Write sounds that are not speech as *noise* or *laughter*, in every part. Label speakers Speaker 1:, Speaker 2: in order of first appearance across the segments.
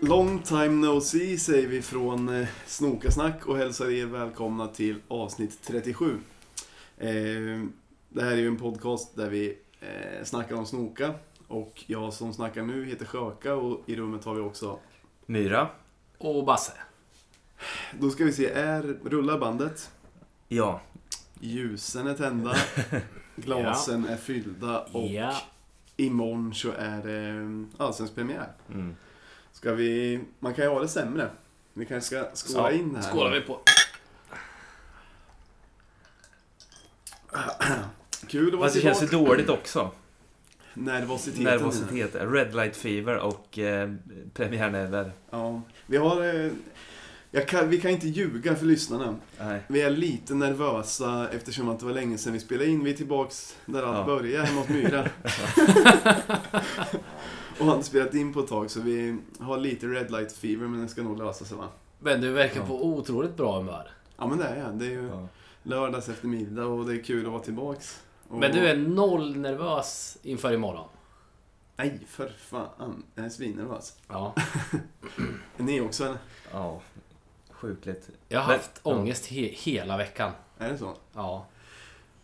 Speaker 1: Long time no see säger vi från eh, Snokasnack och hälsar er välkomna till avsnitt 37. Eh, Det här är ju en podcast där vi eh, snackar om snoka och jag som snackar nu heter Sjöka och i rummet har vi också...
Speaker 2: Myra?
Speaker 3: Och Basse.
Speaker 1: Då ska vi se, är, rullar bandet?
Speaker 2: Ja.
Speaker 1: Ljusen är tända, glasen är fyllda och
Speaker 3: Ja.
Speaker 1: imorgon så är det eh, Allsvensk premiär.
Speaker 2: Mm.
Speaker 1: Ska vi... Man kan ju ha det sämre. Vi kanske ska skåla
Speaker 2: Ja,
Speaker 1: in här.
Speaker 3: Skålar vi på.
Speaker 1: Kul att vara
Speaker 2: Fast
Speaker 1: tillbaka.
Speaker 2: det känns ju dåligt också.
Speaker 1: Nervositeten.
Speaker 2: Nervositet, red light fever och eh, premiärnerver.
Speaker 1: Ja. Vi har... eh, Jag kan, vi kan inte ljuga för lyssnarna.
Speaker 2: Nej.
Speaker 1: Vi är lite nervösa eftersom att det var länge sedan vi spelade in. Vi är tillbaks där allt
Speaker 2: Ja.
Speaker 1: började, hemma hos Myra.
Speaker 2: *laughs*
Speaker 1: *laughs* Och har inte spelat in på ett tag så vi har lite red light fever men det ska nog lösa sig va?
Speaker 3: Men du verkar
Speaker 2: Ja.
Speaker 3: på otroligt bra humör.
Speaker 1: Ja men det är jag. Det är ju
Speaker 2: Ja.
Speaker 1: lördags eftermiddag och det är kul att vara tillbaks. Och...
Speaker 3: Men du är noll nervös inför imorgon.
Speaker 1: Nej för fan. Jag är svinnervös.
Speaker 3: Ja.
Speaker 1: Är ni också eller?
Speaker 2: ja. Sjukligt.
Speaker 3: Jag har
Speaker 2: Men-
Speaker 3: haft ångest he hela veckan.
Speaker 1: Är det så?
Speaker 3: Ja.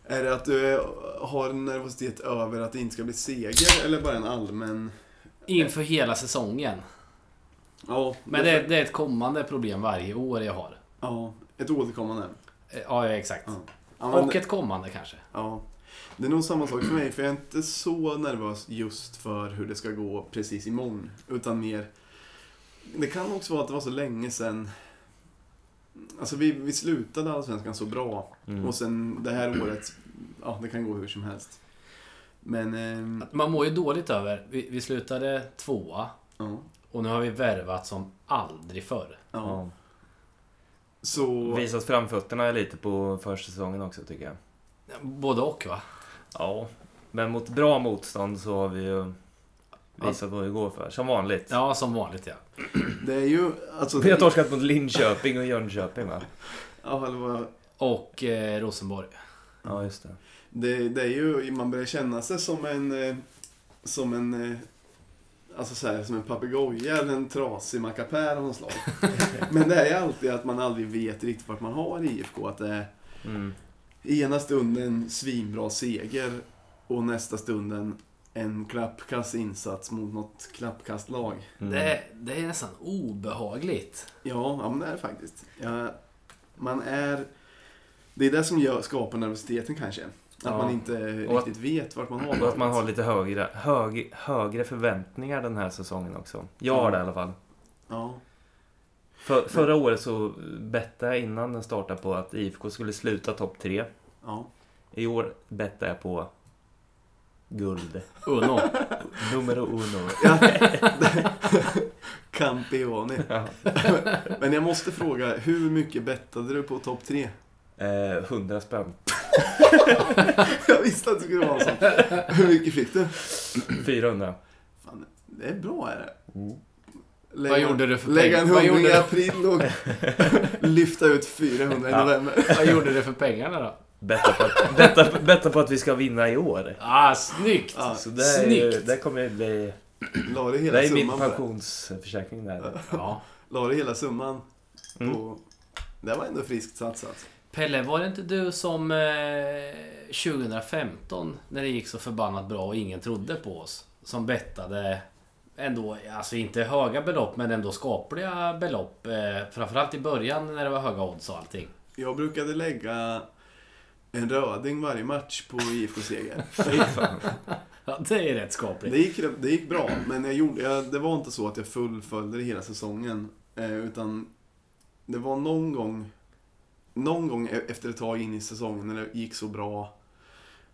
Speaker 1: Är det att du eh, har en nervositet över att det inte ska bli seger eller bara en allmän...
Speaker 3: Inför hela säsongen.
Speaker 1: Ja,
Speaker 3: Men det, är- det är ett kommande problem varje år jag har.
Speaker 1: ja ett återkommande.
Speaker 3: Eh, Ja, ja, exakt.
Speaker 1: Ja. Ja, men,
Speaker 3: Och ett kommande kanske.
Speaker 1: ja. Det är nog samma sak för mig, för jag är inte så nervös just för hur det ska gå precis imorgon. Utan mer... Det kan också vara att det var så länge sedan... Alltså vi, vi slutade Allsvenskan så bra.
Speaker 2: Mm.
Speaker 1: Och sen det här året, ja det kan gå hur som helst. Men, ehm,
Speaker 3: Att Man mår ju dåligt över... Vi, vi slutade tvåa
Speaker 1: ja.
Speaker 3: och nu har vi värvat som aldrig förr.
Speaker 1: ja.
Speaker 2: Ja.
Speaker 1: Så...
Speaker 2: Visat framfötterna lite på försäsongen också tycker jag.
Speaker 3: Både och va?
Speaker 2: Ja. Men mot bra motstånd så har vi ju visat vad vi går för. Som vanligt.
Speaker 3: Ja, som vanligt ja.
Speaker 1: Det är ju... Alltså,
Speaker 2: Vi har torskat mot Linköping och Jönköping va?
Speaker 1: Ja, eller vad...
Speaker 3: Och eh, Rosenborg.
Speaker 2: Ja, just det.
Speaker 1: Det, det är ju, man börjar känna sig som en... eh, Som en... eh, Alltså så här, som en papegoja eller en trasig mackapär av något slag. Men det är ju alltid att man aldrig vet riktigt vart man har IFK. Att det är
Speaker 2: Mm.
Speaker 1: i ena stunden svinbra seger och nästa stunden en klappkast insats mot något klappkastlag.
Speaker 2: Mm.
Speaker 3: Det, det är nästan obehagligt.
Speaker 1: Ja, ja men det är det faktiskt. Ja, man är... Det är det som gör, skapar nervositeten kanske. Att
Speaker 2: Ja.
Speaker 1: man inte
Speaker 2: Och att-
Speaker 1: riktigt vet vart man har
Speaker 2: Och att man
Speaker 1: något.
Speaker 2: har lite högre, hög, högre förväntningar den här säsongen också. Jag har det i alla fall.
Speaker 1: Ja.
Speaker 2: För, förra året så bettade jag innan den startade på att IFK skulle sluta topp tre.
Speaker 1: Ja.
Speaker 2: I år bettade jag på guld.
Speaker 3: Uno.
Speaker 2: Numero uno.
Speaker 1: Campioni.
Speaker 2: Ja.
Speaker 1: *laughs* Men jag måste fråga, hur mycket bettade du på topp tre? *laughs*
Speaker 2: Eh, 100 spänn.
Speaker 1: Jag visste att det skulle vara så. Hur mycket fick du?
Speaker 2: 400.
Speaker 1: Fan, det är bra är det.
Speaker 2: Mm.
Speaker 1: Lägga,
Speaker 3: Vad gjorde du för
Speaker 1: Lägga en
Speaker 3: pengar? Vad
Speaker 1: hundring i
Speaker 3: gjorde du?
Speaker 1: april
Speaker 2: *laughs*
Speaker 1: och lyfta ut 400 i
Speaker 2: Ja.
Speaker 1: november.
Speaker 3: Vad gjorde du för pengarna då?
Speaker 2: Betta på, att, betta, betta på att vi ska vinna i år.
Speaker 3: Ah, snyggt!
Speaker 1: Ja,
Speaker 2: Så det, är ju,
Speaker 3: Snyggt.
Speaker 2: det kommer ju bli...
Speaker 1: la du hela
Speaker 2: Det är min
Speaker 1: summan på det?
Speaker 2: pensionsförsäkring där.
Speaker 3: Ja.
Speaker 1: La du hela summan
Speaker 2: Mm.
Speaker 1: på... Det var ändå friskt satsat.
Speaker 3: Pelle, var det inte du som eh, 2015, när det gick så förbannat bra och ingen trodde på oss, som bettade ändå, alltså inte höga belopp, men ändå skapliga belopp. Eh, framförallt i början när det var höga odds och allting. *laughs*
Speaker 1: Jag brukade lägga en röding varje match på IFK-seger.
Speaker 3: *laughs* Ja, det är rätt skapligt.
Speaker 1: Det gick, det gick bra, men jag gjorde, jag, det var inte så att jag fullföljde det hela säsongen. Eh, utan det var någon gång, någon gång e- efter ett tag in i säsongen när det gick så bra.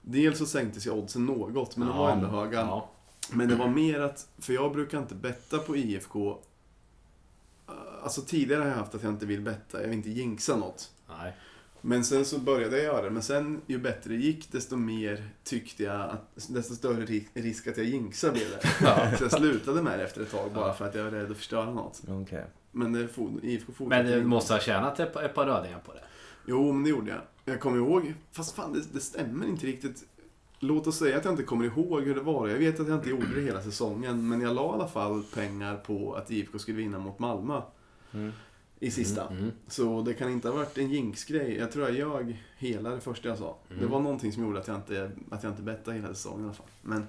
Speaker 1: Dels så sänktes ju oddsen något, men de var ändå höga.
Speaker 3: Ja.
Speaker 1: Men det var mer att, för jag brukar inte betta på IFK. Eh, Alltså tidigare har jag haft att jag inte vill betta, jag vill inte jinxa något.
Speaker 3: Nej.
Speaker 1: Men sen så började jag göra det, men sen ju bättre det gick desto mer tyckte jag att, desto större ri- risk att jag jinxade blev det.
Speaker 3: *laughs* Ja.
Speaker 1: Så jag slutade med det efter ett tag bara
Speaker 3: Ja.
Speaker 1: för att jag var rädd att förstöra något.
Speaker 2: Okej.
Speaker 1: Men det for, IFK fortsatte.
Speaker 3: Men du måste ha tjänat ett par- ett par rödingar på det.
Speaker 1: Jo, men det gjorde jag. Jag kommer ihåg, fast fan det, det stämmer inte riktigt. låt oss säga att jag inte kommer ihåg hur det var. Jag vet att jag inte gjorde det hela säsongen, men jag la i alla fall pengar på att IFK skulle vinna mot Malmö
Speaker 2: Mm.
Speaker 1: i sista.
Speaker 3: Mm.
Speaker 1: Så det kan inte ha varit en jinx-grej. Jag tror jag ljög hela det första jag sa.
Speaker 3: Mm.
Speaker 1: Det var någonting som gjorde att jag inte, att jag inte bettade hela säsongen i alla fall. Men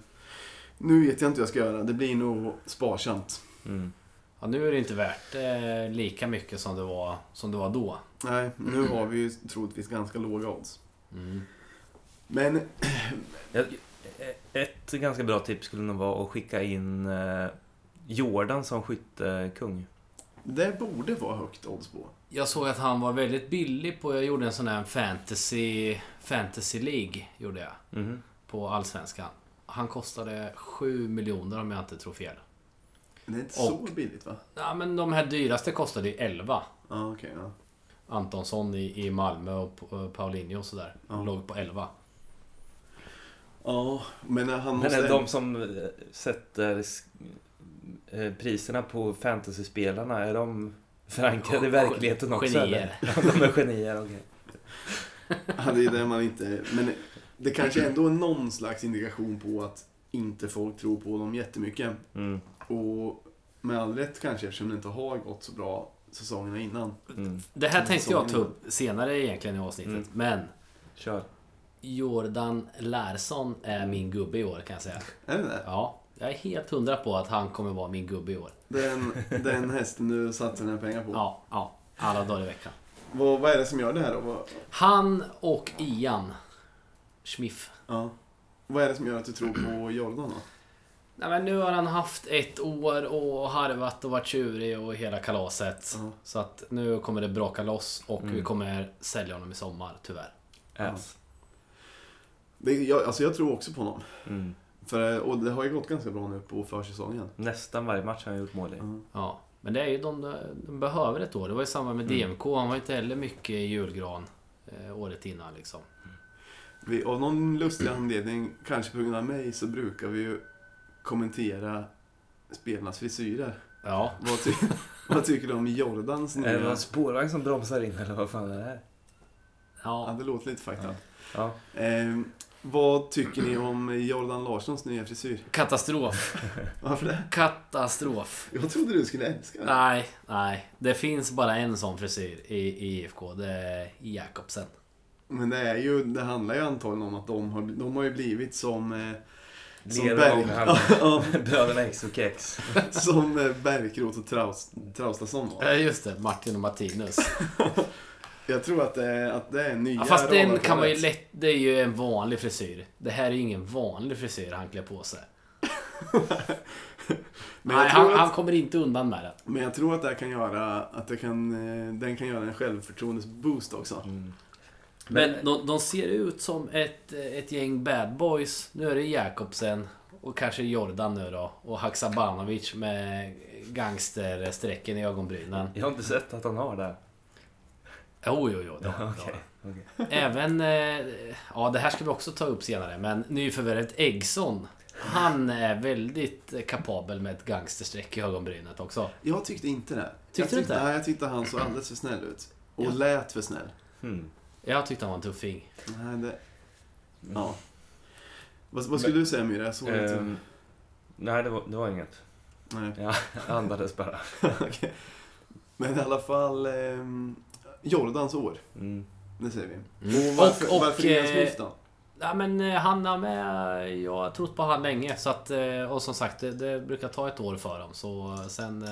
Speaker 1: nu vet jag inte hur jag ska göra. Det blir nog sparsamt.
Speaker 2: Mm.
Speaker 3: Ja, nu är det inte värt eh, lika mycket som det var, som det var då.
Speaker 1: Nej,
Speaker 3: *clears throat*
Speaker 1: nu har vi ju troligtvis ganska låga odds.
Speaker 3: Mm.
Speaker 1: Men
Speaker 2: Jag- eh, Ett ganska bra tips skulle nog vara att skicka in eh, Jordan som skyttekung.
Speaker 1: det borde vara högt odds på.
Speaker 3: Jag såg att han var väldigt billig på... Jag gjorde en sån här fantasy... Fantasy League gjorde jag.
Speaker 2: Mhm.
Speaker 3: På Allsvenskan. Han kostade 7 miljoner om jag inte tror fel.
Speaker 1: Det är inte
Speaker 3: Och-
Speaker 1: så billigt va?
Speaker 3: Ja, men de här dyraste kostade ju 11.
Speaker 1: Ja, okej. ja.
Speaker 3: Antonsson i, i Malmö och Pa- och Paulinho och sådär.
Speaker 1: Ja.
Speaker 3: Låg på 11.
Speaker 1: Ja, men han
Speaker 2: Men
Speaker 1: måste...
Speaker 2: är de som eh, sätter sk- eh, priserna på fantasyspelarna, är de förankrade i verkligheten också?
Speaker 3: Genier.
Speaker 2: *laughs* eller? de är genier, okej.
Speaker 1: *laughs* Ja, det är det man inte... Men det kanske ändå är någon slags indikation på att inte folk tror på dem jättemycket.
Speaker 2: Mm,
Speaker 1: Och med all rätt kanske, eftersom det inte har gått så bra säsongerna innan.
Speaker 2: mm.
Speaker 3: Det här tänkte jag ta
Speaker 1: Säsongen.
Speaker 3: upp senare egentligen i avsnittet.
Speaker 2: Mm.
Speaker 3: Men
Speaker 2: Kör.
Speaker 3: Jordan Larsson är min gubbe i år kan jag säga.
Speaker 1: Är det det?
Speaker 3: Ja, jag är helt hundra på att han kommer vara min gubbe i år.
Speaker 1: Den, den hästen du satsar dina pengar på.
Speaker 3: Ja, ja. Alla dagar i veckan.
Speaker 1: Vad, vad är det som gör det här då? Vad,
Speaker 3: Han och Ian Schmiff.
Speaker 1: ja. vad är det som gör att du tror på Jordan då?
Speaker 3: Nej, men nu har han haft ett år och harvat och varit tjurig och hela kalaset.
Speaker 1: Ja.
Speaker 3: Så att nu kommer det braka loss och vi kommer sälja honom i sommar, tyvärr.
Speaker 2: Ass.
Speaker 1: Det, jag, alltså jag tror också på honom.
Speaker 2: Mm.
Speaker 1: För, och det har ju gått ganska bra nu på försäsongen.
Speaker 2: Nästan varje match har han gjort
Speaker 1: Mm.
Speaker 2: mål i.
Speaker 3: Ja. Men det är ju de, de behöver ett år. Det var ju samma med DMK. Han var inte heller mycket i julgran eh, året innan liksom.
Speaker 1: Vi, av någon lustig anledning, kanske på grund av mig, så brukar vi ju kommentera spelarnas frisyrer.
Speaker 3: Ja.
Speaker 1: Vad, ty *laughs* vad tycker du om Jordans
Speaker 2: Är det
Speaker 1: nya...
Speaker 2: någon spårvagn som bromsar in eller vad fan är det här?
Speaker 1: Ja,
Speaker 3: Ja.
Speaker 1: det låter lite fakta.
Speaker 2: Ja.
Speaker 1: Ehm, vad tycker ni om Jordan Larssons nya frisyr?
Speaker 3: Katastrof.
Speaker 1: Varför det?
Speaker 3: Katastrof.
Speaker 1: Jag trodde du skulle älska den.
Speaker 3: Nej, nej. Det finns bara en sån frisyr i, i IFK. Det är Jakobsen.
Speaker 1: Men det, är ju, det handlar ju antagligen om att de har, de har ju blivit som, eh, Som
Speaker 2: Lever
Speaker 1: berg.
Speaker 2: många *laughs*
Speaker 1: ja,
Speaker 2: Bröderna X och Kex.
Speaker 1: som eh, Bärkroth och Traus, Traustason var.
Speaker 3: Ja, Eh, just det. Martin
Speaker 1: *laughs*
Speaker 3: och Martinus.
Speaker 1: Jag tror att det är, att det är nya
Speaker 3: Ja, fast den
Speaker 1: radarparet.
Speaker 3: kan man ju lätt... Det är ju en vanlig frisyr. Det här är ju ingen vanlig frisyr han klär på sig.
Speaker 1: Men
Speaker 3: nej,
Speaker 1: jag tror
Speaker 3: han,
Speaker 1: att-
Speaker 3: han kommer inte undan med det.
Speaker 1: Men jag tror att det här kan göra att det kan, eh, den kan göra en självförtroendesboost också.
Speaker 2: Mm.
Speaker 3: Men de, de ser ut som ett, ett gäng bad boys. Nu är det Jakobsen och kanske Jordan nu då. Och Haksabanovic med gangsterstrecken i ögonbrynen.
Speaker 2: Jag har inte sett att han har det.
Speaker 3: Jo, jo, jo. Det har han, det har
Speaker 2: Okej.
Speaker 3: han.
Speaker 2: okej.
Speaker 3: Även... eh, Ja, det här ska vi också ta upp senare, men nyförvärvet Eggson. Han är väldigt kapabel med ett gangsterstreck i ögonbrynet också.
Speaker 1: Jag tyckte inte det.
Speaker 3: Tyckte
Speaker 1: jag
Speaker 3: du inte?
Speaker 1: Nej, jag tyckte han såg alldeles för snäll ut. Och
Speaker 3: Ja.
Speaker 1: lät för snäll.
Speaker 2: Hmm.
Speaker 3: Jag tyckte han var en tuffing.
Speaker 1: Nej, det... Ja. Vad, vad skulle du säga Myra? Jag såg inte.
Speaker 2: Ehm, nej, det var, det var *laughs* inget.
Speaker 1: Nej.
Speaker 2: Jag andades bara.
Speaker 1: Okej. *laughs* Men i alla fall, ehm, Jordans år.
Speaker 2: Mm.
Speaker 1: Det säger vi.
Speaker 3: Mm.
Speaker 1: Och varför,
Speaker 3: Och- och,
Speaker 1: varför Ian
Speaker 3: eh,
Speaker 1: Smith då?
Speaker 3: Ja, men eh, han är med. Jag har trott på han länge. Så att, eh, och som sagt, det, det brukar ta ett år för dem. Så sen, eh,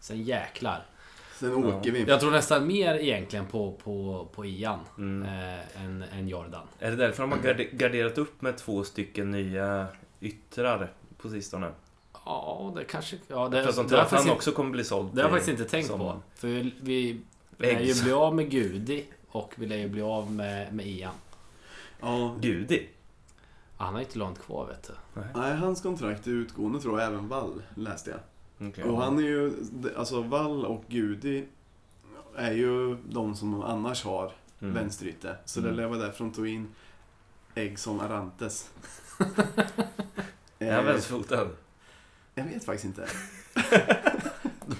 Speaker 3: sen jäklar.
Speaker 1: Sen åker vi.
Speaker 3: Jag tror nästan mer egentligen på, på, på Ian
Speaker 2: Mm.
Speaker 3: eh, än, än Jordan.
Speaker 2: Är det därför de har garde- garderat upp med två stycken nya yttrar på sistone?
Speaker 3: Ja, det kanske... Ja, det,
Speaker 2: För att de
Speaker 3: det
Speaker 2: tror
Speaker 3: har
Speaker 2: att
Speaker 3: faktiskt
Speaker 2: han
Speaker 3: inte-
Speaker 2: också kommer bli såld.
Speaker 3: Det har jag
Speaker 2: till
Speaker 3: faktiskt inte tänkt
Speaker 2: sommaren.
Speaker 3: på. För vi- vi
Speaker 2: Ägg.
Speaker 3: lär ju bli av med Gudi och vi lär ju bli av med, med Ian.
Speaker 1: Ja.
Speaker 2: Gudi?
Speaker 3: Ah, Han har ju inte långt kvar vet du.
Speaker 1: Nej, hans kontrakt är utgående tror jag, även Wall läste jag.
Speaker 2: Okej.
Speaker 1: Och han är ju, alltså Wall och Gudi är ju de som annars har
Speaker 2: Mm.
Speaker 1: vänsterytte. Så det
Speaker 2: Mm.
Speaker 1: lär vara därför de tog in Eggson
Speaker 2: *laughs*
Speaker 1: Arantes.
Speaker 2: Är han
Speaker 1: Eh,
Speaker 2: vänsterfotad?
Speaker 1: jag vet faktiskt inte.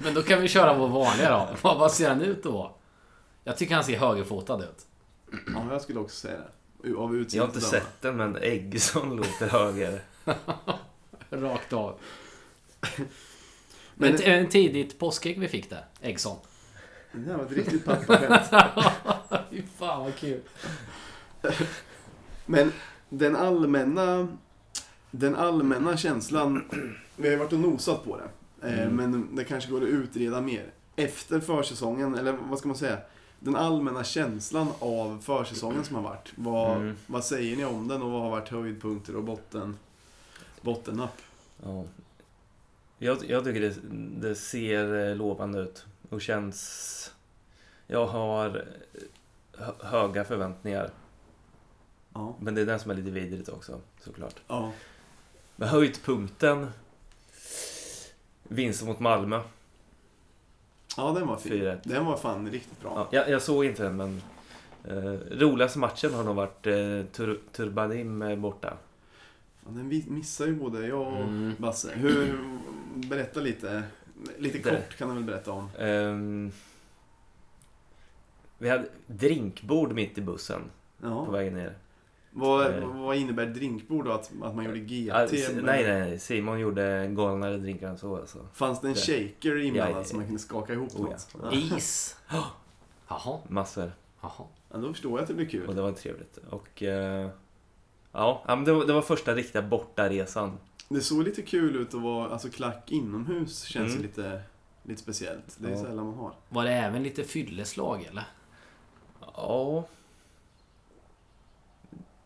Speaker 3: Men då kan vi köra vår vanliga då. Vad vad ser han ut då? Jag tycker han ser högerfotad ut.
Speaker 1: Ja, jag skulle också säga det. Av utseendet
Speaker 2: Jag har inte
Speaker 1: att döma.
Speaker 2: sett den, men Eggson låter högre.
Speaker 3: Rakt av.
Speaker 1: Men-
Speaker 3: Men, en, en tidigt påskägg vi fick där. Eggson. *laughs*
Speaker 1: Det här var ett riktigt pappaskämt.
Speaker 3: Fy fan vad kul.
Speaker 1: Men den allmänna, den allmänna känslan, vi har ju varit och nosat på det. eh,
Speaker 2: Mm.
Speaker 1: Men det kanske går att utreda mer. Efter försäsongen, eller vad ska man säga? Den allmänna känslan av försäsongen som har varit. Vad,
Speaker 2: Mm.
Speaker 1: vad säger ni om den och vad har varit höjdpunkter och botten, bottennapp?
Speaker 2: Ja. Jag, jag tycker det, det ser eh, lovande ut och känns... Jag har eh, hö- höga förväntningar.
Speaker 1: Ja.
Speaker 2: Men det är den som är lite vidrigt också, såklart.
Speaker 1: ja.
Speaker 2: Men höjdpunkten... Vinsten mot Malmö.
Speaker 1: Ja, den var fin.
Speaker 2: 4-1.
Speaker 1: Den var fan riktigt bra.
Speaker 2: Ja, jag, jag såg inte den, men... Eh, roligaste matchen har nog varit eh, Tur, Turbanim eh, borta.
Speaker 1: Ja, Den vi- missar ju både jag och
Speaker 3: Mm.
Speaker 1: Basse. Hur, berätta lite. Lite
Speaker 2: Det.
Speaker 1: kort kan du väl berätta om.
Speaker 2: Ehm, vi hade drinkbord mitt i bussen på
Speaker 1: Ja.
Speaker 2: vägen ner.
Speaker 1: Vad,
Speaker 2: Eh.
Speaker 1: vad innebär drinkbord då? Att, att man gjorde GT?
Speaker 2: Ja, s-
Speaker 1: med-
Speaker 2: nej, nej, Simon gjorde galnare drinkar än så alltså.
Speaker 1: Fanns det en
Speaker 2: Det.
Speaker 1: shaker
Speaker 2: Ja, ja,
Speaker 1: inblandad
Speaker 2: ja.
Speaker 1: som man kunde skaka ihop
Speaker 2: Oh, ja.
Speaker 1: något? Ah, Ja.
Speaker 3: Is. Jaha,
Speaker 2: Massor.
Speaker 3: jaha.
Speaker 1: Ja, då förstår jag att det blir
Speaker 2: Och
Speaker 1: kul.
Speaker 2: det var trevligt. Och... eh, ja, ja, men det var, det var första riktiga bortaresan.
Speaker 1: Det såg lite kul ut att vara, alltså klack inomhus känns ju
Speaker 2: Mm.
Speaker 1: lite, lite speciellt. Det är
Speaker 2: Ja.
Speaker 1: sällan man har.
Speaker 3: Var det även lite fylleslag eller?
Speaker 2: Ja...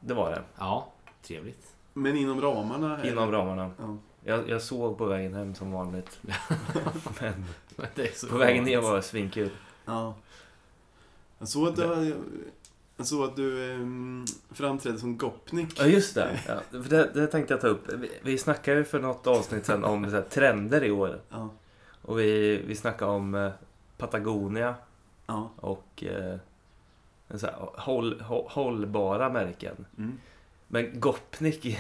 Speaker 2: Det var det.
Speaker 3: Ja, trevligt.
Speaker 1: Men inom ramarna? är det-
Speaker 2: Inom ramarna.
Speaker 1: Ja.
Speaker 2: Jag, jag såg på vägen hem som vanligt. Men
Speaker 3: Det är så
Speaker 2: på vägen ner
Speaker 3: skönt.
Speaker 2: var det svinkul.
Speaker 1: Ja. Jag såg att du, jag såg att du ehm, framträdde som Gopnik.
Speaker 2: Ja, just det. Ja, för det, det tänkte jag ta upp. Vi, vi snackade ju för något avsnitt sen om så här, trender i år.
Speaker 1: Ja.
Speaker 2: Och vi, vi snackade om eh, Patagonia
Speaker 1: Ja.
Speaker 2: och eh, så här, håll, hå- hållbara märken. Men Gopnik, *laughs*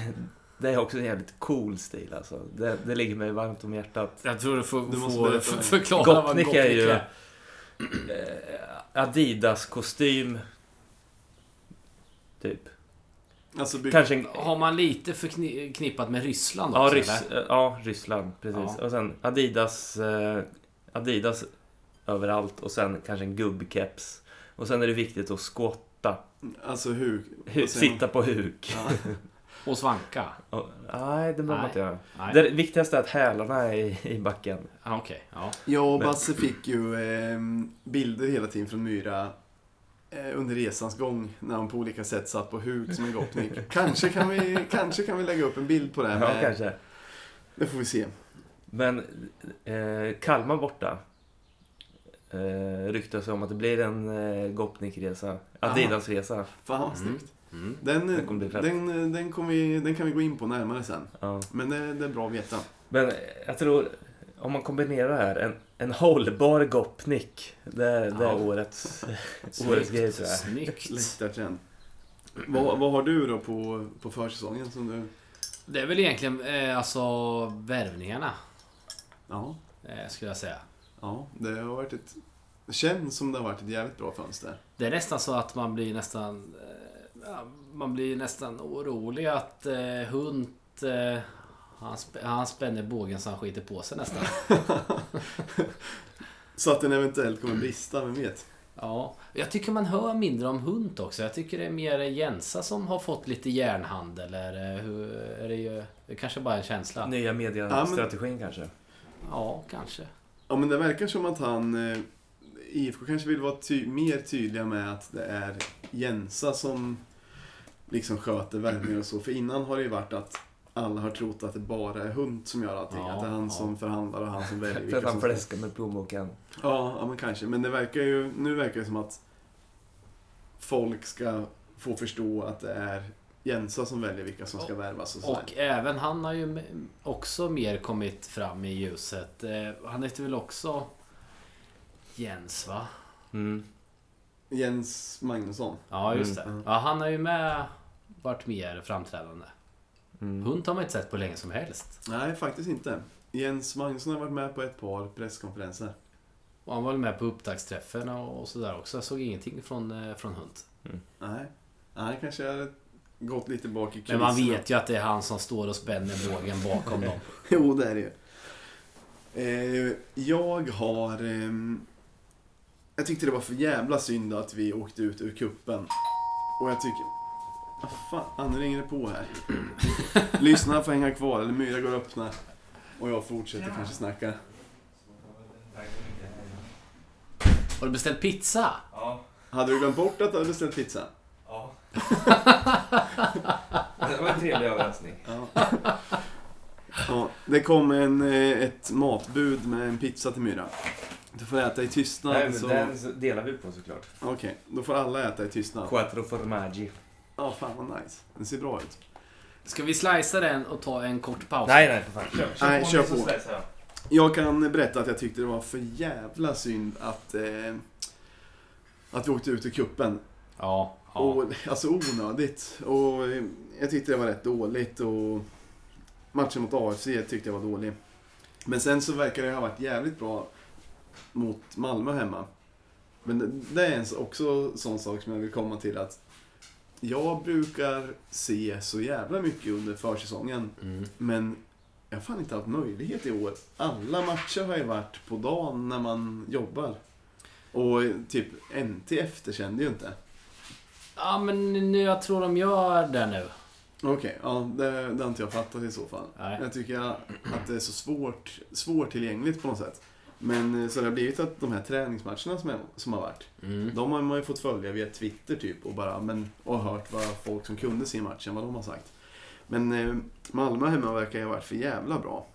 Speaker 2: det är också en jävligt cool stil alltså. Det, det ligger mig varmt om hjärtat.
Speaker 3: Jag tror du får,
Speaker 1: Du måste
Speaker 3: får
Speaker 1: berätta
Speaker 3: för,
Speaker 1: mer.
Speaker 3: förklara vad
Speaker 2: Gopnik är ju
Speaker 3: är.
Speaker 2: eh, Adidas-kostym. Typ.
Speaker 1: Alltså bygg...
Speaker 2: Kanske en...
Speaker 3: Har man lite förknippat med Ryssland
Speaker 2: Ja,
Speaker 3: också?
Speaker 2: Ryss,
Speaker 3: eller?
Speaker 2: eh, ja Ryssland. Precis.
Speaker 3: Ja.
Speaker 2: Och sen Adidas... Eh, Adidas överallt och sen kanske en gubbkeps. Och sen är det viktigt att skotta.
Speaker 1: Alltså hur...
Speaker 2: Hu-
Speaker 1: vad säger man?
Speaker 2: sitta på huk.
Speaker 1: Ja.
Speaker 3: Och svanka?
Speaker 2: Och, nej, det behöver man inte göra.
Speaker 3: Nej.
Speaker 2: Det viktigaste är att hälarna är i, i backen.
Speaker 3: Ah, Okej, ja.
Speaker 1: Jag och
Speaker 2: Men-
Speaker 1: Basse fick ju ehm, bilder hela tiden från Myra eh, under resans gång när han på olika sätt satt på huk som en
Speaker 2: *laughs*
Speaker 1: Gopnik. kanske, kan vi, kanske kan vi lägga upp en bild på det här.
Speaker 2: Ja,
Speaker 1: med-
Speaker 2: kanske.
Speaker 1: Det får vi se.
Speaker 2: Men eh, Kalmar borta. Eh, ryktas om att det blir en eh, Gopnik-resa. Adidas-resa.
Speaker 1: Fan vad
Speaker 3: Mm.
Speaker 1: snyggt.
Speaker 3: Mm.
Speaker 1: Den,
Speaker 2: Det kommer bli fett.
Speaker 1: den, den, kommer vi, den kan vi gå in på närmare sen.
Speaker 2: Ja.
Speaker 1: Men det, det är bra att veta.
Speaker 2: Men eh, jag tror, om man kombinerar det här, en, en hållbar Gopnik. Det, det
Speaker 3: Ja.
Speaker 2: är årets... Årets grej,
Speaker 3: Snyggt.
Speaker 2: tror jag.
Speaker 3: Snyggt.
Speaker 1: Längtar till den. Vad, vad har du då på, på försäsongen som du...
Speaker 3: Det är väl egentligen eh, alltså värvningarna,
Speaker 1: Ja,
Speaker 3: eh, skulle jag säga.
Speaker 1: ja det har varit ett... Det känns som det har varit ett jävligt bra fönster.
Speaker 3: Det är nästan så att man blir nästan... eh, ja, Man blir nästan orolig att eh, Hunt... Eh, han, sp- han spänner bågen så han skiter på sig nästan.
Speaker 1: Så att den eventuellt kommer brista, vem vet?
Speaker 3: Ja, jag tycker man hör mindre om Hunt också. Jag tycker det är mer Jensa som har fått lite järnhand eller eh, hur... Är det ju... Det kanske bara är en känsla.
Speaker 2: Nya
Speaker 1: Ja, men-
Speaker 2: mediestrategin kanske.
Speaker 3: Ja, kanske.
Speaker 1: Ja, men det verkar som att han... Eh, IFK kanske vill vara ty- mer tydliga med att det är Jensa som liksom sköter värvningar och så. För innan har det ju varit att alla har trott att det bara är Hunt som gör allting.
Speaker 3: Ja,
Speaker 1: att det är han
Speaker 3: ja.
Speaker 1: som förhandlar och han som
Speaker 2: *laughs*
Speaker 1: väljer
Speaker 2: För att
Speaker 1: vilka
Speaker 2: han
Speaker 1: som
Speaker 2: fläskar med plånboken.
Speaker 1: Ja, ja men kanske. Men det verkar ju, nu verkar det som att folk ska få förstå att det är Jensa som väljer vilka som ska värvas och sådär.
Speaker 3: Och även han har ju m- också mer kommit fram i ljuset. Eh, Han heter väl också Jens va?
Speaker 2: Mm.
Speaker 1: Jens Magnusson.
Speaker 3: Ja just
Speaker 1: Mm,
Speaker 3: det.
Speaker 1: mm.
Speaker 3: Ja, han har ju med varit mer framträdande.
Speaker 2: Mm.
Speaker 3: Hund har man inte sett på länge som helst.
Speaker 1: Nej, faktiskt inte. Jens Magnusson har varit med på ett par presskonferenser.
Speaker 3: Och han var väl med på upptaktsträffen och och sådär också. Jag såg ingenting från, eh, från Hund.
Speaker 1: Nej. Ja, han kanske hade gått lite bak i
Speaker 3: Men man
Speaker 1: kulisserna.
Speaker 3: vet ju att det är han som står och spänner bågen bakom dem.
Speaker 1: *laughs* Jo, det är det ju. Eh, jag har... ehm, jag tyckte det var för jävla synd att vi åkte ut ur kuppen. Och jag tycker... Ah, fan, nu ringer det på
Speaker 3: *clears throat*
Speaker 1: här. Lyssna får hänga kvar, eller Myra går och öppnar. Och jag fortsätter kanske snacka.
Speaker 3: Har du beställt pizza?
Speaker 2: Ja.
Speaker 1: Hade du glömt bort att du hade beställt pizza?
Speaker 2: Ja. *laughs* det var en trevlig överraskning.
Speaker 1: Ja. ja det kom en, eh, ett matbud med en pizza till Myra. Du får äta i tystnad.
Speaker 2: Nej, men
Speaker 1: så...
Speaker 2: den så delar vi på såklart.
Speaker 1: Okej, då får alla äta i tystnad.
Speaker 2: Quattro formaggi.
Speaker 1: Ja, fan vad nice. Den ser bra ut.
Speaker 3: Ska vi slicea den och ta en kort paus?
Speaker 2: Nej, nej, för fan. Kör, kör
Speaker 1: Nej,
Speaker 2: på.
Speaker 1: kör
Speaker 2: så
Speaker 1: på.
Speaker 2: slicear jag.
Speaker 1: Jag kan berätta att jag tyckte det var för jävla synd att, eh, att vi åkte ut ur kuppen.
Speaker 3: Ja. ja.
Speaker 1: Och, alltså onödigt. Och eh, jag tyckte det var rätt dåligt och matchen mot AFC tyckte jag var dålig. Men sen så verkar det ha varit jävligt bra mot Malmö hemma. Men det- det är en s- också sån sak som jag vill komma till att jag brukar se så jävla mycket under försäsongen
Speaker 3: Mm.
Speaker 1: Men jag har fan inte haft möjlighet i år. Alla matcher har ju varit på dagen när man jobbar. Och typ MT efterkände ju inte.
Speaker 3: Ja, men nu, jag tror de gör det nu.
Speaker 1: Okej, ja, det, det har inte jag fattat i så fall.
Speaker 3: Nej.
Speaker 1: Jag tycker att det är så svårt, svårtillgängligt på något sätt. Men eh, så det har blivit att de här träningsmatcherna som, är, som har varit,
Speaker 3: Mm.
Speaker 1: de har man ju fått följa via Twitter typ och bara men, och hört vad folk som kunde se matchen, vad de har sagt. Men eh, Malmö hemma verkar ju ha varit för jävla bra.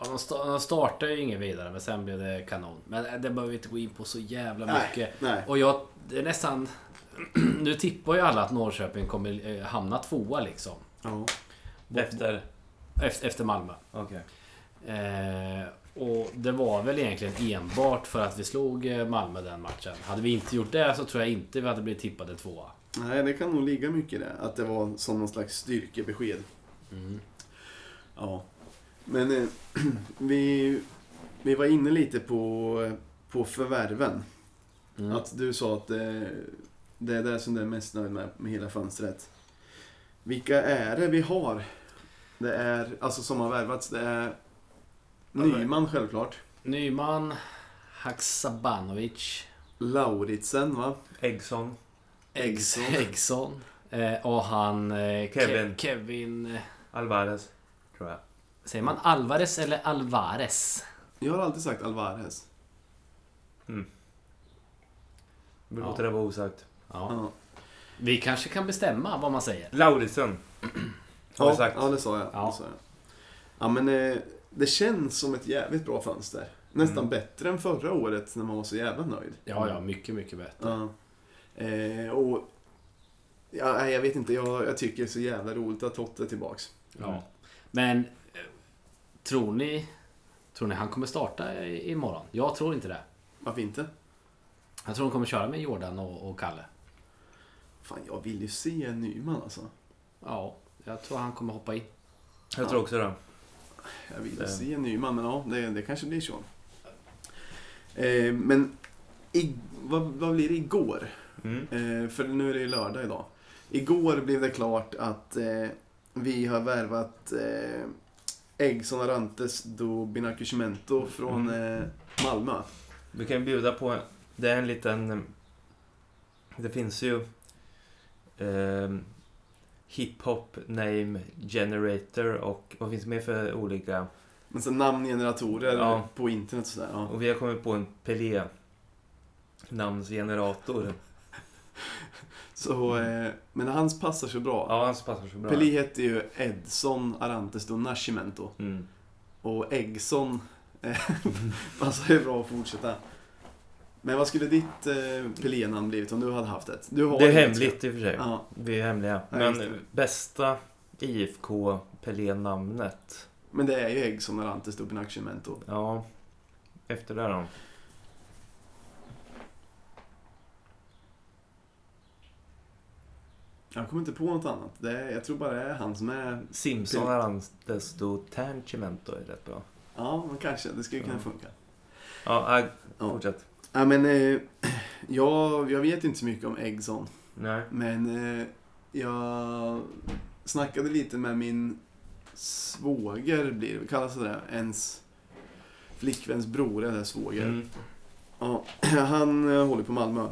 Speaker 3: Ja, de, sta- de startade ju inget vidare, men sen blev det kanon. Men äh, det behöver vi inte gå in på så jävla mycket.
Speaker 1: Nej.
Speaker 3: Och jag, det är nästan... *clears throat* nu tippar ju alla att Norrköping kommer eh, hamna tvåa liksom.
Speaker 1: Ja.
Speaker 2: Efter.
Speaker 3: Efter, efter Malmö.
Speaker 2: Okej.
Speaker 3: Eh, och det var väl egentligen enbart för att vi slog eh, Malmö den matchen. Hade vi inte gjort det så tror jag inte vi hade blivit tippade tvåa.
Speaker 1: Nej, det kan nog ligga mycket i det. Att det var som någon slags styrkebesked. Ja. Men eh, *clears throat* vi, vi var inne lite på, på förvärven.
Speaker 3: Mm.
Speaker 1: Att du sa att eh, det är det som du är mest nöjd med, med hela fönstret. Vilka är det vi har? Det är, alltså som har värvats, det är Nyman självklart.
Speaker 3: Nyman, Haksabanovic,
Speaker 1: Lauritsen va?
Speaker 2: Eggson.
Speaker 1: Eggsson.
Speaker 3: Eggsson. Eh, och han... Eh,
Speaker 2: Kevin.
Speaker 3: Ke- Kevin... eh,
Speaker 2: Alvarez. Tror jag.
Speaker 3: Säger man Alvarez eller Alvarez?
Speaker 1: Jag har alltid sagt Alvarez.
Speaker 2: Vi
Speaker 3: Ja.
Speaker 2: låter det vara osagt.
Speaker 3: Ja.
Speaker 1: Ja,
Speaker 3: Vi kanske kan bestämma vad man säger.
Speaker 2: Lauritsen. Har vi
Speaker 1: ja,
Speaker 2: sagt.
Speaker 1: ja det sa jag.
Speaker 3: Ja.
Speaker 1: Det sa jag. Ja, men eh, det känns som ett jävligt bra fönster. Nästan
Speaker 2: Mm.
Speaker 1: bättre än förra året när man var så jävla nöjd.
Speaker 3: Ja, ja, mycket, mycket bättre.
Speaker 1: Ja. Eh, och, ja, nej, jag vet inte, jag, jag tycker det är så jävla roligt att Totte är tillbaks.
Speaker 3: Ja. Men eh, tror ni, tror ni han kommer starta i- imorgon? Jag tror inte det.
Speaker 1: Varför inte?
Speaker 3: Jag tror de kommer köra med Jordan och, och Kalle.
Speaker 1: Fan, jag vill ju se en Nyman alltså.
Speaker 3: Ja, jag tror han kommer hoppa in.
Speaker 2: Jag tror också det.
Speaker 1: Jag vill ju
Speaker 2: Det-
Speaker 1: se en Nyman, men ja, det, det kanske blir så. Eh, men i, vad, vad blir det igår?
Speaker 2: Mm.
Speaker 1: Eh, för nu är det ju lördag idag. Igår blev det klart att eh, vi har värvat eh, Eggson Arantes do
Speaker 2: Mm.
Speaker 1: Binacuscimento från eh, Malmö.
Speaker 2: Vi kan ju bjuda på... Det är en liten... eh, Det finns ju... Eh, hiphop name generator och vad finns det mer för olika...
Speaker 1: Men sen namngeneratorer
Speaker 2: Ja. Mm.
Speaker 1: på internet och sådär. Ja.
Speaker 2: Och vi har kommit på en Pelé namnsgenerator.
Speaker 1: Så, eh, men hans passar så bra.
Speaker 2: Ja, han passar så bra.
Speaker 1: Pelé hette ju Edson Arantes do Nascimento.
Speaker 2: Mm.
Speaker 1: Och Eggson eh, *laughs* passar ju bra att fortsätta. Men vad skulle ditt eh, Pelé-namn blivit om du hade haft ett? Du har
Speaker 2: Det är
Speaker 1: ju ett,
Speaker 2: hemligt i och för sig.
Speaker 1: Ja.
Speaker 2: Vi är hemliga.
Speaker 1: Ja,
Speaker 2: Men
Speaker 1: just det.
Speaker 2: bästa IFK Pelé-namnet?
Speaker 1: Men det är ju Eggson Arantes do Binacuscimento.
Speaker 2: Ja, efter det då.
Speaker 1: Jag kommer inte på något annat. Det är, jag tror bara det är han som är...
Speaker 2: Simpson
Speaker 1: Pelé.
Speaker 2: har anställts då Tancimento är rätt bra.
Speaker 1: Ja, men kanske. Det skulle kunna
Speaker 2: Ja.
Speaker 1: funka.
Speaker 2: Ja, äh,
Speaker 1: Ja.
Speaker 2: fortsätt.
Speaker 1: Ja, men eh, *clears throat* Jag, jag vet inte så mycket om Eggson.
Speaker 2: Nej.
Speaker 1: Men eh, jag snackade lite med min svåger, blir det, kallas det där? Ens flickväns bror, eller svåger.
Speaker 2: Mm.
Speaker 1: Ja, *clears throat* han eh, håller på Malmö.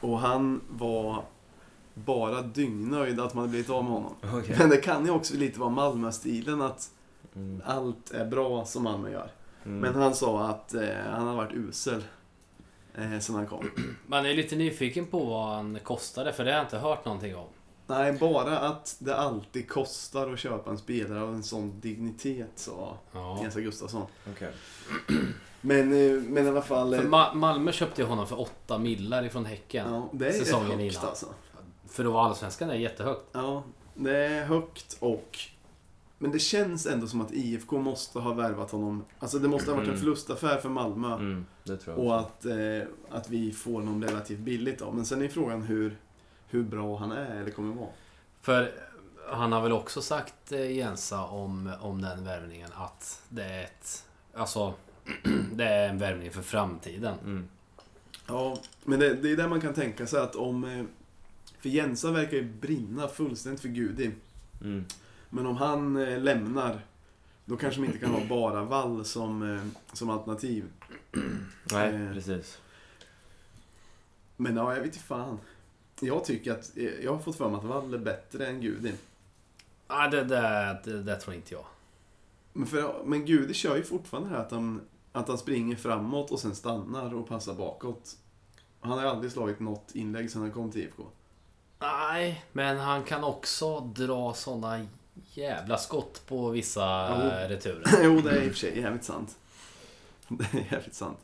Speaker 1: Och han var bara dyngnöjd att man hade blivit av med honom.
Speaker 2: Okej.
Speaker 1: Men det kan ju också lite vara Malmö-stilen att
Speaker 2: Mm.
Speaker 1: allt är bra som Malmö gör.
Speaker 2: Mm.
Speaker 1: Men han sa att eh, han har varit usel eh, sen han kom.
Speaker 3: Man är lite nyfiken på vad han kostade för det har jag inte hört någonting om.
Speaker 1: Nej, bara att det alltid kostar att köpa en spelare av en sån dignitet, sa
Speaker 3: Ja.
Speaker 1: Jens Gustafsson.
Speaker 2: Okej.
Speaker 1: Men, eh, men i alla fall... eh,
Speaker 3: För Ma- Malmö köpte ju honom för 8 millar ifrån Häcken.
Speaker 1: ja, det är rätt
Speaker 3: säsongen
Speaker 1: högt
Speaker 3: innan.
Speaker 1: alltså.
Speaker 3: För då var Allsvenskan är jättehögt.
Speaker 1: Ja, det är högt och... Men det känns ändå som att IFK måste ha värvat honom. Alltså det måste ha varit en
Speaker 2: Mm.
Speaker 1: förlustaffär för Malmö.
Speaker 2: Mm. Det tror jag.
Speaker 1: Och att, eh, att vi får någon relativt billigt då. Men sen är frågan hur, hur bra han är eller kommer vara.
Speaker 3: För han har väl också sagt eh, Jensa om, om den värvningen att det är ett... Alltså... *clears throat* det är en värvning för framtiden.
Speaker 2: Mm.
Speaker 1: Ja, men det, det är där man kan tänka sig att om... eh, För Jensa verkar ju brinna fullständigt för Gudi.
Speaker 2: Mm.
Speaker 1: Men om han eh, lämnar, då kanske de inte kan ha bara Wall som, eh, som alternativ. Eh.
Speaker 2: Nej, precis.
Speaker 1: Men ja, jag vet inte fan. Jag tycker att, eh, jag har fått för mig att Wall är bättre än Gudi.
Speaker 3: Nej, det där det, det tror inte jag.
Speaker 1: Men, för, men Gudi kör ju fortfarande det här att han, att han springer framåt och sen stannar och passar bakåt. Han har ju aldrig slagit något inlägg sedan han kom till IFK.
Speaker 3: Nej, men han kan också dra såna jävla skott på vissa
Speaker 1: Jo.
Speaker 3: eh, returer.
Speaker 1: *laughs* jo, det är i och för sig jävligt sant. *laughs* Det är jävligt sant.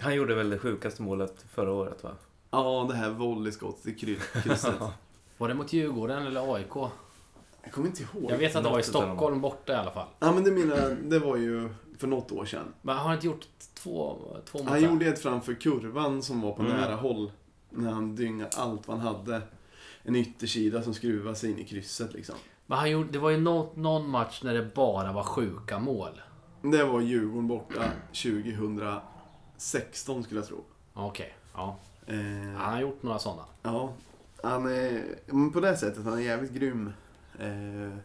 Speaker 2: Han gjorde väl det sjukaste målet förra året va?
Speaker 1: Ja, det här volleyskottet i kry- krysset.
Speaker 3: Var det mot Djurgården eller AIK?
Speaker 1: Jag kommer inte ihåg.
Speaker 3: Jag vet att det var i
Speaker 2: något utav
Speaker 3: Stockholm borta i alla fall.
Speaker 1: Ja, men det menar det var ju för något år sedan.
Speaker 3: Men har han inte gjort två, två mot
Speaker 1: Han
Speaker 3: det?
Speaker 1: gjorde ett framför kurvan som var på
Speaker 2: Mm.
Speaker 1: nära håll. När han dyngade allt vad han hade. En yttersida som skruvade sig in i krysset liksom.
Speaker 3: Men han gjorde, det var ju nå- någon match när det bara var sjuka mål.
Speaker 1: Det var Djurgården borta 2016 skulle jag tro.
Speaker 3: Ja, Okej, ja.
Speaker 1: Eh,
Speaker 3: Han har gjort några sådana.
Speaker 1: ja. Han är, men på det sättet, han är jävligt grym. Eh,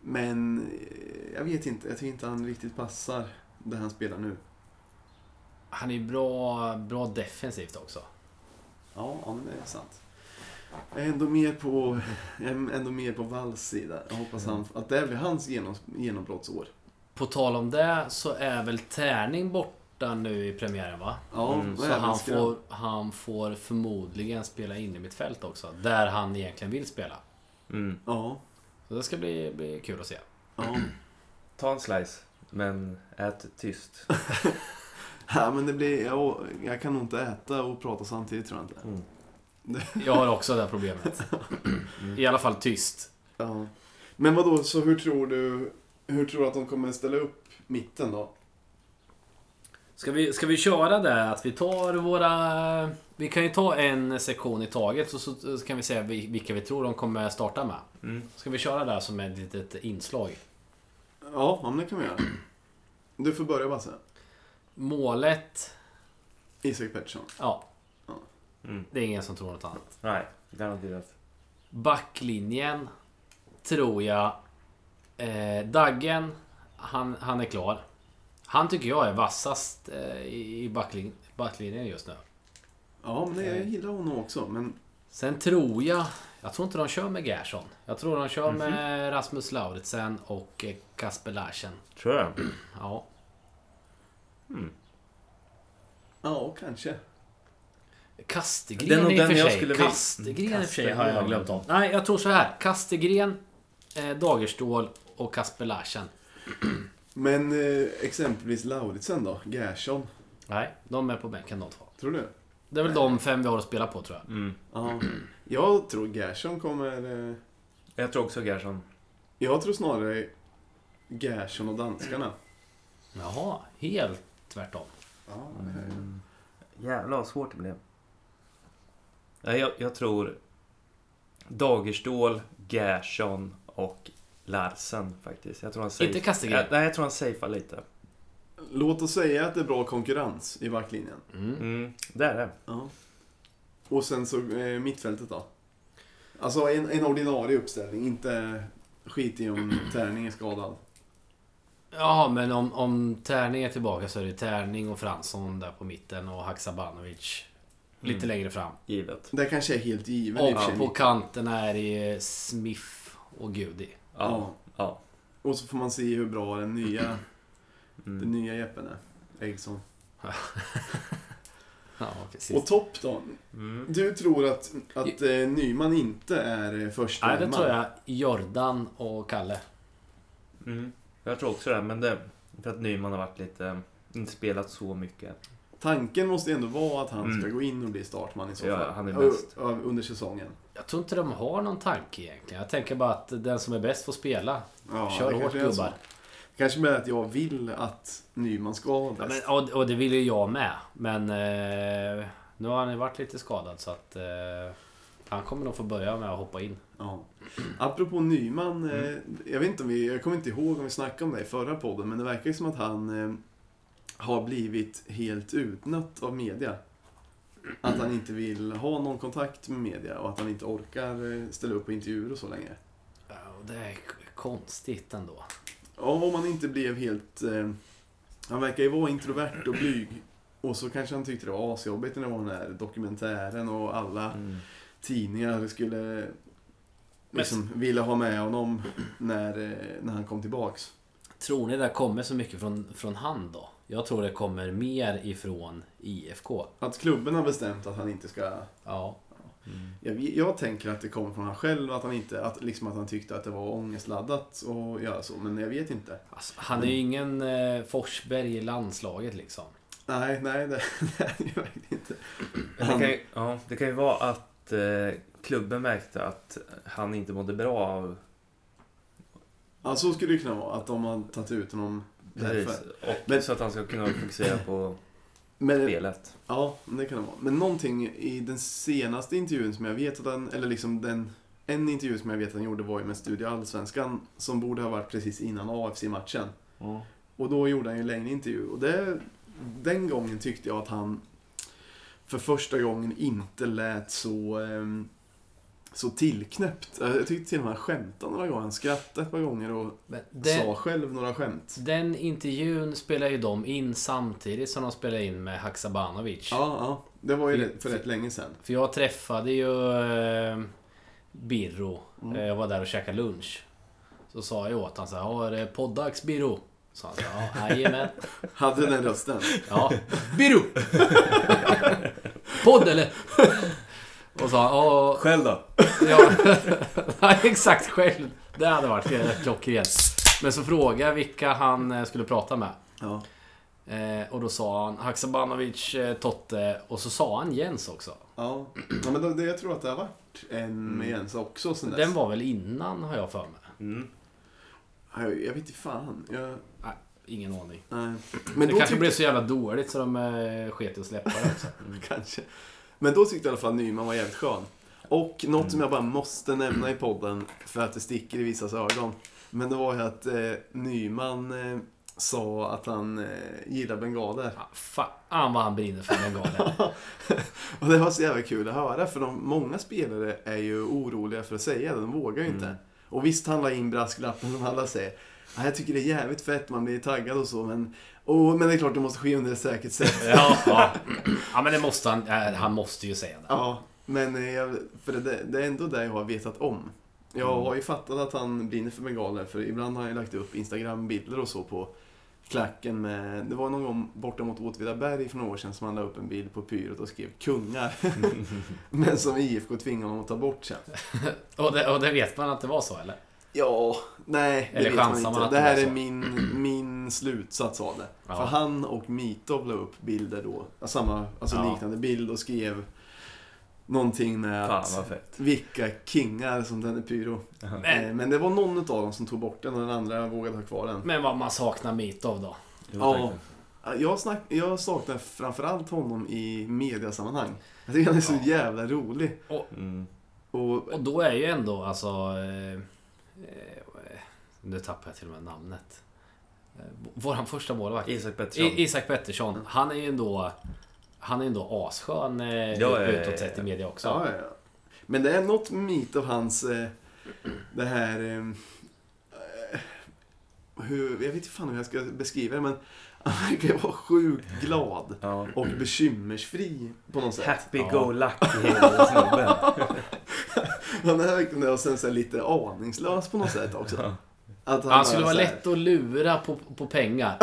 Speaker 1: men eh, jag vet inte, jag tycker inte han riktigt passar det han spelar nu.
Speaker 3: Han är ju bra, bra defensivt också.
Speaker 1: Ja, ja men det är sant. Jag är ändå mer på, jag är ändå mer på Walls sida. Jag hoppas han,
Speaker 3: Mm.
Speaker 1: att det blir hans genom, genombrottsår.
Speaker 3: På tal om det så är väl Tärning borta nu i premiären va?
Speaker 1: Ja,
Speaker 2: Mm,
Speaker 1: och
Speaker 3: Så
Speaker 1: även
Speaker 3: han
Speaker 1: skra-
Speaker 3: får, han får förmodligen spela in i mitt fält också. Där han egentligen vill spela.
Speaker 2: Mm.
Speaker 1: Ja,
Speaker 3: Så det ska bli, bli kul att se.
Speaker 1: ja.
Speaker 2: Ta en slice, men ät *laughs* tyst.
Speaker 1: ja, men det blir, jag, jag kan nog inte äta och prata samtidigt tror jag inte.
Speaker 2: Mm.
Speaker 3: Jag har också det här problemet. I alla fall tyst.
Speaker 1: Ja. Men vad då, så hur tror du hur tror du att de kommer ställa upp mitten då?
Speaker 3: Ska vi, ska vi köra det att vi tar våra... Vi kan ju ta en sektion i taget så, så, så kan vi säga vi- vilka vi tror de kommer starta med.
Speaker 2: Mm.
Speaker 3: Ska vi köra det här som ett litet inslag?
Speaker 1: Ja, ja men det kan vi göra. Du får börja Basse.
Speaker 3: Målet...
Speaker 1: Isak Pettersson.
Speaker 3: Ja,
Speaker 2: Mm.
Speaker 3: det är ingen som tror något annat.
Speaker 2: Nej, garanterat.
Speaker 3: Backlinjen tror jag... Eh, Daggen, han, han är klar. Han tycker jag är vassast eh, i i backlin, backlinjen just nu.
Speaker 1: Ja, men det, jag gillar honom också. Men
Speaker 3: Sen tror jag... Jag tror inte de kör med Gerson. Jag tror de kör
Speaker 2: Mhm.
Speaker 3: med Rasmus Lauritsen och eh, Kasper Larsen.
Speaker 2: Tror jag.
Speaker 3: Ja.
Speaker 1: ja, kanske.
Speaker 3: Kastegren
Speaker 2: Det är nog
Speaker 3: i och
Speaker 2: den
Speaker 3: för
Speaker 2: jag
Speaker 3: sig.
Speaker 2: skulle vilja-
Speaker 3: Kastegren i och för sig
Speaker 2: Kastegren
Speaker 3: har jag
Speaker 2: har jag
Speaker 3: glömt av. Nej, jag tror så här. Kastegren, eh, Dagerstål och Kasper Larsen.
Speaker 1: Men eh, exempelvis Lauritsen då? Gerson?
Speaker 3: Nej, de är på bänken de två.
Speaker 1: Tror du?
Speaker 3: Det är väl de fem vi har att spela på tror jag.
Speaker 2: Mm.
Speaker 1: Ja. Jag tror Gerson kommer... Eh,
Speaker 2: Jag tror också Gerson.
Speaker 1: jag tror snarare Gerson och danskarna.
Speaker 3: Jaha, helt tvärtom.
Speaker 1: Ja,
Speaker 3: Mm.
Speaker 1: det är-
Speaker 2: Jävlar vad svårt det blev. Nej, jag, jag tror Dagerstål, Gerson och Larsen faktiskt. Jag tror han safe...
Speaker 3: Inte Kastegren.
Speaker 2: Nej, jag tror han safear lite.
Speaker 1: låt oss säga att det är bra konkurrens i backlinjen.
Speaker 3: Mm.
Speaker 2: Mm, det är det.
Speaker 1: Ja. Och sen så eh, mittfältet då? Alltså en, en ordinarie uppställning, inte skit i om *clears throat* tärning är skadad.
Speaker 3: Ja, men om, om Tärning är tillbaka så är det Tärning och Fransson där på mitten och Haksabanovic lite
Speaker 2: Mm.
Speaker 3: längre fram.
Speaker 2: Givet.
Speaker 1: Det kanske är helt givet i och för
Speaker 3: Och
Speaker 1: sig.
Speaker 3: på kanterna är det Smith och Gudi.
Speaker 2: Ja.
Speaker 1: Ja.
Speaker 2: ja.
Speaker 1: Och så får man se hur bra den nya, den
Speaker 2: Mm.
Speaker 1: nya Jeppen är. Eriksson.
Speaker 3: Ja, precis.
Speaker 1: Och topp då?
Speaker 2: Mm.
Speaker 1: Du tror att, att eh, Nyman inte är eh, första
Speaker 3: Nej, det
Speaker 1: man?
Speaker 3: tror jag Jordan och Kalle.
Speaker 2: Mm. Jag tror också det, men det... För att Nyman har varit lite... Inte spelat så mycket.
Speaker 1: Tanken måste ändå vara att han ska
Speaker 2: Mm.
Speaker 1: gå in och bli startman i så
Speaker 2: Ja,
Speaker 1: fall.
Speaker 2: han är
Speaker 1: Ö-
Speaker 2: bäst.
Speaker 1: ö- Under säsongen.
Speaker 3: Jag tror inte de har någon tanke egentligen. Jag tänker bara att den som är bäst får spela.
Speaker 1: Ja,
Speaker 3: Kör
Speaker 1: det
Speaker 3: hårt
Speaker 1: kanske är så.
Speaker 3: gubbar.
Speaker 1: Kanske med att jag vill att Nyman ska vara
Speaker 3: Ja,
Speaker 1: bäst.
Speaker 3: men, och, och det ville ju jag med. Men eh, nu har han ju varit lite skadad så att eh, han kommer nog få börja med att hoppa in.
Speaker 1: Ja. Apropå Nyman, eh,
Speaker 3: Mm.
Speaker 1: jag, vet inte om vi, jag kommer inte ihåg om vi snackade om det i förra podden, men det verkar ju som att han eh, har blivit helt utnött av media. Att han inte vill ha någon kontakt med media och att han inte orkar eh, ställa upp på intervjuer och så länge.
Speaker 3: Ja, och det är k- konstigt ändå.
Speaker 1: Ja, om han inte blev helt... Eh, han verkar ju vara introvert och blyg. Och så kanske han tyckte det var asjobbigt när det var den här dokumentären och alla
Speaker 2: Mm.
Speaker 1: tidningar skulle liksom, vilja ha med honom när, eh, när han kom tillbaks.
Speaker 3: Tror ni det kommer så mycket från, från han då? Jag tror det kommer mer ifrån IFK.
Speaker 1: Att klubben har bestämt att han inte ska...
Speaker 3: Ja.
Speaker 2: Mm.
Speaker 1: Jag, jag tänker att det kommer från han själv, att han, inte, att, liksom att han tyckte att det var ångestladdat att göra så, men jag vet inte.
Speaker 3: Alltså, han är ju ingen eh, Forsberg i landslaget liksom.
Speaker 1: Nej, nej, det, *laughs* det är det ju verkligen inte.
Speaker 2: Men Det kan, ju, ja, det kan ju vara att eh, klubben märkte att han inte mådde bra av...
Speaker 1: Ja, så skulle det kunna vara, att de har tagit ut honom därför.
Speaker 2: Precis. Och,
Speaker 1: Men-
Speaker 2: Så att han ska kunna fokusera på
Speaker 1: Men,
Speaker 2: spelet.
Speaker 1: ja, det kan det vara. Men någonting i den senaste intervjun som jag vet att han, eller liksom den, en intervju som jag vet att han gjorde var ju med Studio Allsvenskan som borde ha varit precis innan AFC-matchen. Och då gjorde han ju en längre intervju och det, den gången tyckte jag att han för första gången inte lät så, ehm, så tillknäppt. Jag tyckte till och med han skämtade några gånger, han skrattade ett par gånger och
Speaker 3: Men den,
Speaker 1: sa själv några skämt.
Speaker 3: den intervjun spelar ju de in samtidigt som de spelar in med Haksabanovic.
Speaker 1: Ja, ja. Det var ju rätt- för rätt länge sedan.
Speaker 3: För jag träffade ju eh, Birro. Eh, Jag var där och käkade lunch. Så sa jag åt honom så här, "Ja, är det poddags Birro? Så han sa, *laughs* ja, jajamän.
Speaker 1: Hade den rösten.
Speaker 3: Ja, Birro! Podd eller? Och sa han, "Ja,
Speaker 2: Själv då?
Speaker 3: ja. Nej, exakt själv. Det hade varit eh, klockrent. Men så frågade jag vilka han eh, skulle prata med.
Speaker 1: Ja.
Speaker 3: Eh, och då sa han Haksabanovic, eh, Totte och så sa han Jens också.
Speaker 1: Ja, ja men då, det, jag tror att det har varit en med Jens också sen dess.
Speaker 3: Mm. Den var väl innan har jag för mig.
Speaker 2: Mm.
Speaker 1: Jag, jag vet inte fan. Jag,
Speaker 3: Nej, ingen aning.
Speaker 1: nej. Men
Speaker 3: det
Speaker 1: då
Speaker 3: kanske
Speaker 1: tyckte,
Speaker 3: blev så jävla dåligt så de eh, sket i att släppa det också.
Speaker 1: *laughs* kanske. Men då tyckte i alla fall Nyman var jävligt skön. Och något
Speaker 3: Mm.
Speaker 1: som jag bara måste nämna i podden för att det sticker i vissas ögon. Men det var ju att eh, Nyman eh, sa att han eh, gillar bengaler.
Speaker 3: Ah, Fan vad han brinner för den galen.
Speaker 1: *laughs* Och det var så jävla kul att höra för de, många spelare är ju oroliga för att säga det, de vågar ju inte. Och visst han la in brasklappen som alla säger. "Ja, Jag tycker det är jävligt fett, man blir taggad och så men... Åh, men det är klart det måste ske under ett säkert sätt.
Speaker 3: *laughs* ja, ja. ja, men det måste han. eh, han måste ju säga det.
Speaker 1: ja, men eh, jag, för det, det är ändå det jag har vetat om. Jag
Speaker 3: Mm.
Speaker 1: har ju fattat att han brinner för bengaler för ibland har han ju lagt upp Instagram-bilder och så på klacken med... Det var någon gång borta mot Åtvidaberg för några år sedan som han la upp en bild på pyrot och skrev
Speaker 3: *laughs*
Speaker 1: kungar. men som IFK tvingade honom att ta bort sen.
Speaker 3: Och, det. och det vet man att det var så eller?
Speaker 1: Ja, nej, det
Speaker 3: Eller
Speaker 1: vet man
Speaker 3: chansar
Speaker 1: inte.
Speaker 3: man att
Speaker 1: det
Speaker 3: det
Speaker 1: här
Speaker 3: var
Speaker 1: är
Speaker 3: så?
Speaker 1: min, min slutsats av det.
Speaker 3: Ja.
Speaker 1: För han och Mitov la upp bilder då, samma, alltså
Speaker 3: Ja.
Speaker 1: liknande bild och skrev någonting med
Speaker 2: Fan
Speaker 1: att
Speaker 2: vad fett.
Speaker 1: vilka kingar som den är pyro.
Speaker 3: Men,
Speaker 1: Eh, Men det var någon av dem som tog bort den och den andra vågade ha kvar den.
Speaker 3: men vad man saknar Mitov då.
Speaker 2: Jo,
Speaker 1: Ja.
Speaker 2: tack.
Speaker 1: Jag, snack, jag saknar framförallt honom i mediasammanhang. Jag tycker han är så
Speaker 3: Ja.
Speaker 1: jävla rolig.
Speaker 2: Mm.
Speaker 1: Och
Speaker 3: Och då är ju ändå alltså... Eh, eh, nu tappar jag till och med namnet. eh, våran första målvakt.
Speaker 2: Isak Pettersson.
Speaker 3: I, Isak Pettersson. Han är ju ändå... Han är ju ändå asskön eh,
Speaker 2: ja, ja,
Speaker 3: utåt sett
Speaker 2: ja.
Speaker 3: i media också.
Speaker 1: Ja, ja, ja. Men det är något mit av hans... Eh, det här... Eh, eh, hur, jag vet inte fan hur jag ska beskriva det, men han verkar vara sjukt glad
Speaker 2: ja.
Speaker 1: och bekymmersfri på något sätt. *laughs*
Speaker 2: Happy-go-lucky-snubben.
Speaker 1: Han är verkligen det och sen så här lite aningslös på något sätt också. Att
Speaker 3: Han skulle
Speaker 1: bara
Speaker 3: vara
Speaker 1: så här-
Speaker 3: lätt att lura på, på pengar.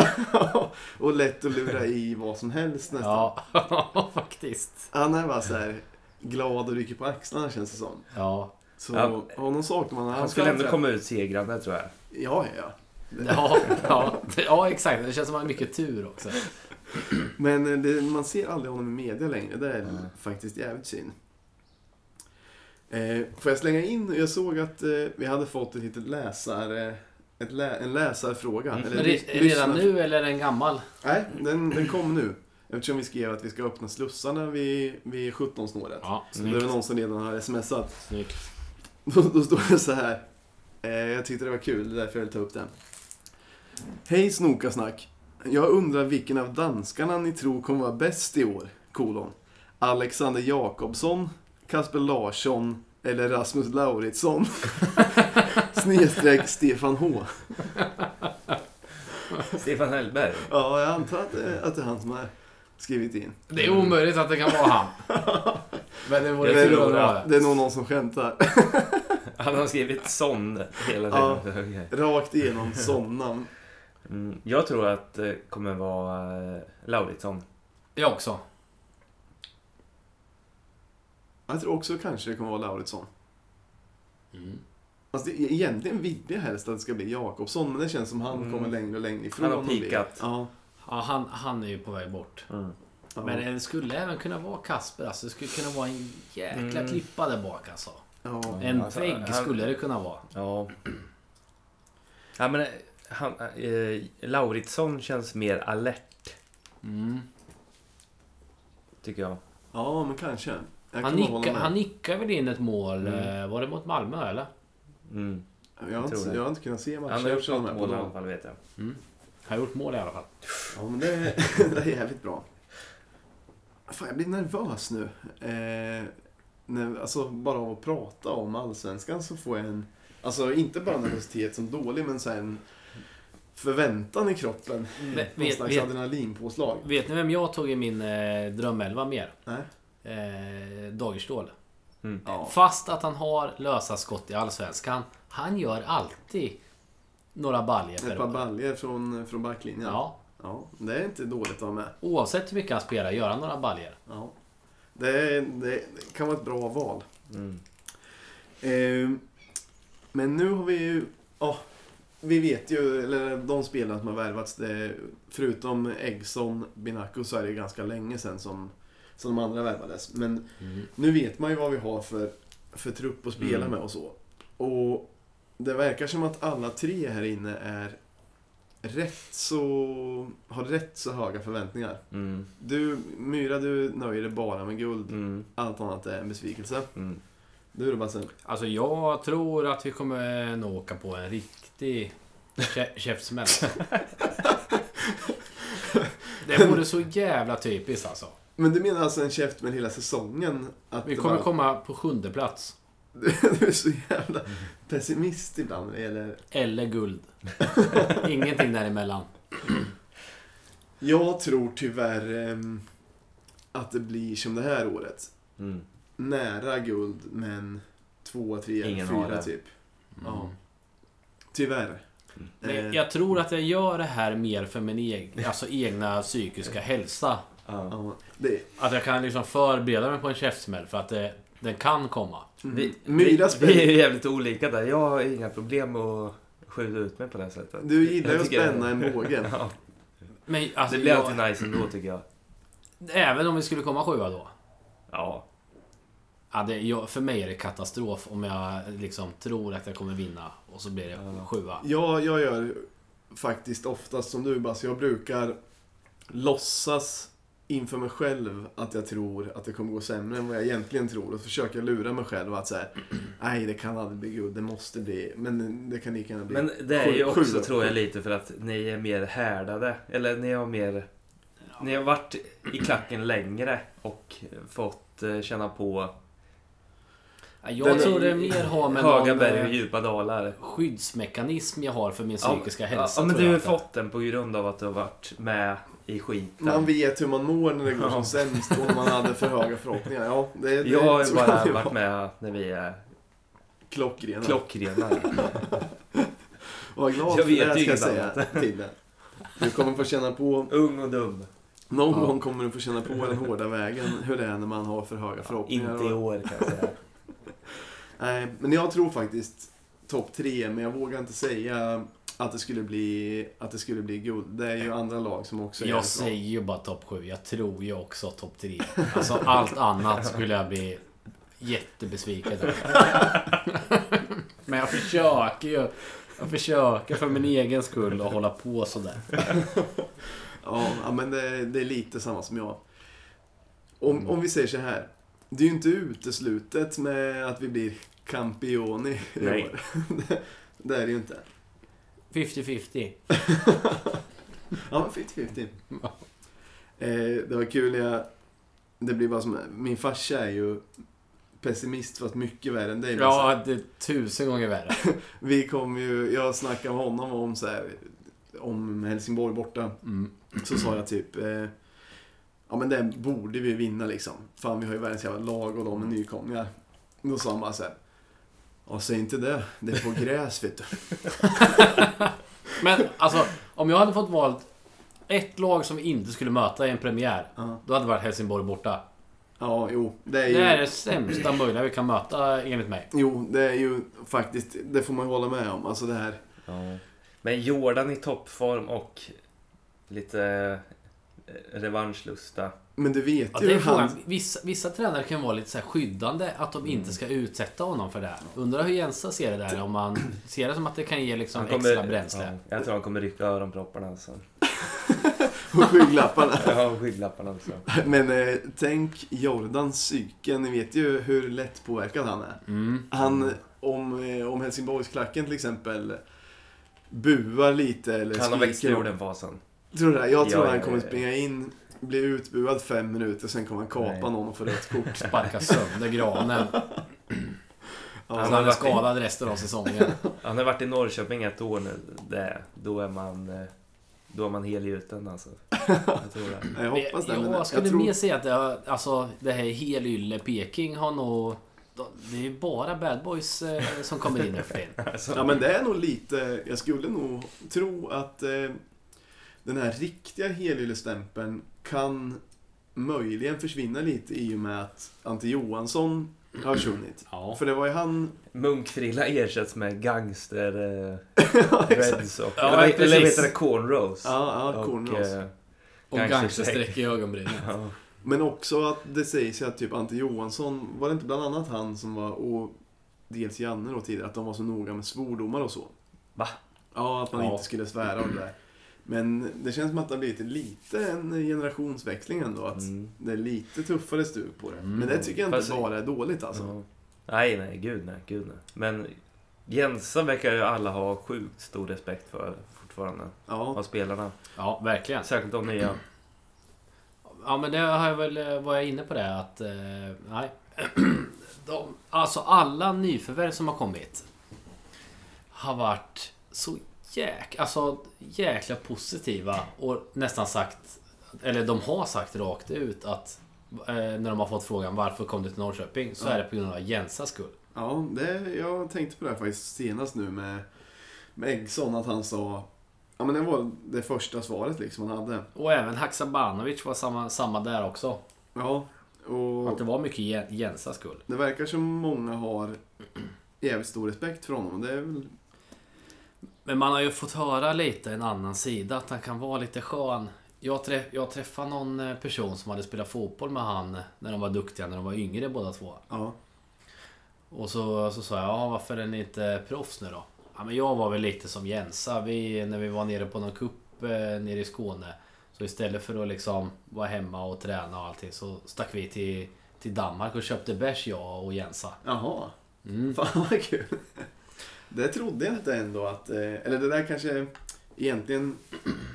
Speaker 1: och lätt att lura i vad som helst nästan.
Speaker 3: Ja, *laughs* faktiskt.
Speaker 1: Han är bara så här glad och rycker på axlarna känns det som.
Speaker 3: Ja.
Speaker 1: Så
Speaker 2: Ja.
Speaker 1: honom saknar man.
Speaker 2: Han skulle ändå komma ut segrande tror jag.
Speaker 1: Ja, ja, ja.
Speaker 3: Ja, ja, ja, exakt. Det känns som att han har mycket tur också.
Speaker 1: Men eh, det, man ser aldrig honom i media längre. Det är faktiskt jävligt synd. Eh, får jag slänga in? Jag såg att eh, vi hade fått ett litet läsare... Ett lä, en läsarfråga.
Speaker 2: Mm.
Speaker 1: Eller,
Speaker 3: Men
Speaker 1: lys-
Speaker 3: det, redan
Speaker 1: lyssnar-
Speaker 3: nu eller är den gammal?
Speaker 1: Nej, den, den kom nu. Eftersom vi skrev att vi ska öppna slussarna vid, vid 17-snåret.
Speaker 3: Ja,
Speaker 1: Så det är väl
Speaker 3: snyggt.
Speaker 1: någon som redan har smsat. *laughs*
Speaker 3: snyggt.
Speaker 1: Då, då står det så här. Eh, jag tyckte det var kul, det är därför jag vill ta upp den. Hej Snokasnack. Jag undrar vilken av danskarna ni tror kommer vara bäst i år? Kolon. Alexander Jakobsson, Kasper Larsson eller Rasmus Lauritsson? *laughs* Snedstreck Stefan H.
Speaker 2: Stefan Hellberg.
Speaker 1: Ja, jag antar att, det- att det är han som har skrivit in.
Speaker 3: Det är omöjligt att det kan vara
Speaker 1: *laughs*
Speaker 3: han. Men det vore
Speaker 2: Jag
Speaker 3: kul
Speaker 2: tror
Speaker 3: om det var det.
Speaker 1: Det är nog någon som skämtar.
Speaker 2: Han har skrivit sån hela
Speaker 1: Ja.
Speaker 2: tiden. *laughs* Okej.
Speaker 1: Rakt
Speaker 2: *laughs*
Speaker 1: igenom somnamn.
Speaker 2: Mm, jag tror att det kommer vara eh, Lauritsson.
Speaker 3: Jag också.
Speaker 1: Jag tror också kanske det kommer vara Lauritsson.
Speaker 3: Mm.
Speaker 1: Alltså, det, egentligen vill jag helst att det ska bli Jakobsson, men det känns som han
Speaker 2: Mm.
Speaker 1: kommer längre och längre ifrån.
Speaker 2: Han har
Speaker 1: och blir-
Speaker 2: peakat.
Speaker 1: Ja,
Speaker 3: Ja, han, han är ju på väg bort.
Speaker 2: Mm.
Speaker 1: ja.
Speaker 3: Men det skulle även kunna vara Kasper. Alltså, det skulle kunna vara en jäkla
Speaker 2: Mm.
Speaker 3: klippa där bak alltså.
Speaker 1: ja.
Speaker 2: Mm,
Speaker 3: En
Speaker 2: alltså,
Speaker 3: vägg
Speaker 2: han-
Speaker 3: skulle det kunna vara.
Speaker 2: Ja. ja men eh, han, eh, Lauritsson känns mer alert tycker jag.
Speaker 1: ja, men kanske. Jag
Speaker 3: Han,
Speaker 1: kan nog hålla
Speaker 3: nickar,
Speaker 1: med.
Speaker 3: han nickar väl in ett mål.
Speaker 2: Mm.
Speaker 3: eh, Var det mot Malmö eller?
Speaker 2: Mm.
Speaker 1: jag, har
Speaker 2: tror
Speaker 1: inte,
Speaker 2: det.
Speaker 1: jag har inte kunnat se matchen.
Speaker 2: Han har gjort
Speaker 1: eftersom de
Speaker 2: något
Speaker 1: är
Speaker 2: mål i
Speaker 1: på
Speaker 2: alla
Speaker 1: dagen.
Speaker 2: fall vet jag.
Speaker 3: Han har gjort mål i alla fall.
Speaker 1: Ja, men det, är- *laughs* det är jävligt bra. Fan, jag blir nervös nu. Eh, när, alltså, bara av att prata om Allsvenskan så får jag en... Alltså, inte bara nervositet som dålig, men så här en förväntan i kroppen.
Speaker 3: Men
Speaker 1: Någon
Speaker 3: vet,
Speaker 1: slags
Speaker 3: vet,
Speaker 1: adrenalinpåslag.
Speaker 3: vet ni vem jag tog i min eh, drömelva mer?
Speaker 1: Nej?
Speaker 3: Eh, Dagerstål.
Speaker 2: Mm.
Speaker 1: Ja.
Speaker 3: Fast att han har lösa skott i Allsvenskan. Han gör alltid några baljor
Speaker 1: Ett
Speaker 3: per
Speaker 1: par
Speaker 3: år.
Speaker 1: baljor från, från backlinjen.
Speaker 3: Ja,
Speaker 1: Ja, det är inte dåligt att vara med.
Speaker 3: oavsett hur mycket han spelar gör han några baljor.
Speaker 1: Ja. Det, är, det kan vara ett bra val.
Speaker 2: Mm.
Speaker 1: Eh, men nu har vi ju... Ja, vi vet ju, eller de spelarna som har värvats, det, förutom Eggson, Binaco, så är det ganska länge sedan som, som de andra värvades. Men nu vet man ju vad vi har för, för trupp att spela
Speaker 2: Mm.
Speaker 1: med och så. Och det verkar som att alla tre här inne är rätt så... har rätt så höga förväntningar.
Speaker 2: Mm.
Speaker 1: Du, Myra, du nöjer dig bara med guld.
Speaker 2: Mm.
Speaker 1: Allt annat är en besvikelse.
Speaker 2: Mm.
Speaker 1: Du då Basse?
Speaker 3: Alltså jag tror att vi kommer nog åka på en riktig kä- *laughs* käftsmäll. Det vore så jävla typiskt alltså.
Speaker 1: Men du menar alltså en käft med hela säsongen? Att
Speaker 3: Vi
Speaker 1: det
Speaker 3: kommer
Speaker 1: bara-
Speaker 3: komma på sjunde plats
Speaker 1: *laughs* du är så jävla pessimist ibland när det gäller...
Speaker 3: Eller *laughs* guld. Ingenting däremellan.
Speaker 1: Jag tror tyvärr ehm, att det blir som det här året.
Speaker 2: Mm.
Speaker 1: Nära guld, men två, tre, eller
Speaker 2: Ingen har
Speaker 1: fyra
Speaker 2: det.
Speaker 1: typ. Ja. Tyvärr.
Speaker 3: Mm.
Speaker 2: Mm.
Speaker 3: Men
Speaker 1: Eh,
Speaker 3: jag tror att jag gör det här mer för min egen, alltså egna psykiska hälsa.
Speaker 2: Ja.
Speaker 1: ja, det,
Speaker 3: Att jag kan liksom förbereda mig på en käftsmäll för att det, den kan komma.
Speaker 1: vi,
Speaker 2: Mm. Vi, vi,
Speaker 1: mm. Myra spänner...
Speaker 2: vi är ju jävligt olika där. Jag har inga problem med att skjuta ut mig på det här sättet.
Speaker 1: Du gillar ju
Speaker 2: Jag
Speaker 1: att
Speaker 2: tycker-
Speaker 1: spänna en båge.
Speaker 2: *laughs* Ja,
Speaker 3: Men alltså,
Speaker 2: det blir
Speaker 3: jag,
Speaker 2: alltid nice ändå tycker jag.
Speaker 3: även om vi skulle komma sjua då.
Speaker 2: Ja.
Speaker 3: Ja, det, jag, för mig är det katastrof om jag liksom tror att jag kommer vinna och så blir det
Speaker 2: Ja.
Speaker 3: sjua.
Speaker 1: Jag, jag gör faktiskt oftast som du Basse, jag brukar låtsas inför mig själv att jag tror att det kommer gå sämre än vad jag egentligen tror. Och så försöker jag lura mig själv att säga nej det kan aldrig bli guld, det måste bli, men det kan lika gärna bli
Speaker 2: Men det är ju
Speaker 1: Sju- sju
Speaker 2: också
Speaker 1: då.
Speaker 2: tror jag lite för att ni är mer härdade. Eller ni har mer... Ni har varit i klacken längre och fått eh, känna på
Speaker 3: Ja, Jag
Speaker 1: Den-
Speaker 3: tror
Speaker 2: *laughs*
Speaker 3: det mer har med
Speaker 2: höga
Speaker 3: någon
Speaker 2: berg och
Speaker 3: eh,
Speaker 2: djupa dalar.
Speaker 3: skyddsmekanism jag har för min
Speaker 2: Ja,
Speaker 3: psykiska
Speaker 2: ja,
Speaker 3: hälsa.
Speaker 2: Ja, men
Speaker 3: tror
Speaker 2: du
Speaker 3: jag
Speaker 2: har
Speaker 3: att det-
Speaker 2: fått den på grund av att du har varit med i skiten.
Speaker 1: Man vet hur man mår när det går som
Speaker 2: Ja.
Speaker 1: sämst och när man hade för höga förhoppningar. Ja, det, det
Speaker 2: jag har ju
Speaker 1: tror
Speaker 2: bara
Speaker 1: det var
Speaker 2: varit med när vi är
Speaker 1: Klockrena. *laughs*
Speaker 2: klockrena.
Speaker 1: Var glad
Speaker 2: Jag
Speaker 1: för
Speaker 2: vet
Speaker 1: det,
Speaker 2: ju
Speaker 1: ska jag
Speaker 2: inget
Speaker 1: säga till dig. Du kommer få känna på,
Speaker 2: Ung och dum.
Speaker 1: någon
Speaker 3: Ja.
Speaker 1: gång kommer du få känna på den hårda vägen, hur det är när man har för höga förhoppningar.
Speaker 2: Inte i år kan jag säga.
Speaker 1: Nej, men jag tror faktiskt topp tre, men jag vågar inte säga att det skulle bli, att det skulle bli guld. Det är ju andra lag som också är bra.
Speaker 3: Jag säger ju bara topp 7. Jag tror ju också topp 3. Alltså allt annat skulle jag bli jättebesviken över. *laughs* Men jag försöker ju. Jag försöker för min egen skull att hålla på sådär.
Speaker 1: Ja, ja, men det, det är lite samma som jag. Om, om vi säger så här. Det är ju inte uteslutet med att vi blir campioni i
Speaker 2: Nej.
Speaker 1: år. *laughs* Det, det är det ju inte. *laughs*
Speaker 3: 50-50.
Speaker 1: Ja, 50-50. Eh, det var kul när jag... Det blir bara som... Min farsa är ju pessimist fast mycket värre än dig. Lasse.
Speaker 3: Ja, det är tusen gånger värre.
Speaker 1: Vi kom ju... Jag snackade med honom om så här, Om Helsingborg borta.
Speaker 3: Mm.
Speaker 1: Så sa jag typ eh, Ja men den borde vi vinna liksom. Fan vi har ju världens jävla lag och de är nykomlingar. Då sa han bara såhär Ja säg inte det, det är
Speaker 3: *laughs*
Speaker 1: på gräs vet du.
Speaker 3: Men alltså, om jag hade fått valt ett lag som vi inte skulle möta i en premiär.
Speaker 1: Ja,
Speaker 3: Då hade det varit Helsingborg borta.
Speaker 1: ja jo, det är ju...
Speaker 3: Det är det sämsta möjliga vi kan möta enligt mig.
Speaker 1: Jo, det är ju faktiskt, det får man ju hålla med om. Alltså det här.
Speaker 2: Ja. Men Jordan i toppform och lite eh, revanschlusta.
Speaker 1: Men du vet
Speaker 3: Ja,
Speaker 1: ju
Speaker 3: det är
Speaker 1: han...
Speaker 3: frågan. Vissa, vissa tränare kan vara lite så här skyddande att de
Speaker 1: Mm.
Speaker 3: inte ska utsätta honom för det. här. Undrar hur Jensa ser det där. Om man ser det som att det kan ge liksom
Speaker 2: Han kommer-
Speaker 3: extra bränsle.
Speaker 2: Ja, jag tror han kommer rycka öronpropparna
Speaker 3: *laughs*
Speaker 2: alltså.
Speaker 1: *laughs* Och skygglapparna.
Speaker 2: Ja, alltså. och skygglapparna också.
Speaker 1: Men eh, tänk Jordans psyke, ni vet ju hur lätt påverkad han är.
Speaker 3: Mm.
Speaker 1: Han, om, eh, om Helsingborgsklacken till exempel buar lite eller
Speaker 2: Kan ha växt
Speaker 1: skriker
Speaker 2: ur
Speaker 1: om-
Speaker 2: den fasen.
Speaker 1: Tror du det? Jag tror
Speaker 2: Ja,
Speaker 1: han
Speaker 2: ja,
Speaker 1: kommer
Speaker 2: ja, ja.
Speaker 1: springa in, bli utbuad fem minuter, sen kommer han kapa
Speaker 2: Nej.
Speaker 1: någon och få rött
Speaker 2: *laughs*
Speaker 1: kort.
Speaker 3: Sparka sönder granen.
Speaker 1: Ja,
Speaker 3: Han
Speaker 2: har
Speaker 3: är
Speaker 2: varit
Speaker 3: skadad resten av säsongen.
Speaker 2: Han har varit i Norrköping ett år nu. Det, då är man... eh, Då är man helgjuten
Speaker 3: *laughs*
Speaker 2: alltså. Jag tror det.
Speaker 1: jag hoppas det. men
Speaker 3: jag skulle
Speaker 1: tror-
Speaker 3: mer säga att det, har- alltså, det här helylle Peking har nog... Det är ju bara bad boys eh, som kommer in nu för tiden.
Speaker 2: *laughs* Alltså,
Speaker 1: Ja, men det är nog lite... Jag skulle nog tro att eh, den här riktiga helylle-stämpeln kan möjligen försvinna lite i och med att Ante Johansson har försvunnit.
Speaker 3: Ja.
Speaker 1: För det var ju han...
Speaker 2: Munkfrilla ersätts med gangster... Eh,
Speaker 1: ja, exakt.
Speaker 2: reds och...
Speaker 3: *laughs* Ja,
Speaker 2: eller vad- eller vad
Speaker 3: precis.
Speaker 2: heter det? Cornrows.
Speaker 1: Ja, ja,
Speaker 2: och,
Speaker 1: Kornros.
Speaker 2: eh,
Speaker 3: Och
Speaker 2: Gangsterstreck.
Speaker 3: gangsterstreck i ögonbrynen.
Speaker 2: ja.
Speaker 1: Men också att det sägs ju att typ Ante Johansson, var det inte bland annat han som var, och dels Janne då tidigare, att de var så noga med svordomar och så?
Speaker 2: Va?
Speaker 1: Ja, att man
Speaker 3: Ja.
Speaker 1: inte skulle svära och det där. Men det känns som att det har blivit lite en generationsväxling ändå. Att
Speaker 2: Mm.
Speaker 1: det är lite tuffare stuv på det.
Speaker 3: Mm.
Speaker 1: Men det tycker jag inte
Speaker 2: Fast-
Speaker 1: bara är dåligt alltså.
Speaker 2: Ja. Nej, nej, gud nej, gud nej. Men Jensa verkar ju alla ha sjukt stor respekt för fortfarande. Av
Speaker 1: Ja.
Speaker 2: spelarna.
Speaker 3: Ja, verkligen.
Speaker 2: Särskilt de nya.
Speaker 3: Ja men det har jag väl, eh, var jag inne på det att... Eh, nej. *clears throat* De, alltså alla nyförvärv som har kommit har varit så jäk, alltså, jäkla positiva och nästan sagt, eller de har sagt rakt ut att eh, när de har fått frågan varför kom du till Norrköping så är det på grund av Jensas skull.
Speaker 1: Ja, det, jag tänkte på det här faktiskt senast nu med, med Eggson, att han sa... Ja men det var det första svaret liksom han hade.
Speaker 3: Och även Haksabanovic var samma, samma där också.
Speaker 1: Ja. Och...
Speaker 3: Att det var mycket Je- Jensas skull.
Speaker 1: Det verkar som många har jävligt stor respekt för honom. Det är väl...
Speaker 3: Men man har ju fått höra lite en annan sida, att han kan vara lite skön. Jag, träff, jag träffade någon eh, person som hade spelat fotboll med han eh, när de var duktiga, när de var yngre båda två.
Speaker 1: Ja.
Speaker 3: Och så, så sa jag, ja varför är ni inte proffs nu då? Ja men jag var väl lite som Jensa, vi, när vi var nere på någon cup eh, nere i Skåne. Så istället för att liksom vara hemma och träna och allting så stack vi till, till Danmark och köpte bärs jag och Jensa.
Speaker 1: Jaha, *laughs*
Speaker 3: Mm.
Speaker 1: fan vad kul. Det trodde jag inte ändå att... eh, Eller det där kanske egentligen...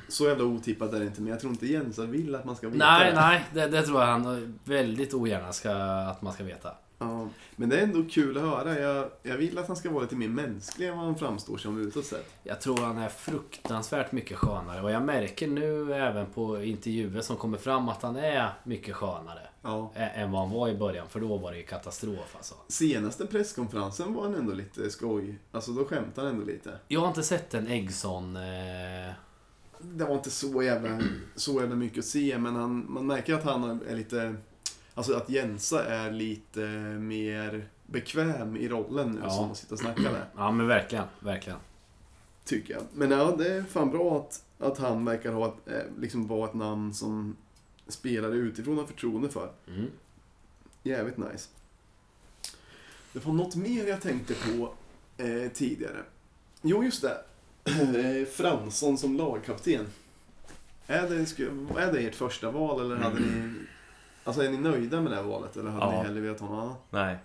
Speaker 1: Så jävla otippat är det inte, men jag tror inte Jensa vill att man ska veta
Speaker 3: Nej,
Speaker 1: det.
Speaker 3: nej, det, det tror jag han väldigt ogärna ska, att man ska veta.
Speaker 1: Ja, men det är ändå kul att höra. Jag, jag vill att han ska vara lite mer mänsklig än vad han framstår som utåt sett.
Speaker 3: Jag tror han är fruktansvärt mycket skönare och jag märker nu även på intervjuer som kommer fram att han är mycket skönare
Speaker 1: Ja.
Speaker 3: ä- än vad han var i början för då var det ju katastrof alltså.
Speaker 1: Senaste presskonferensen var han ändå lite skoj. Alltså då skämtade han ändå lite.
Speaker 3: Jag har inte sett en Eggson... Eh,
Speaker 1: Det var inte så jävla, så jävla mycket att se, men han, man märker att han är lite... Alltså att Jensa är lite mer bekväm i rollen nu
Speaker 3: Ja.
Speaker 1: som att sitta och snacka med.
Speaker 3: ja men verkligen, verkligen.
Speaker 1: Tycker jag. Men ja, det är fan bra att, att han verkar ha ett, eh, liksom vara ett namn som spelare utifrån har förtroende för.
Speaker 3: Mm.
Speaker 1: Jävligt nice. Det var något mer jag tänkte på eh, tidigare. Jo, just det. *clears throat* Eh, Fransson som lagkapten. Är det, sku- är det ert första val eller hade ni... Alltså är ni nöjda med det här valet eller hade
Speaker 2: Ja.
Speaker 1: ni hellre velat ha någon annan?
Speaker 2: Nej.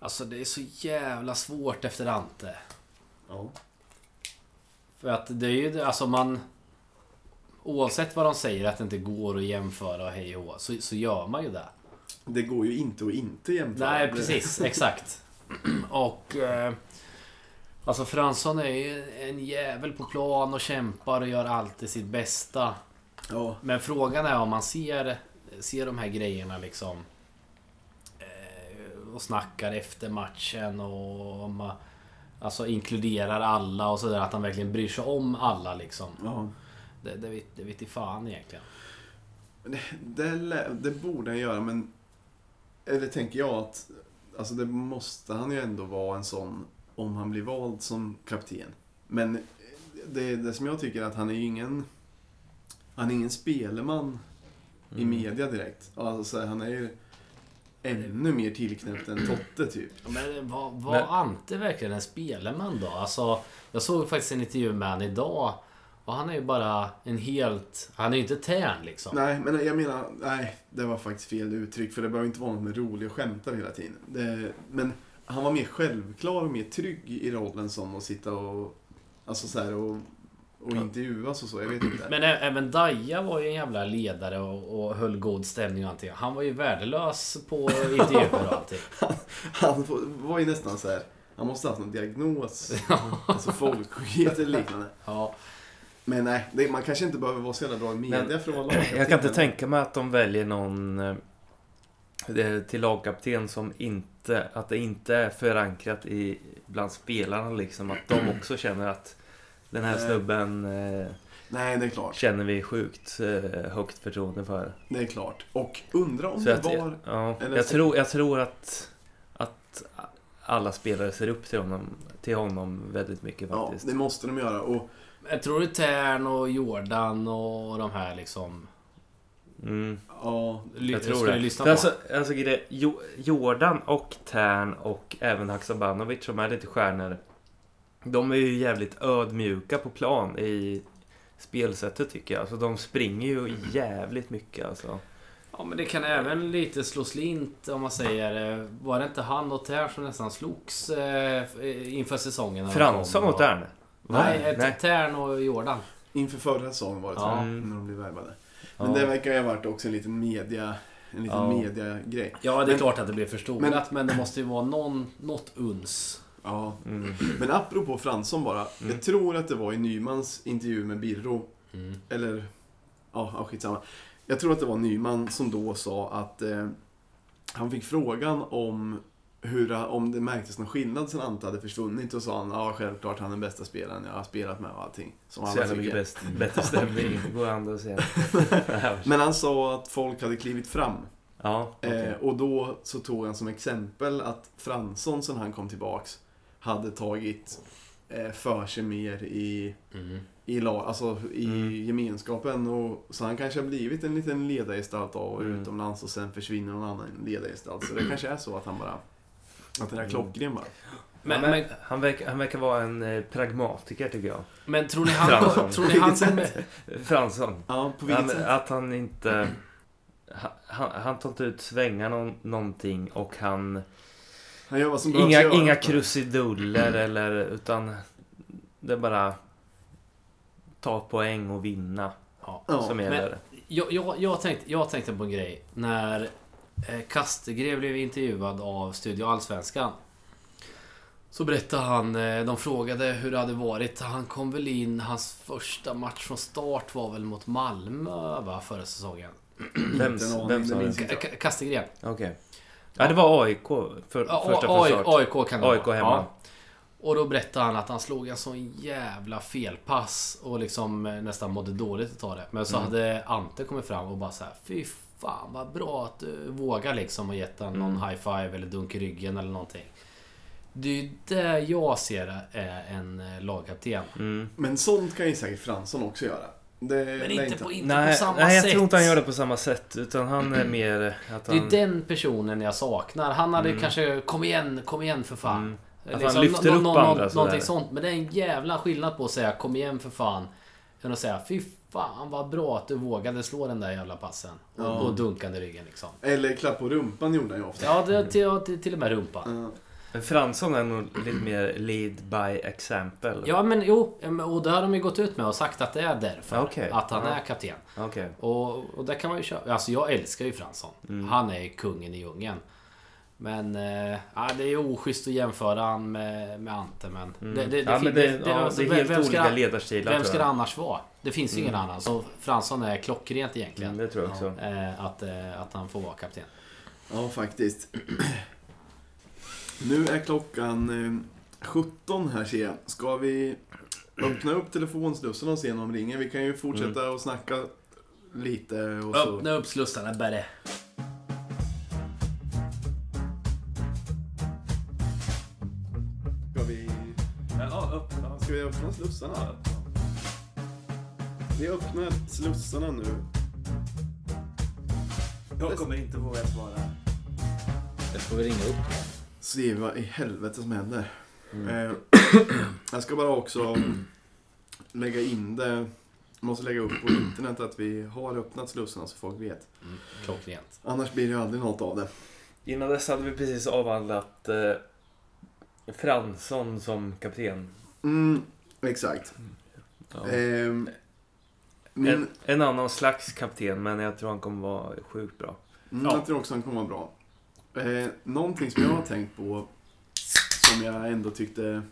Speaker 3: Alltså det är så jävla svårt efter Ante.
Speaker 1: Ja.
Speaker 3: För att det är ju det- alltså man... Oavsett vad de säger att det inte går att jämföra och hej och hå, så, så gör man ju det.
Speaker 1: Det går ju inte att inte jämföra.
Speaker 3: Nej,
Speaker 1: Det-
Speaker 3: precis. Exakt. *clears throat* Och... Eh, alltså Fransson är ju en jävel på plan och kämpar och gör alltid sitt bästa.
Speaker 1: Ja.
Speaker 3: Men frågan är om man ser, ser de här grejerna liksom... Eh, och snackar efter matchen och... Om, man- alltså inkluderar alla och sådär. Att han verkligen bryr sig om alla liksom.
Speaker 1: ja.
Speaker 3: Det, det, vet- det vet i fan egentligen.
Speaker 1: Det, lä- det borde han göra, men... Eller tänker jag att... Alltså det måste han ju ändå vara en sån om han blir vald som kapten. Men det, det som jag tycker är att han är ju ingen... Han är ingen spelman i media direkt. Alltså så här, han är ju ännu mer tillknäppt än Totte typ.
Speaker 3: Ja, Men var, var
Speaker 2: Men-
Speaker 3: Ante verkligen en spelman då? Alltså, jag såg faktiskt en intervju med honom idag. Och han är ju bara en helt... Han är ju inte tärn liksom.
Speaker 1: Nej, men jag menar, nej, det var faktiskt fel uttryck för det behöver inte vara något med rolig och skämtar hela tiden. Det, men han var mer självklar och mer trygg i rollen som att sitta och, alltså så här, och, och intervjuas och så, jag vet inte.
Speaker 3: Men ä- även Daja var ju en jävla ledare och, och höll god stämning och allting. Han var ju värdelös
Speaker 2: *laughs*
Speaker 3: på intervjuer och allting.
Speaker 1: Han får- var ju nästan så här, han måste ha haft någon diagnos,
Speaker 2: *laughs*
Speaker 1: alltså folksjukhet eller liknande.
Speaker 3: Ja,
Speaker 1: Men nej, det, man kanske inte behöver vara så jävla bra i media
Speaker 2: Men-
Speaker 1: för att vara lagkapten.
Speaker 2: Jag kan inte tänka mig att de väljer någon eh, eh, till lagkapten som inte, att det inte är förankrat i, bland spelarna liksom. Att *clears throat* de också känner att den här
Speaker 1: Nej.
Speaker 2: snubben eh,
Speaker 1: Nej, det är klart.
Speaker 2: känner vi sjukt eh, högt förtroende för.
Speaker 1: Det är klart. Och undra om
Speaker 2: Så
Speaker 1: det
Speaker 2: att,
Speaker 1: var...
Speaker 2: ja,
Speaker 1: eller
Speaker 2: jag,
Speaker 1: så-
Speaker 2: tror, jag tror att, att alla spelare ser upp till honom, till honom väldigt mycket
Speaker 1: Ja,
Speaker 2: faktiskt.
Speaker 1: det måste de göra. Och
Speaker 3: jag tror det är Tern och Jordan och de här liksom...
Speaker 2: Mm.
Speaker 1: ja,
Speaker 3: Ly-
Speaker 2: Jag tror
Speaker 3: ska
Speaker 2: det.
Speaker 3: ju
Speaker 2: För
Speaker 3: lyssna på.
Speaker 2: alltså, alltså grej, Jo- Jordan och Tern och även Haksabanovic som är lite stjärnor. De är ju jävligt ödmjuka på plan i spelsättet tycker jag. Alltså de springer ju jävligt mycket alltså.
Speaker 3: Ja men det kan även lite slå slint om man säger. eh, Var det inte han och Tern som nästan slogs eh, inför säsongen? när de
Speaker 2: Fransson
Speaker 3: kom?
Speaker 2: och Tern? Va?
Speaker 3: Nej, Nej. Tern och Jordan.
Speaker 1: Inför förra säsongen var det så
Speaker 3: Ja.
Speaker 1: här, när de blev värvade. Men
Speaker 2: Ja.
Speaker 1: det verkar ju ha varit också en liten media, en liten
Speaker 2: Ja.
Speaker 1: mediagrej.
Speaker 3: Ja, det är
Speaker 1: Men-
Speaker 3: klart att det blir förstorat, men, det måste ju vara någon, något uns.
Speaker 1: Ja.
Speaker 2: Mm.
Speaker 1: Men apropå Fransson bara. Jag tror att det var i Nymans intervju med Birro,
Speaker 3: Mm.
Speaker 1: eller ja, ja, skitsamma. Jag tror att det var Nyman som då sa att eh, han fick frågan om hur, om det märktes någon skillnad sen Ante hade försvunnit och sa han ja självklart han är den bästa spelaren jag har spelat med och allting. Som
Speaker 2: Så
Speaker 1: alla
Speaker 2: jävla mycket
Speaker 1: *laughs* tycker.
Speaker 2: bäst, bättre stämning. Går an att säga.
Speaker 1: *laughs* Men han sa att folk hade klivit fram.
Speaker 2: ja, okej.
Speaker 1: Eh, och då så tog han som exempel att Fransson sen han kom tillbaks hade tagit eh, för sig mer i,
Speaker 3: Mm.
Speaker 1: i, la- alltså, i
Speaker 2: Mm.
Speaker 1: gemenskapen. Och, så han kanske har blivit en liten ledargestalt av och
Speaker 2: Mm.
Speaker 1: utomlands och sen försvinner någon annan ledargestalt. Så det kanske är så att han bara Att
Speaker 2: Mm.
Speaker 1: den är klockren bara.
Speaker 3: Men,
Speaker 2: han,
Speaker 3: men,
Speaker 2: verk- han, verkar, han verkar vara en eh, pragmatiker tycker jag.
Speaker 3: men tror ni han,
Speaker 2: Fransson.
Speaker 3: tror ni han
Speaker 1: Vilket
Speaker 3: kommer...
Speaker 2: Fransson.
Speaker 1: Ja, på
Speaker 2: Han,
Speaker 1: vilket sätt?
Speaker 2: att han inte... ha- Han, han tar inte ut svängar någon, någonting och han...
Speaker 1: Han gör vad som behövs alltså.
Speaker 2: Inga,
Speaker 1: göras.
Speaker 2: inga krusiduller eller... Utan det är bara... Ta poäng och vinna
Speaker 3: Ja.
Speaker 1: Ja,
Speaker 2: som gäller.
Speaker 3: Jag, jag, jag, tänkte, jag tänkte på en grej. När eh, Kastegren blev intervjuad av Studio Allsvenskan. Så berättade han, eh, de frågade hur det hade varit. Han kom väl in, hans första match från start var väl mot Malmö va, förra säsongen?
Speaker 2: Vem,
Speaker 1: Inte en aning,
Speaker 2: vem
Speaker 1: det
Speaker 2: sa
Speaker 1: minns
Speaker 2: det?
Speaker 1: jag.
Speaker 3: K- K- Kastegren.
Speaker 2: Okej. Ja, det var AIK för,
Speaker 3: Ja,
Speaker 2: första
Speaker 3: A-
Speaker 2: försök.
Speaker 3: AIK kan det
Speaker 2: AIK
Speaker 3: vara.
Speaker 2: hemma.
Speaker 3: Ja. Och då berättade han att han slog en sån jävla felpass och liksom eh, nästan mådde dåligt att ta det. Men
Speaker 2: Mm.
Speaker 3: så hade Ante kommit fram och bara så här, Fy fan vad bra att du vågar liksom och gett honom
Speaker 2: Mm.
Speaker 3: någon high five eller dunk i ryggen eller någonting. Det är ju det jag ser är en eh, lagkapten.
Speaker 2: Mm.
Speaker 1: Men sånt kan ju säkert Fransson också göra. Det
Speaker 3: Men
Speaker 1: lär
Speaker 3: inte på, inte
Speaker 2: Nej,
Speaker 3: på samma
Speaker 2: nej, jag
Speaker 3: sätt.
Speaker 2: tror inte han gör det på samma sätt. Utan han är mer... Att
Speaker 3: Det är
Speaker 2: han,
Speaker 3: ju den personen jag saknar. Han hade kanske Kom igen, kom igen för fan.
Speaker 2: Mm. Att
Speaker 3: Liksom,
Speaker 2: han lyfter
Speaker 3: nå-
Speaker 2: upp
Speaker 3: nå- nå-
Speaker 2: andra sådär.
Speaker 3: Någonting sånt. Men det är en jävla skillnad på att säga Kom igen för fan. Än att säga Fy fan vad bra att du vågade slå den där jävla passen. Och,
Speaker 1: Ja.
Speaker 3: och dunkande ryggen liksom.
Speaker 1: Eller klapp på rumpan gjorde han ju ofta.
Speaker 3: Ja, det, till, ja, till, till och med rumpan.
Speaker 1: Ja.
Speaker 2: Men Fransson är nog lite mer lead by example.
Speaker 3: Ja men jo, ja, men- och det har de ju gått ut med och sagt att det är därför.
Speaker 2: Ja, okej.
Speaker 3: Att han
Speaker 2: Ja.
Speaker 3: är kapten.
Speaker 2: Okej.
Speaker 3: Och, och där kan man ju köpa. Alltså jag älskar ju Fransson.
Speaker 2: Mm.
Speaker 3: Han är ju kungen i djungen. Men eh, ja, det är ju oschysst att jämföra han med, med Ante. Men
Speaker 2: Mm.
Speaker 3: det, det, det,
Speaker 2: ja,
Speaker 3: fin-
Speaker 2: men
Speaker 3: det-
Speaker 2: det,
Speaker 3: det-
Speaker 2: ja,
Speaker 3: alltså,
Speaker 2: det är
Speaker 3: vem-
Speaker 2: helt
Speaker 3: vem ska-
Speaker 2: olika ledarstilar
Speaker 3: Vem ska
Speaker 2: tror
Speaker 3: det
Speaker 2: jag.
Speaker 3: annars vara? Det finns ju ingen annan. Så Fransson är klockrent egentligen.
Speaker 2: Mm, det tror jag också.
Speaker 3: Eh, att, eh, att han får vara kapten.
Speaker 1: ja, faktiskt. Nu är klockan eh, 17 här ser jag. Ska vi öppna upp telefonslussen och se om de ringer? Vi kan ju fortsätta och snacka lite och så.
Speaker 3: Öppna upp slussarna bara.
Speaker 1: Ska vi,
Speaker 4: Ja, öppna.
Speaker 1: ska vi öppna slussarna? Vi öppnar slussarna nu.
Speaker 4: Jag kommer inte våga svara.
Speaker 3: Jag får vi ringa upp.
Speaker 1: Se vad i helvete som händer. Eh, *clears throat* jag ska bara också *clears throat* lägga in det. Måste lägga upp på internet att vi har öppnat slussarna så folk vet.
Speaker 3: Mm, klockrent.
Speaker 1: Annars blir det ju aldrig något av det.
Speaker 2: Innan dess hade vi precis avhandlat eh, Fransson som kapten.
Speaker 1: Mm, exakt.
Speaker 2: Ja.
Speaker 4: Eh,
Speaker 1: Ehm, men
Speaker 2: En, en annan slags kapten, men jag tror han kommer vara sjukt bra.
Speaker 1: mm, jag tror också han kommer vara bra. Eh, någonting som jag har tänkt på som jag ändå tyckte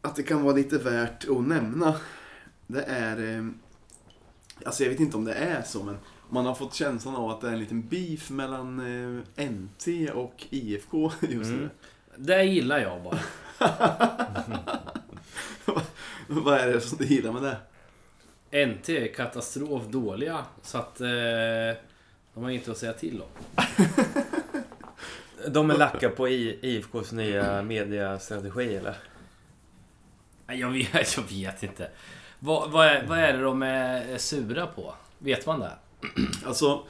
Speaker 1: att det kan vara lite värt att nämna. Det är, eh, alltså jag vet inte om det är så, men man har fått känslan av att det är en liten beef mellan eh, NT och IFK just nu.
Speaker 2: Mm.
Speaker 3: Det gillar jag bara.
Speaker 1: *laughs* Vad är det som du gillar med det?
Speaker 3: NT är katastrof dåliga. Så att eh, de har inte att säga till om.
Speaker 2: De är lacka på I, IFKs nya mediastrategi, eller?
Speaker 3: Nej, Jag vet, *laughs* jag vet inte. Vad, vad, är, vad är det de är sura på? Vet man det?
Speaker 1: Alltså,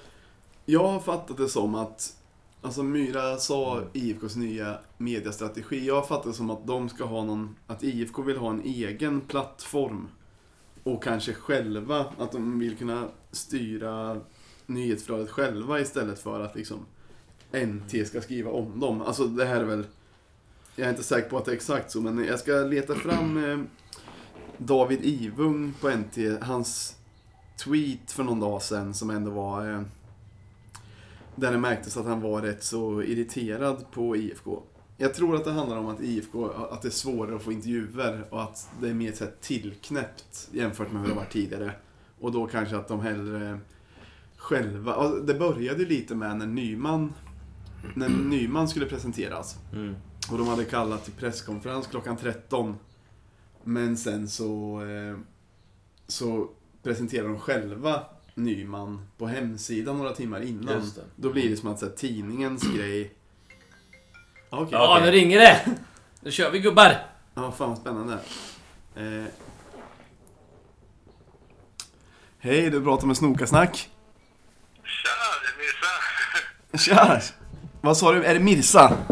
Speaker 1: jag har fattat det som att Alltså Myra sa IFKs nya mediestrategi. Jag har fattat det som att de ska ha någon, att IFK vill ha en egen plattform. Och kanske själva, att de vill kunna styra nyhetsflödet själva istället för att liksom NT ska skriva om dem. Alltså det här är väl, jag är inte säker på att det är exakt så, men jag ska leta fram eh, David Ivung på NT, hans tweet för någon dag sedan som ändå var... Eh, där det märktes att han var rätt så irriterad på IFK. Jag tror att det handlar om att IFK, att det är svårare att få intervjuer och att det är mer så här tillknäppt jämfört med hur det var tidigare. Och då kanske att de hellre själva... ja, Det började ju lite med när Nyman, när Nyman skulle presenteras.
Speaker 2: Mm.
Speaker 1: Och de hade kallat till presskonferens klockan 13. Men sen så, eh, så presenterar de själva Nyman på hemsidan några timmar innan.
Speaker 2: Just det.
Speaker 1: Då blir det som att så här, tidningens grej... Ja, Okej.
Speaker 3: Ja, nu ringer det! Nu kör vi gubbar!
Speaker 1: Ja, fan vad spännande. Eh. Hej, du pratar med Snokasnack.
Speaker 5: Tja, det är Nisse.
Speaker 1: Tja! Vad sa du? Är det Mirsa?
Speaker 5: *laughs*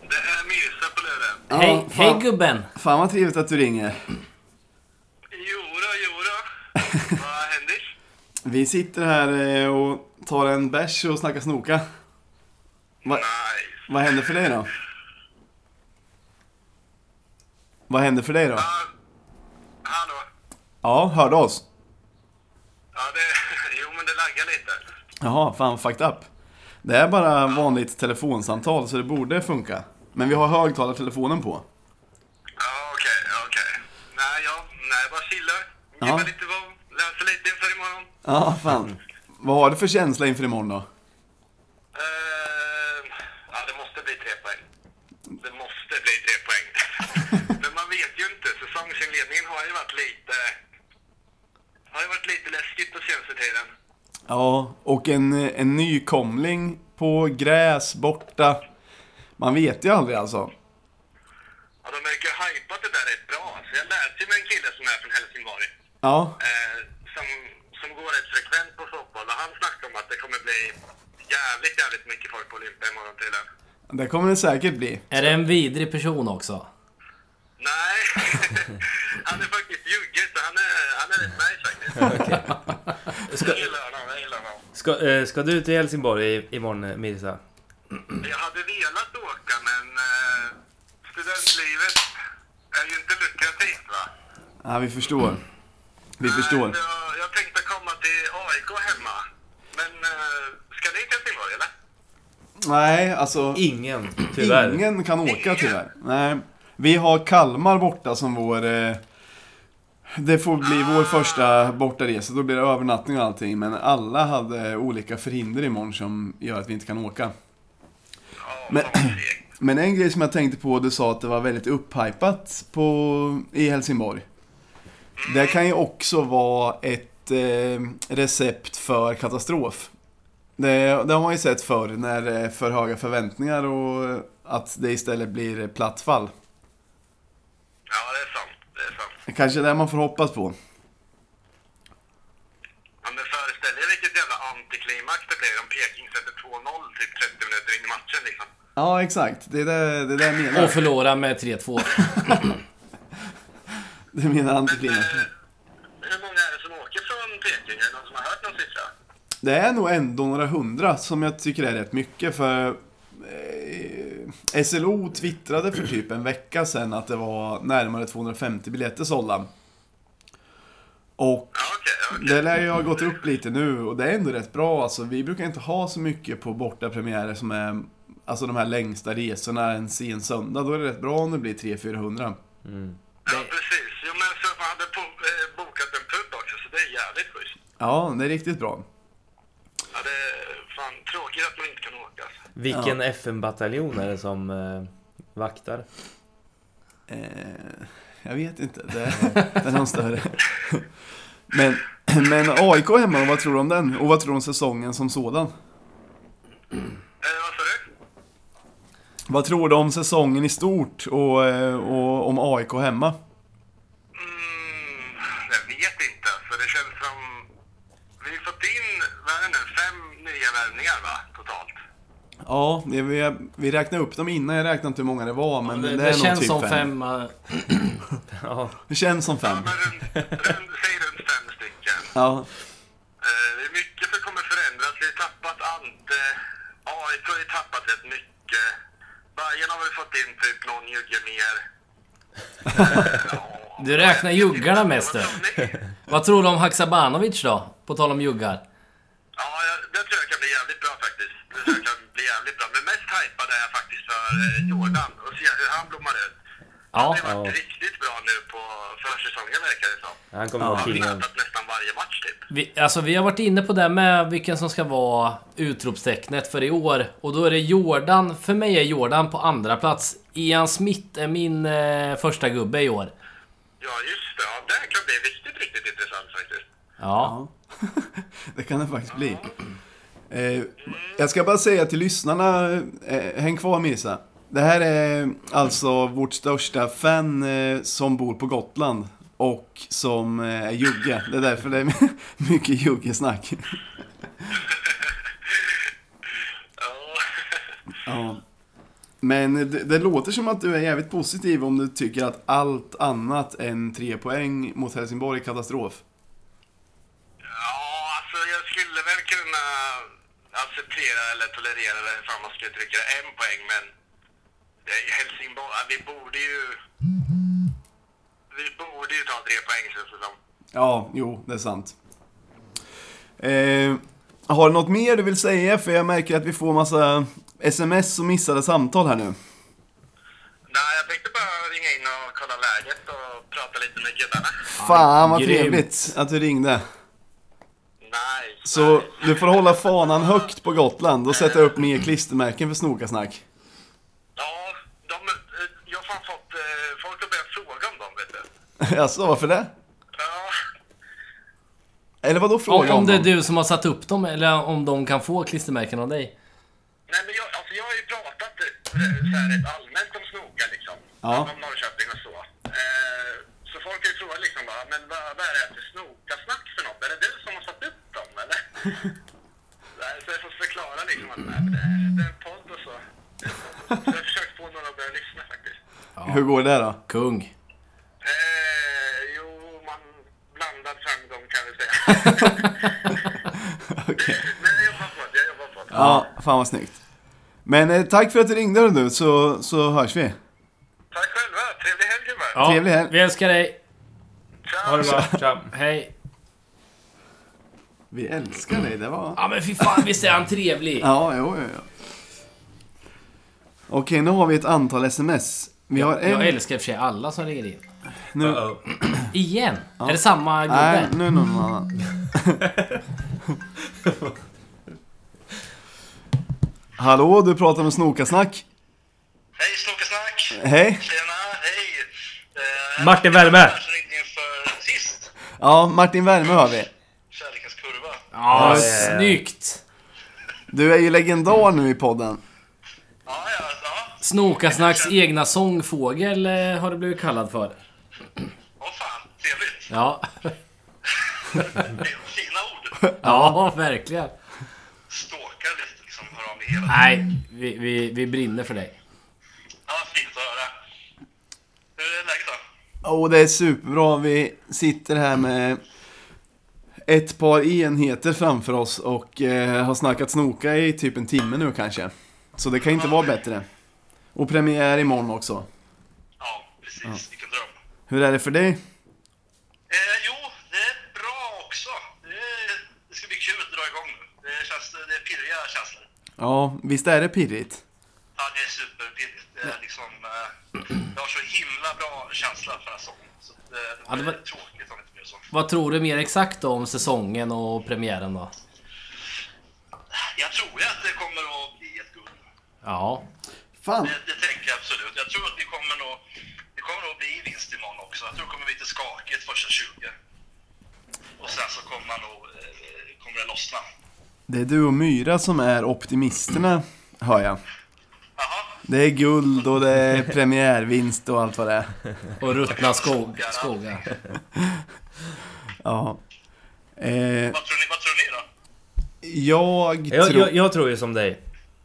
Speaker 5: Det är Mirsa på lördag.
Speaker 1: Ja, fan.
Speaker 3: hej, hej gubben!
Speaker 1: Fan vad trevligt att du ringer. *laughs*
Speaker 5: Jodå, jodå. Vad händer?
Speaker 1: Vi sitter här eh, och tar en bärs och snackar snoka. Va,
Speaker 5: Nice.
Speaker 1: vad händer för dig då? Vad händer för dig då?
Speaker 5: Ja, hallå.
Speaker 1: Ja, hörde oss.
Speaker 5: Ja, det... *laughs* Jo, men det laggar lite.
Speaker 1: Jaha, fan fucked up. Det är bara vanligt telefonsamtal så det borde funka. Men vi har högtalartelefonen på.
Speaker 5: Ja, okej, okej. Nej, ja. Nej, bara chillar. Gillar
Speaker 1: Ja.
Speaker 5: lite vad. Läser lite inför imorgon.
Speaker 1: Ja, fan. Vad har du för känsla inför imorgon då?
Speaker 5: Ehm, ja, det måste bli tre poäng. Det måste bli tre poäng. Men man vet ju inte. Säsongsinledningen har ju varit lite... Har ju varit lite läskigt på senaste tiden.
Speaker 1: Ja, och en, en nykomling på gräs borta. Man vet ju aldrig alltså.
Speaker 5: Ja, de verkar ha hypat det där rätt bra. Så jag lärde mig en kille som är från Helsingborg.
Speaker 1: Ja,
Speaker 5: eh, som, som går rätt frekvent på fotboll och han snackar om att det kommer bli jävligt, jävligt mycket folk på Olympia imorgon tydligen.
Speaker 1: det kommer det säkert bli.
Speaker 3: Är det en vidrig person *laughs* också?
Speaker 5: Nej, *laughs* han är faktiskt ljugget så han är, han är rätt nice faktiskt. Jag gillar honom, jag gillar honom.
Speaker 2: Ska, eh, ska du till Helsingborg i, imorgon eh, Mirza?
Speaker 5: Jag hade velat åka men eh, studentlivet är ju inte lukrativt va.
Speaker 1: Ja, vi förstår. Vi förstår.
Speaker 5: Nej, så jag, jag tänkte komma till AIK hemma. Men eh, ska ni till Helsingborg eller?
Speaker 1: Nej, alltså
Speaker 2: Ingen, tyvärr.
Speaker 1: ingen kan åka tyvärr. Nej, vi har Kalmar borta som vår... Eh, det får bli vår första bortaresa. Då blir det övernattning och allting. Men alla hade olika förhinder imorgon som gör att vi inte kan åka.
Speaker 5: Ja,
Speaker 1: Men-
Speaker 5: fan vad segt.
Speaker 1: Men en grej som jag tänkte på, du sa att det var väldigt upphypat på, i Helsingborg. Det kan ju också vara ett eh, recept för katastrof. Det, det har man ju sett förr när det är för höga förväntningar och att det istället blir platt fall.
Speaker 5: Ja, det är sant. Det är sant.
Speaker 1: Kanske det man får hoppas på.
Speaker 5: Ja, men föreställ er vilket jävla antiklimax det blir om Peking sätter 2-0 typ 30 minuter in i matchen liksom.
Speaker 1: Ja, exakt. Det är det, det, är det jag menar.
Speaker 3: Och förlora med 3-2.
Speaker 1: Det menar
Speaker 5: Men
Speaker 1: antiklimax.
Speaker 5: eh, hur många är det som åker från Peking? Är det någon som har hört någon siffra?
Speaker 1: Det är nog ändå några hundra som jag tycker är rätt mycket för eh, SLO twittrade för typ en vecka sedan att det var närmare 250 biljetter sålda. Och
Speaker 5: Ja, okej. ja, okej.
Speaker 1: det lär ju ha gått upp lite nu och det är ändå rätt bra alltså. Vi brukar inte ha så mycket på bortapremiärer som är alltså de här längsta resorna en sen söndag. Då är det rätt bra om det blir 300-400.
Speaker 5: Ja, precis. Jo, men så man hade på, eh, bokat en pub också, så det är jävligt schysst.
Speaker 1: Ja, det är riktigt bra.
Speaker 5: Ja, det är fan tråkigt att man inte kan åka alltså.
Speaker 2: Vilken FN-bataljon är det som eh, vaktar?
Speaker 1: Eh, jag vet inte. Det, det är någon större. Men, men AIK hemma, vad tror du om den? Och vad tror du om säsongen som sådan?
Speaker 5: Eh, vad sa du?
Speaker 1: Vad tror du om säsongen i stort och, eh, och om AIK hemma?
Speaker 5: Mm, jag vet inte alltså. Det känns som... Vi har fått in, vad är det nu, fem nya värvningar va? Totalt.
Speaker 1: Ja, det, vi, vi räknade upp dem innan. Jag räknade inte hur många det var, men det,
Speaker 3: Det,
Speaker 1: är
Speaker 3: det
Speaker 1: nog
Speaker 3: känns
Speaker 1: typ
Speaker 3: som
Speaker 1: fem.
Speaker 3: fem...
Speaker 2: Ja,
Speaker 1: Det känns som
Speaker 5: Ja,
Speaker 1: fem.
Speaker 5: men runt, runt, säg runt fem stycken.
Speaker 1: Ja,
Speaker 5: Eh, det är mycket som kommer förändras. Vi har tappat eh, Ante. AIK har ju tappat rätt mycket. Bayern har väl fått in typ någon jugge mer.
Speaker 3: Du räknar juggarna mest du.
Speaker 5: Vad tror ni?
Speaker 3: Vad tror du om Haksabanovic då? På tal om juggar.
Speaker 5: Ja, jag, det tror jag kan bli jävligt bra faktiskt. Det tror jag kan bli jävligt bra. Men mest hypad är jag faktiskt för eh, Jordan och se hur han blommar ut. Han
Speaker 3: Ja.
Speaker 5: har ju varit
Speaker 2: Ja.
Speaker 5: riktigt bra nu på försäsongen verkar det som.
Speaker 2: han kommer vara
Speaker 5: Han har
Speaker 2: killen.
Speaker 5: mötat nästan varje match typ.
Speaker 3: Vi, alltså vi har varit inne på det med vilken som ska vara utropstecknet för i år. Och då är det Jordan. För mig är Jordan på andra plats. Ian Smith är min eh, första gubbe i år.
Speaker 5: Ja, just det. Ja, det kan bli riktigt, riktigt intressant faktiskt.
Speaker 3: Ja.
Speaker 1: *laughs* det kan det faktiskt bli. Eh, jag ska bara säga till lyssnarna, eh, häng kvar Mirsa. Det här är alltså vårt största fan eh, som bor på Gotland och som eh, är jugge. Det är därför det är *laughs* mycket juggesnack.
Speaker 5: Ja.
Speaker 1: Ja. Men det, det låter som att du är jävligt positiv om du tycker att allt annat än tre poäng mot Helsingborg är katastrof.
Speaker 5: Ja, alltså jag skulle väl kunna acceptera eller tolerera det, fan man ska uttrycka det, en poäng men det är ju Helsingborg, ja, vi borde ju... Vi borde ju ta tre poäng känns det som.
Speaker 1: Ja, jo, det är sant. Eh, har du något mer du vill säga? För jag märker att vi får massa sms och missade samtal här nu.
Speaker 5: Nej, jag tänkte bara ringa in och kolla läget och prata lite med gubbarna.
Speaker 1: Fan vad
Speaker 3: grymt.
Speaker 1: trevligt att du ringde.
Speaker 5: Nej.
Speaker 1: Så
Speaker 5: nej.
Speaker 1: du får hålla fanan högt på Gotland och sätta upp mer klistermärken för *laughs* snokasnack.
Speaker 5: Ja, de, eh, jag har fan fått... eh, Folk har börjat fråga om dem, vet du.
Speaker 1: Alltså varför det?
Speaker 5: Ja,
Speaker 1: Eller vadå
Speaker 3: Om,
Speaker 1: fråga
Speaker 3: om
Speaker 1: om
Speaker 3: det är
Speaker 1: dem?
Speaker 3: du som har satt upp dem eller om de kan få klistermärken av dig.
Speaker 5: nej men jag, alltså jag har ju pratat eh, så här rätt allmänt om snoka liksom.
Speaker 1: Ja.
Speaker 5: Om Norrköping och så. Eh, så folk har ju frågat liksom bara, men vad, vad är det här för snokasnack för något? Är det du som har satt upp dem
Speaker 2: *laughs*
Speaker 5: eller? Nej, så jag får förklara liksom att nej, men det, är- det är en podd och så. Så jag har försökt få några att börja lyssna faktiskt.
Speaker 1: Hur går det då? *laughs*
Speaker 3: Kung.
Speaker 5: Eh, jo, man blandad framgång kan vi
Speaker 2: *laughs*
Speaker 5: säga.
Speaker 1: Okej.
Speaker 5: men jag jobbar på det, jag jobbar på det.
Speaker 1: Ja, fan vad snyggt. Men eh, tack för att du ringde nu så, så hörs vi.
Speaker 5: Tack själva, trevlig helg gubbar.
Speaker 3: Ja,
Speaker 1: Trevlig helg.
Speaker 3: Vi älskar dig.
Speaker 5: Ciao.
Speaker 2: Ha det bra. Tja.
Speaker 3: Hej.
Speaker 1: Vi älskar dig, det var...
Speaker 3: Ja men fy fan visst är
Speaker 1: *laughs*
Speaker 3: han trevlig?
Speaker 1: Ja, jo, jo, jo. Okej, nu har vi ett antal sms. Vi har en...
Speaker 3: Jag älskar i och för sig alla som ringer in.
Speaker 1: nu...
Speaker 2: Uh-oh.
Speaker 3: *clears throat* Igen? Är det samma
Speaker 1: Nej,
Speaker 3: gubbe?
Speaker 1: nu är det någon annan.
Speaker 3: *laughs*
Speaker 1: Hallå, du pratar med Snokasnack.
Speaker 5: Hej Snokesnack!
Speaker 1: Hej.
Speaker 5: Tjena, hej! Eh,
Speaker 2: Martin Värme.
Speaker 5: Som ringde in för sist.
Speaker 1: Ja, Martin Värme hör vi.
Speaker 5: Kärlekens kurva.
Speaker 3: Ja,
Speaker 2: Ja, ja, ja.
Speaker 3: snyggt!
Speaker 1: Du är ju legendar nu i podden.
Speaker 5: Ja, ja, ja.
Speaker 3: Snokasnacks egna sångfågel eh, har du blivit kallad för.
Speaker 5: Åh fan, trevligt.
Speaker 3: Ja, *laughs*
Speaker 5: Fin- Fina ord.
Speaker 3: ja verkligen.
Speaker 5: Stalkar lite liksom, hör av mig hela tiden.
Speaker 3: Nej, vi, vi, vi brinner för dig.
Speaker 5: Ja, fint att höra. Hur är läget då?
Speaker 1: Och det är superbra. Vi sitter här med ett par enheter framför oss och eh, har snackat snoka i typ en timme nu kanske. Så det kan inte vara bättre. Och premiär imorgon också.
Speaker 5: Ja, precis. Vilken dröm.
Speaker 1: Hur är det för dig?
Speaker 5: Eh, jo, det är bra också. Det, är, det ska bli kul att dra igång nu. Det, känns, det är pirriga känslor.
Speaker 1: Ja, visst är det pirrigt?
Speaker 5: Ja, det är superpirrigt. Det är liksom, eh, jag har så himla bra känsla för den här sången. Så att, eh, det
Speaker 3: Ja, det
Speaker 5: vore
Speaker 3: var-
Speaker 5: tråkigt om det inte blev så.
Speaker 3: Vad tror du mer exakt då om säsongen och premiären då?
Speaker 5: Jag tror ju att det kommer att bli ett guld.
Speaker 3: Ja,
Speaker 1: Fan,
Speaker 5: Det, det tänker jag absolut. Jag tror att vi kommer nog, det kommer nog bli vinst imorgon också. Jag tror det kommer bli lite skakigt första 20. Och sen så kommer, man nog, eh, kommer det lossna.
Speaker 1: det är du och Myra som är optimisterna, hör jag.
Speaker 5: Jaha,
Speaker 1: Det är guld och det är premiärvinst och allt vad det är.
Speaker 3: och ruttna skog, skogar.
Speaker 1: Ja. Eh,
Speaker 5: vad tror ni, vad tror ni då?
Speaker 1: jag
Speaker 2: Jag,
Speaker 1: tror...
Speaker 2: jag, jag tror ju som dig.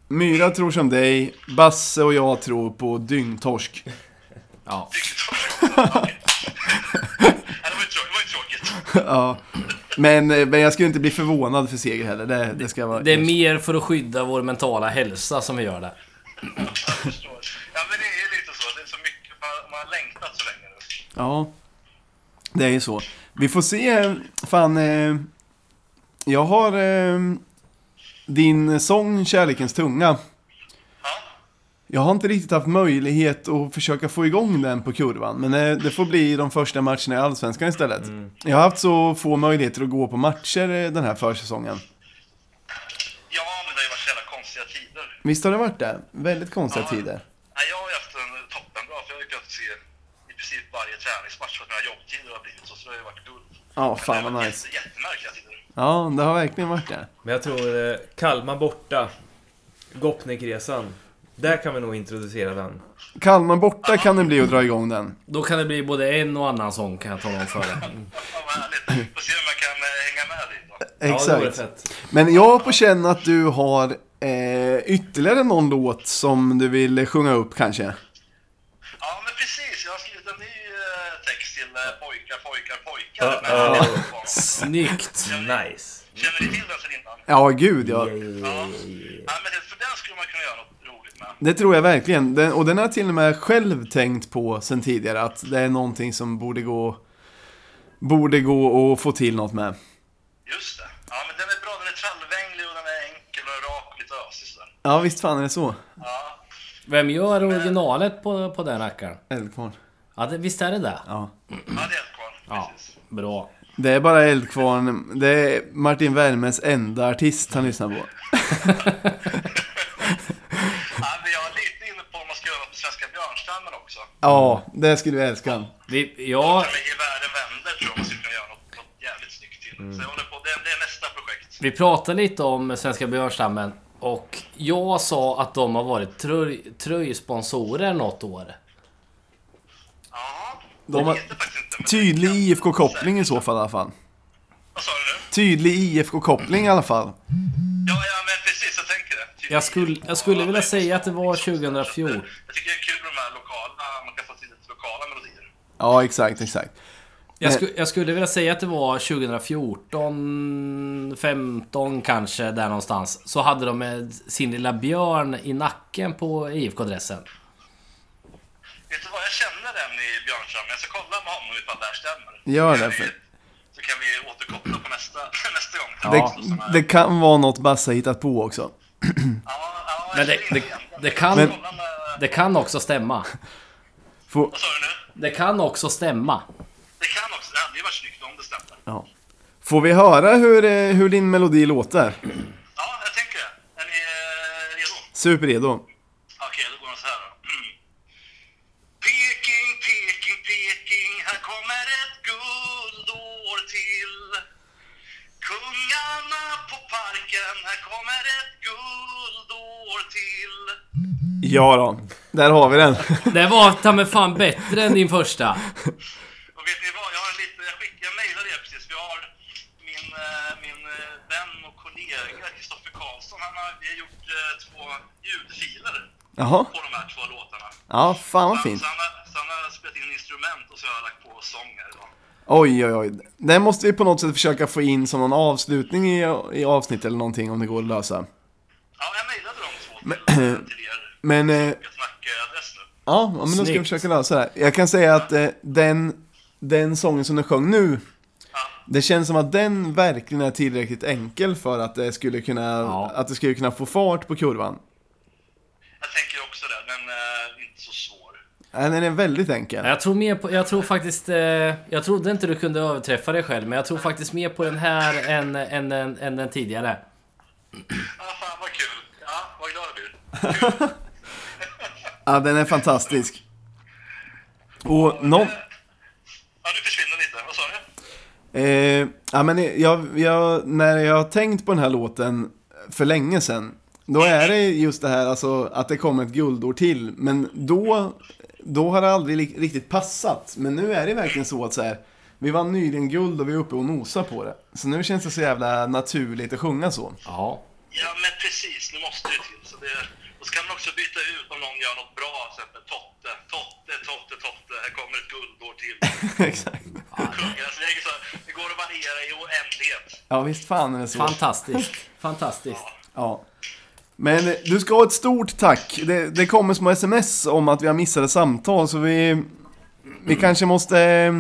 Speaker 1: Myra tror som dig, Basse och jag tror på dyngtorsk. *laughs*
Speaker 3: Ja.
Speaker 5: Okej. Nej, det var ju trå- det var ju tråkigt.
Speaker 1: ja. men, eh, men jag skulle inte bli förvånad för seger heller. Det, det ska jag vara...
Speaker 3: Det är mer för att skydda vår mentala hälsa som vi gör det.
Speaker 5: Jag förstår. Ja, men det är lite så. Det är så mycket, man, man har längtat så länge nu.
Speaker 1: Ja, det är ju så. Vi får se, fan. Eh, jag har eh, din sång Kärlekens tunga.
Speaker 5: Ja,
Speaker 1: Jag har inte riktigt haft möjlighet att försöka få igång den på kurvan, men eh, det får bli de första matcherna i Allsvenskan istället.
Speaker 3: Mm.
Speaker 1: Jag har haft så få möjligheter att gå på matcher eh, den här försäsongen.
Speaker 5: ja men det har ju varit så jävla konstiga tider.
Speaker 1: Visst har det varit det? Väldigt konstiga
Speaker 5: Ja.
Speaker 1: tider.
Speaker 5: Nej, jag har ju haft en toppenbra, för jag har ju kunnat se i princip varje träningsmatch för att mina jobbtider har blivit så, så det har ju varit guld.
Speaker 1: Ja,
Speaker 5: det har
Speaker 1: fan vad
Speaker 5: varit
Speaker 1: nice.
Speaker 5: jätte, jättemärkliga tider.
Speaker 1: Ja, det har verkligen varit det.
Speaker 2: Men jag tror eh, Kalmar borta. Goppnikresan. Där kan vi nog introducera den.
Speaker 1: Kalmar borta kan det bli att dra igång den.
Speaker 3: Då kan det bli både en och annan sång kan jag tala om
Speaker 1: *laughs*
Speaker 3: för dig.
Speaker 5: Ja, vad härligt. Får se om jag kan eh, hänga med dig då.
Speaker 2: Ja, det vore
Speaker 1: Exakt.
Speaker 2: fett.
Speaker 1: Men jag har på känn att du har eh, ytterligare någon låt som du vill sjunga upp kanske?
Speaker 5: Ja, men precis. Jag har skrivit en ny eh, text till eh, Pojkar, pojkar, pojkar.
Speaker 2: Uh-oh.
Speaker 5: Men jag vet inte vad-
Speaker 3: Snyggt!
Speaker 2: Nice.
Speaker 5: Känner ni till den sedan innan?
Speaker 1: Ja, gud ja.
Speaker 5: Ja.
Speaker 2: Yeah.
Speaker 5: ja men det, för den skulle man kunna göra något roligt med.
Speaker 1: Det tror jag verkligen. Den, och den har jag till och med själv tänkt på sen tidigare att det är någonting som borde gå... Borde gå att få till något med.
Speaker 5: Just det. Ja, men den är bra. Den är trallvänlig och den är enkel och rak och lite ösig sådär.
Speaker 1: Ja, visst fan är det så.
Speaker 5: Ja.
Speaker 3: Vem gör originalet på, på den rackaren?
Speaker 1: Eldkvarn.
Speaker 3: Ja, det, visst är det det?
Speaker 1: Ja.
Speaker 5: ja, det är Eldkvarn.
Speaker 3: Ja,
Speaker 5: Precis.
Speaker 3: bra.
Speaker 1: Det är bara Eldkvarn. Det är Martin Wermes enda artist han lyssnar på.
Speaker 5: Ja, men jag är lite inne på om man ska göra något med Svenska björnstammen också.
Speaker 1: Ja, det skulle jag älska.
Speaker 3: Vi, ja,
Speaker 5: Ja. I världen vänder tror jag man skulle kunna göra något, något jävligt snyggt till.
Speaker 3: Mm.
Speaker 5: Så jag håller på. Det, det är nästa projekt.
Speaker 3: vi pratade lite om Svenska Björnstammen och jag sa att de har varit tröj, tröjsponsorer något år.
Speaker 5: Ja.
Speaker 1: De
Speaker 5: jag
Speaker 1: har-
Speaker 5: vet det faktiskt inte, men-
Speaker 1: Tydlig
Speaker 5: Ja.
Speaker 1: IFK-koppling i så fall i alla fall.
Speaker 5: Vad sa du nu?
Speaker 1: Tydlig IFK-koppling i alla fall.
Speaker 5: Ja, ja, men precis. Jag tänker det. Tydlig
Speaker 3: Jag skulle- jag skulle
Speaker 5: IFK.
Speaker 3: vilja säga att det var 2014.
Speaker 5: Jag tycker det är kul med de här lokala, man kan få till lite lokala melodier.
Speaker 1: Ja, exakt, exakt.
Speaker 3: Jag,
Speaker 1: Nej.
Speaker 3: sku, jag skulle vilja säga att det var 2014, 15 kanske, där någonstans. Så hade de med sin lilla björn i nacken på IFK-dressen.
Speaker 5: Vet du vad, jag känner den i Björnstam. Jag ska kolla med honom ifall det här stämmer.
Speaker 1: Gör det,
Speaker 5: Så kan
Speaker 1: för-
Speaker 5: vi- Så kan vi återkoppla på nästa, *laughs* nästa gång.
Speaker 1: Det, det kan vara något Basse hittat på också.
Speaker 5: ja, ja,
Speaker 3: Men det-
Speaker 5: jag känner
Speaker 3: det-
Speaker 5: igen den.
Speaker 3: det
Speaker 5: Jag
Speaker 3: kan-
Speaker 5: ska kolla med-
Speaker 3: Det kan också stämma.
Speaker 1: Får,
Speaker 5: Vad sa du nu?
Speaker 3: Det kan också stämma.
Speaker 5: Det kan också... Det hade ju varit snyggt om det stämmer.
Speaker 1: ja. Får vi höra hur, eh, hur din melodi låter?
Speaker 5: Ja, jag tänker det. Är ni eh, redo?
Speaker 1: Superredo.
Speaker 5: Okej, då går den så här då. *clears throat* Peking, Peking, Peking, här kommer ett guldår till. Kungarna på parken, här kommer ett guldår till.
Speaker 1: Ja då, där har vi den. *laughs*
Speaker 3: Det var ta mig fan bättre än din första.
Speaker 5: Och vet ni vad, jag har en liten, jag skickade, jag mejlade er precis, vi har min, eh, min eh, vän och kollega Kristoffer Karlsson, han har, vi har gjort eh, två ljudfiler
Speaker 1: Jaha,
Speaker 5: på de här två låtarna.
Speaker 1: ja fan vad
Speaker 5: Så
Speaker 1: fint.
Speaker 5: han, har, så han har spelat in instrument och så har jag lagt på sånger idag.
Speaker 1: Oj, oj, oj. Den måste vi på något sätt försöka få in som någon avslutning i, i avsnitt eller någonting om det går att lösa.
Speaker 5: Ja, jag mejlade de två
Speaker 1: *clears throat*
Speaker 5: till, till er.
Speaker 1: Men, eh,
Speaker 5: Jag snackar adress nu.
Speaker 1: ja, ja, men då ska vi
Speaker 3: Snyggt.
Speaker 1: försöka lösa det här. Jag kan säga att eh, den, den sången som du sjöng nu,
Speaker 5: Ja.
Speaker 1: det känns som att den verkligen är tillräckligt enkel för att det skulle kunna,
Speaker 3: Ja.
Speaker 1: att det skulle kunna få fart på kurvan.
Speaker 5: Jag tänker också det, men eh, inte så svår.
Speaker 1: Nej, den är väldigt enkel.
Speaker 3: Jag tror mer på, jag tror faktiskt, eh, jag trodde inte du kunde överträffa dig själv, men jag tror faktiskt mer på den här än, än, än, än den tidigare.
Speaker 5: Ja, fan vad kul. Ja, vad glad jag blir.
Speaker 1: Ja, den är fantastisk. Och någon...
Speaker 5: Ja, nu försvinner lite. Vad sa du?
Speaker 1: Eh, ja, men jag, jag, när jag har tänkt på den här låten för länge sedan, då är det just det här alltså, att det kommer ett guldår till. Men då, då har det aldrig li- riktigt passat. Men nu är det verkligen så att så här, vi vann nyligen guld och vi är uppe och nosar på det. Så nu känns det så jävla naturligt att sjunga så. *laughs*
Speaker 3: Ja.
Speaker 5: Ja, men precis. Nu måste det till. Så det, och så kan man också byta ut om någon gör något bra. Till exempel Totte, Totte, Totte, Totte. Här kommer ett guldår till.
Speaker 1: Exakt.
Speaker 5: Kungarnas läger. Så det går att variera i oändlighet.
Speaker 1: Ja, visst fan är det så.
Speaker 3: Fantastiskt. Fantastiskt.
Speaker 1: Ja. Men eh, du ska ha ett stort tack. Det, det kommer små sms om att vi har missade samtal så vi, vi kanske måste... eh,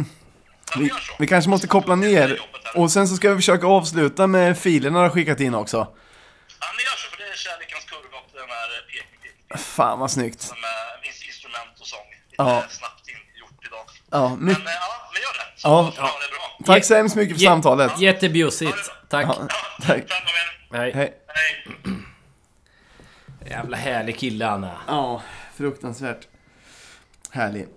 Speaker 5: Ja, vi
Speaker 1: Vi,
Speaker 5: gör så.
Speaker 1: vi kanske måste koppla ner. Och sen så ska vi försöka avsluta med filerna du har skickat in också.
Speaker 5: Ja, men gör så. För det är kärlekens kurva och den här eh, pekpinnen.
Speaker 1: Fan vad snyggt.
Speaker 5: som eh, finns instrument och sång. Lite
Speaker 1: Ja.
Speaker 5: snabbt in, gjort idag.
Speaker 1: Ja, my-
Speaker 5: Men eh, ja, vi gör det. Så
Speaker 1: Ja.
Speaker 5: ja. det är bra.
Speaker 1: tack så hemskt mycket för
Speaker 3: Ja.
Speaker 1: samtalet.
Speaker 3: Jättebjussigt. Tack.
Speaker 1: Ja,
Speaker 5: Tack.
Speaker 1: tack.
Speaker 5: Tack om
Speaker 3: Hej.
Speaker 5: er.
Speaker 1: Hej.
Speaker 5: Hej.
Speaker 3: Jävla härlig kille han är.
Speaker 1: Ja, fruktansvärt. Härlig.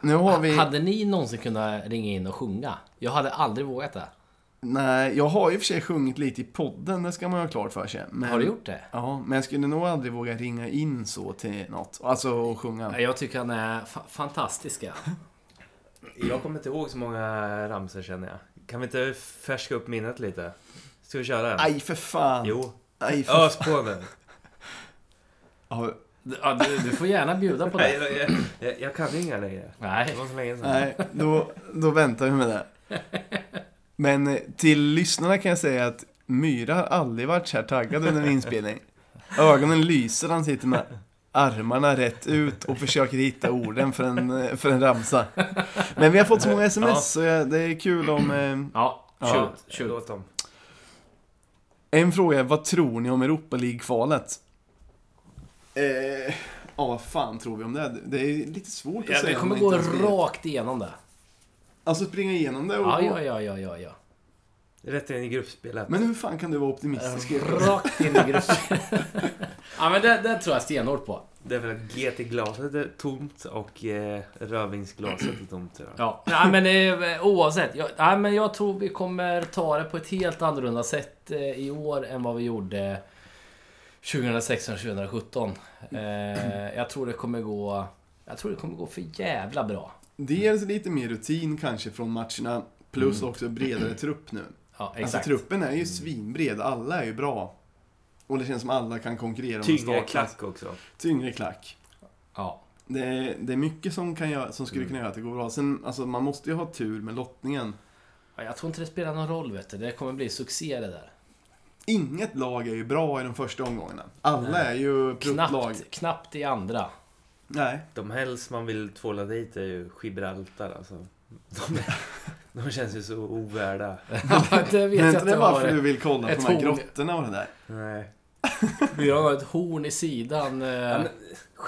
Speaker 1: Nu har vi...
Speaker 3: Hade ni någonsin kunnat ringa in och sjunga? Jag hade aldrig vågat det.
Speaker 1: Nej, jag har ju för sig sjungit lite i podden, det ska man ju ha klart för sig. Men...
Speaker 3: Har du gjort det?
Speaker 1: Ja, men jag skulle nog aldrig våga ringa in så till något. Alltså och sjunga.
Speaker 3: Nej, Jag tycker han är fa- fantastisk. ja.
Speaker 2: Jag kommer inte ihåg så många ramsor känner jag. Kan vi inte färska upp minnet lite? Ska vi köra en?
Speaker 1: Aj för fan.
Speaker 2: Jo.
Speaker 1: Aj för
Speaker 2: Ös på nu.
Speaker 1: Har,
Speaker 3: Ja, du, du får gärna bjuda
Speaker 2: *laughs*
Speaker 3: på
Speaker 2: Nej,
Speaker 3: det.
Speaker 2: jag, jag, jag, jag kan inga längre. Det
Speaker 3: Nej.
Speaker 2: var så länge sedan.
Speaker 1: nej, då, då väntar vi med det. Men eh, till lyssnarna kan jag säga att Myra har aldrig varit så här taggad under en inspelning. Ögonen lyser, han sitter med armarna rätt ut och försöker hitta orden för en, eh, för en ramsa. Men vi har fått så många sms
Speaker 2: Ja.
Speaker 1: så jag- det är kul om... eh,
Speaker 3: Ja,
Speaker 1: Ja.
Speaker 3: shoot, shoot.
Speaker 2: Låt dem.
Speaker 1: En fråga är, vad tror ni om Europa League-kvalet? Eh, ja, fan tror vi om det? Det är lite svårt att
Speaker 3: Ja,
Speaker 1: säga.
Speaker 3: vi
Speaker 1: om
Speaker 3: kommer
Speaker 1: man
Speaker 3: gå
Speaker 1: inte ens vet.
Speaker 3: rakt igenom det.
Speaker 1: Alltså springa igenom det och...
Speaker 3: Ja, ja, ja, ja, ja. ja.
Speaker 2: Rätt in i gruppspelet.
Speaker 1: Men hur fan kan du vara optimistisk?
Speaker 3: Rakt in i gruppen. *laughs* ja, men det, det tror jag stenhårt på.
Speaker 2: Det är väl att GT-glaset är tomt och eh, rödvinsglaset är tomt. tror jag.
Speaker 3: Ja, nej, men eh, oavsett. Jag, nej, men jag tror vi kommer ta det på ett helt annorlunda sätt eh, i år än vad vi gjorde 2016 2017. Eh, jag tror det kommer gå... Jag tror det kommer gå för jävla bra.
Speaker 1: Dels lite mer rutin kanske från matcherna, plus också bredare trupp nu.
Speaker 3: Mm. Ja,
Speaker 1: Alltså
Speaker 3: exakt.
Speaker 1: truppen är ju svinbred, alla är ju bra. Och det känns som alla kan konkurrera om en
Speaker 2: Tyngre
Speaker 1: startplats.
Speaker 2: klack också.
Speaker 1: Tyngre klack.
Speaker 3: ja.
Speaker 1: Det är, det är mycket som, kan göra, som
Speaker 3: Mm.
Speaker 1: skulle kunna göra att det går bra. Sen, alltså, man måste ju ha tur med lottningen.
Speaker 3: Ja, Jag tror inte det spelar någon roll vet du. Det kommer bli succé det där.
Speaker 1: Inget lag är ju bra i de första omgångarna. Alla är ju pruttlag.
Speaker 3: Knappt, knappt i andra.
Speaker 1: Nej.
Speaker 2: De helst man vill tvåla dit är ju Gibraltar alltså. De, *laughs* de känns ju så ovärda.
Speaker 3: *laughs* Ja, det vet
Speaker 1: Men
Speaker 3: jag
Speaker 1: inte
Speaker 3: att
Speaker 1: det
Speaker 3: det
Speaker 1: är varför du
Speaker 3: var.
Speaker 1: vill kolla på
Speaker 3: ett
Speaker 1: de här
Speaker 3: horn.
Speaker 1: grottorna och det där?
Speaker 2: Nej.
Speaker 3: Vi har ett horn i sidan. eh,
Speaker 2: Ja, men,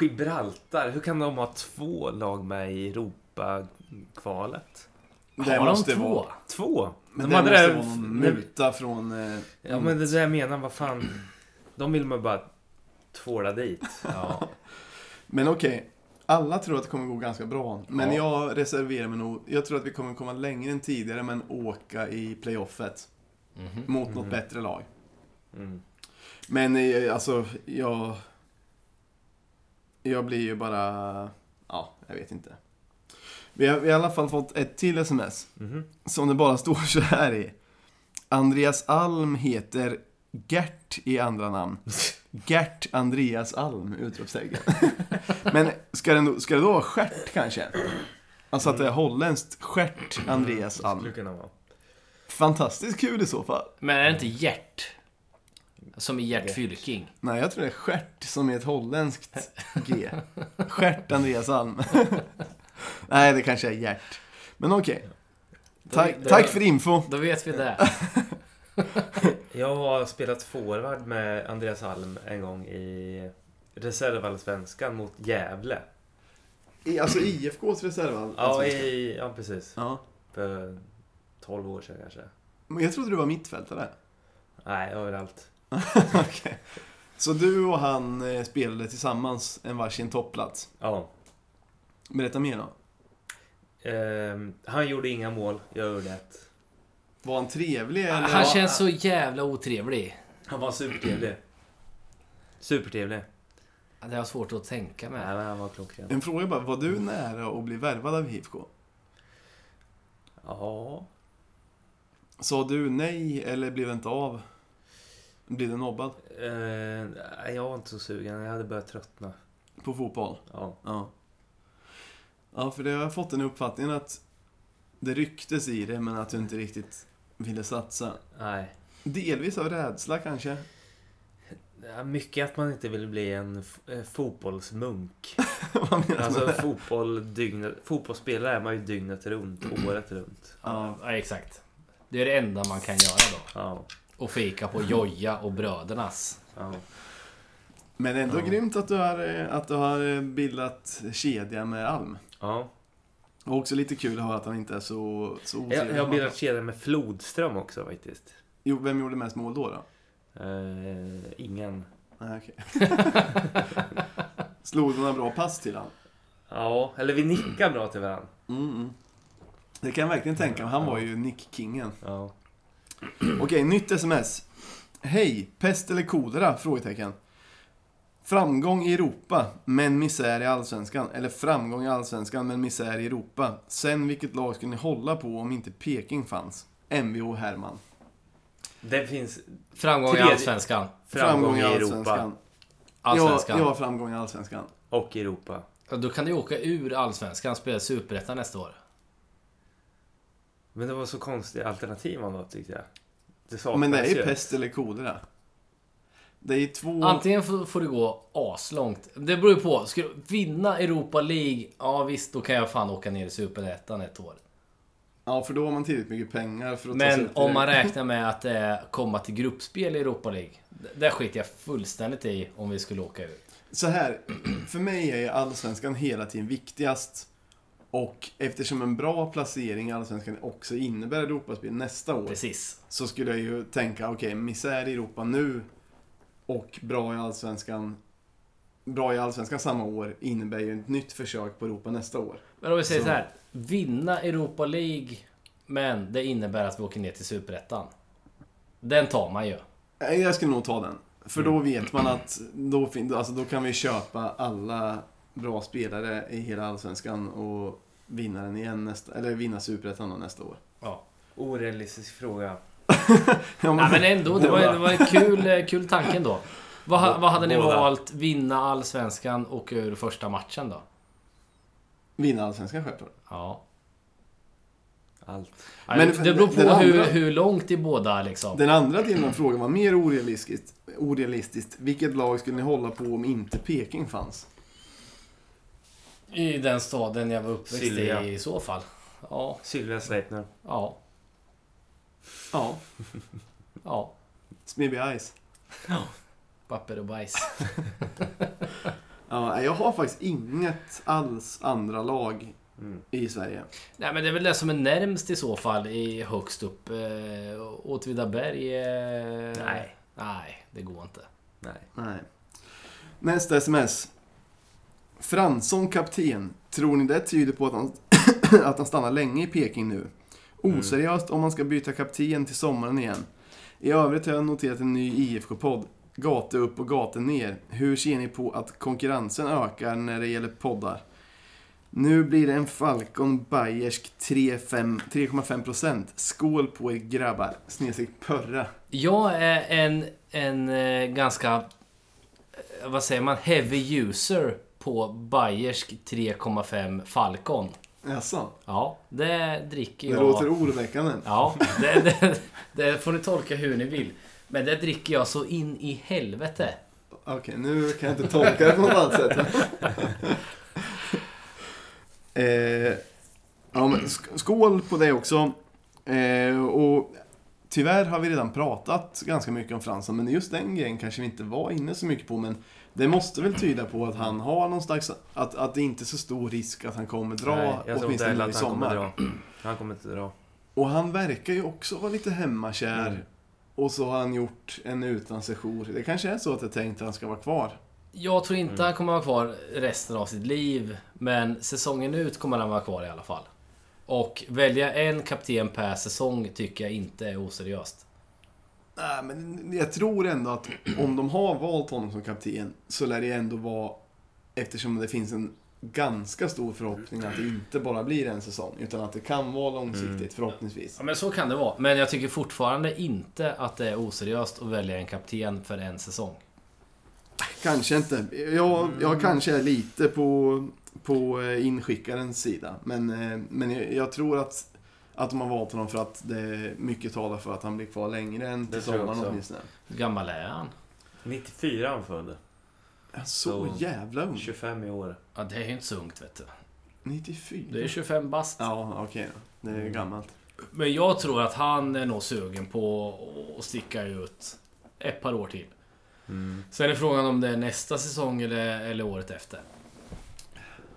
Speaker 2: Gibraltar, hur kan de ha två lag med i Europa-kvalet?
Speaker 1: Det
Speaker 3: har
Speaker 1: måste
Speaker 3: de två?
Speaker 1: vara-
Speaker 2: Två!
Speaker 1: Men
Speaker 2: de
Speaker 1: det
Speaker 2: hade
Speaker 1: måste
Speaker 2: det-
Speaker 1: vara någon
Speaker 2: det-
Speaker 1: muta från... Eh,
Speaker 2: Ja men det är det jag menar, vad fan. De vill man bara tvåla dit.
Speaker 3: Ja.
Speaker 1: Men okej, alla tror att det kommer gå ganska bra. Men
Speaker 3: Ja.
Speaker 1: jag reserverar mig nog. Jag tror att vi kommer komma längre än tidigare men åka i playoffet.
Speaker 3: Mhm.
Speaker 1: Mot något bättre lag.
Speaker 2: Mm.
Speaker 1: Men eh, alltså, jag... Jag blir ju bara... Ja, jag vet inte. Vi har, vi har i alla fall fått ett till sms.
Speaker 2: Mhm.
Speaker 1: Som det bara står så här i. Andreas Alm heter Gert i andra
Speaker 2: *laughs*
Speaker 1: namn. Gert Andreas Alm, utropstecken. *laughs* Men ska det, nog- ska det då vara stjärt kanske? Alltså att det är holländskt. Stjärt Andreas Alm.
Speaker 2: Skulle kunna vara.
Speaker 1: Fantastiskt kul i så fall.
Speaker 3: Men är det inte Gert? Som i Gert Fylking.
Speaker 1: Nej, jag tror det är stjärt som är ett holländskt G. Stjärt Andreas *laughs* Alm. Nej, det kanske är hjärt. Men okej. Tack,
Speaker 3: det-
Speaker 1: tack för info.
Speaker 3: Då vet vi *laughs* det.
Speaker 2: Jag har spelat forward med Andreas Alm en gång i reservallsvenskan mot Gävle.
Speaker 1: I, alltså IFKs reservall?
Speaker 2: Ja, i, ja precis.
Speaker 1: ja.
Speaker 2: För 12 år sedan kanske.
Speaker 1: Men jag trodde du var *laughs* mittfältare.
Speaker 2: Nej, överallt.
Speaker 1: Okej. Så du och han eh, spelade tillsammans en varsin topplats.
Speaker 2: Ja.
Speaker 1: Berätta mer då.
Speaker 2: Ehm, han gjorde inga mål, jag gjorde ett.
Speaker 1: Var han trevlig eller?
Speaker 3: Han känns så jävla otrevlig.
Speaker 2: Han var supertrevlig. Supertrevlig.
Speaker 3: Det har jag svårt att tänka
Speaker 2: Nej,
Speaker 3: mig.
Speaker 2: men han var klockren.
Speaker 1: En fråga bara, var du nära att bli värvad av IFK?
Speaker 2: Ja.
Speaker 1: Sa du nej eller blev det inte av? Blev du nobbad
Speaker 2: Ehm, nej, jag var inte så sugen, jag hade börjat tröttna.
Speaker 1: på fotboll?
Speaker 2: Ja.
Speaker 1: Ja. Ja, för det har jag fått den uppfattningen att det ryktes i det, men att du inte riktigt ville satsa.
Speaker 2: Nej.
Speaker 1: Delvis av rädsla kanske. *laughs*
Speaker 2: Ja, Mycket att man inte vill bli en f- eh, fotbollsmunk.
Speaker 1: Vad menar du?
Speaker 2: Alltså fotboll dygnet, fotbollsspelare är man ju dygnet runt, året runt.
Speaker 1: Ja.
Speaker 3: Ja, exakt. Det är det enda man kan göra då.
Speaker 2: Ja,
Speaker 3: Och fika på Joja och Brödernas.
Speaker 2: ja.
Speaker 1: Men det är ändå
Speaker 2: Ja.
Speaker 1: grymt att du, har, eh, att du har eh, bildat kedja med Alm.
Speaker 2: ja.
Speaker 1: Och också lite kul att höra att han inte är så, så
Speaker 2: Jag,
Speaker 1: otrevlig.
Speaker 2: jag har bildat kedja med Flodström också faktiskt.
Speaker 1: Jo, vem gjorde mest mål då? då?
Speaker 2: Eh, ingen.
Speaker 1: Nej, okej.
Speaker 2: *laughs*
Speaker 1: Slog du några bra pass till han?
Speaker 2: Ja, eller vi nickar bra till varandra.
Speaker 1: Mm, mm. Det kan jag verkligen tänka mig. Han var ju nickkingen.
Speaker 2: Ja.
Speaker 1: Okej, nytt sms. Hej, pest eller kolera? Frågetecken. Framgång i Europa, men misär i Allsvenskan. Eller framgång i Allsvenskan, men misär i Europa. Sen vilket lag skulle ni hålla på om inte Peking fanns? Mvh Herman.
Speaker 2: Det finns
Speaker 3: Framgång i
Speaker 2: Tredje-
Speaker 3: Allsvenskan.
Speaker 2: framgång i Europa.
Speaker 1: Allsvenskan. Jag,
Speaker 3: Allsvenskan.
Speaker 1: jag har framgång i Allsvenskan.
Speaker 2: Och Europa.
Speaker 3: Ja, Då kan du åka ur Allsvenskan och spela i Superettan nästa år.
Speaker 2: Men det var så konstiga alternativ man då tyckte jag. Det
Speaker 1: Ja,
Speaker 2: saknas
Speaker 1: men det är ju pest eller kolera. Det är ju två...
Speaker 3: Antingen får får du gå aslångt. Det beror ju på. Ska du vinna Europa League? Ja visst, då kan jag fan åka ner i Superettan ett år.
Speaker 1: Ja, för då har man tillräckligt mycket pengar för att ta sig
Speaker 3: Men
Speaker 1: upp
Speaker 3: om man
Speaker 1: direkt.
Speaker 3: räknar med att eh, komma till gruppspel i Europa League. d- Där skiter jag fullständigt i om vi skulle åka ur.
Speaker 1: Så här, *clears throat* för mig är Allsvenskan hela tiden viktigast. Och eftersom en bra placering i Allsvenskan också innebär Europaspel nästa år.
Speaker 3: Precis.
Speaker 1: Så skulle jag ju tänka, okej, misär i Europa nu och bra i Allsvenskan Bra i Allsvenskan samma år innebär ju ett nytt försök på Europa nästa år.
Speaker 3: Men om vi säger så, här. Vinna Europa League, men det innebär att vi åker ner till Superettan. Den tar man ju.
Speaker 1: Nej, Eh, Jag skulle nog ta den. För då vet man att då, fin- alltså, då kan vi köpa alla bra spelare i hela Allsvenskan och vinna den igen nästa, eller vinna Superettan då nästa år.
Speaker 3: Ja.
Speaker 2: Orealistisk fråga.
Speaker 1: Ja,
Speaker 3: Nej,
Speaker 1: men,
Speaker 3: men ändå, det var, det var en kul, eh, kul tanken då. Vad, ha- vad hade ni
Speaker 2: Båda.
Speaker 3: valt? Vinna Allsvenskan och ur första matchen då?
Speaker 1: vinna Allsvenskan självklart.
Speaker 3: Ja.
Speaker 2: Allt.
Speaker 3: Nej,
Speaker 1: Men
Speaker 3: det beror
Speaker 1: den-
Speaker 3: på
Speaker 1: den
Speaker 3: hur,
Speaker 1: andra-
Speaker 3: hur långt i båda liksom.
Speaker 1: Den andra delen av frågan var mer orealistiskt, orealistiskt. Vilket lag skulle ni hålla på om inte Peking fanns?
Speaker 3: I den staden jag var uppväxt
Speaker 2: Silja.
Speaker 3: i i så fall. Ja,
Speaker 2: Sylvia Sleipner.
Speaker 3: ja,
Speaker 1: Ja,
Speaker 3: ja.
Speaker 1: Smedby Ice.
Speaker 3: Papper och bajs.
Speaker 1: Ja, nej, jag har faktiskt inget alls andra lag
Speaker 2: Mm.
Speaker 1: i Sverige.
Speaker 3: Nej men det är väl det som är närmst i så fall i högst upp. Eh, Åtvidaberg? Eh,
Speaker 2: Nej.
Speaker 3: Nej, det går inte.
Speaker 2: Nej.
Speaker 1: Nej. Nästa sms. Fransson kapten. Tror ni det tyder på att han, *coughs* att han stannar länge i Peking nu? Oseriöst om man ska byta kapten till sommaren igen. I övrigt har jag noterat en ny IFK-podd. Gate upp och gate ner. Hur ser ni på att konkurrensen ökar när det gäller poddar? Nu blir det en Falcon Bayersk 3,5 3,5%. Skål på er grabbar! Snedstreck pörra.
Speaker 3: Jag är en, en eh, ganska, eh, vad säger man, heavy user på Bayersk 3,5 Falcon.
Speaker 1: Jaså?
Speaker 3: Ja, det dricker
Speaker 1: Det
Speaker 3: jag.
Speaker 1: låter oroväckande.
Speaker 3: Ja, det, det, det får ni tolka hur ni vill. Men det dricker jag så in i helvete.
Speaker 1: Okej, nu kan jag inte tolka det på något annat
Speaker 2: *laughs*
Speaker 1: sätt. eh, ja, men sk- skål på det också. Eh, och tyvärr har vi redan pratat ganska mycket om Fransson, men just den grejen kanske vi inte var inne så mycket på. Men det måste väl tyda på att han har någon slags... Att, att det inte är så stor risk att han kommer dra,
Speaker 2: Nej, jag tror
Speaker 1: åtminstone
Speaker 2: inte
Speaker 1: nu i
Speaker 2: att han
Speaker 1: sommar.
Speaker 2: kommer dra. Han kommer inte dra.
Speaker 1: Och han verkar ju också vara lite hemmakär.
Speaker 2: Mm.
Speaker 1: Och så har han gjort en utlandssejour. Det kanske är så att jag tänkte att han ska vara kvar.
Speaker 3: Jag tror inte han kommer vara kvar resten av sitt liv. Men säsongen ut kommer han vara kvar i alla fall. Och välja en kapten per säsong tycker jag inte är oseriöst.
Speaker 1: Nej, men jag tror ändå att om de har valt honom som kapten så lär det ändå vara, eftersom det finns en ganska stor förhoppning att det inte bara blir en säsong, utan att det kan vara långsiktigt förhoppningsvis.
Speaker 3: Ja men så kan det vara. Men jag tycker fortfarande inte att det är oseriöst att välja en kapten för en säsong.
Speaker 1: Kanske inte. Jag, jag kanske är lite på, på eh, inskickarens sida, men, eh, men jag, jag tror att att de har valt honom för att det mycket talar för att han blir kvar längre än till
Speaker 2: tror jag
Speaker 1: sommaren
Speaker 2: också.
Speaker 1: åtminstone.
Speaker 3: Hur gammal är han?
Speaker 2: 94 han född.
Speaker 1: Så
Speaker 2: Så-
Speaker 1: jävla ung.
Speaker 2: 25 i år.
Speaker 3: Ja det är ju inte så ungt vet du.
Speaker 1: 94.
Speaker 3: Det är 25 bast.
Speaker 1: Ja, okej då. Det är gammalt.
Speaker 3: Men jag tror att han är nog sugen på att sticka ut ett par år till. Sen är frågan om det är nästa säsong eller, eller året efter.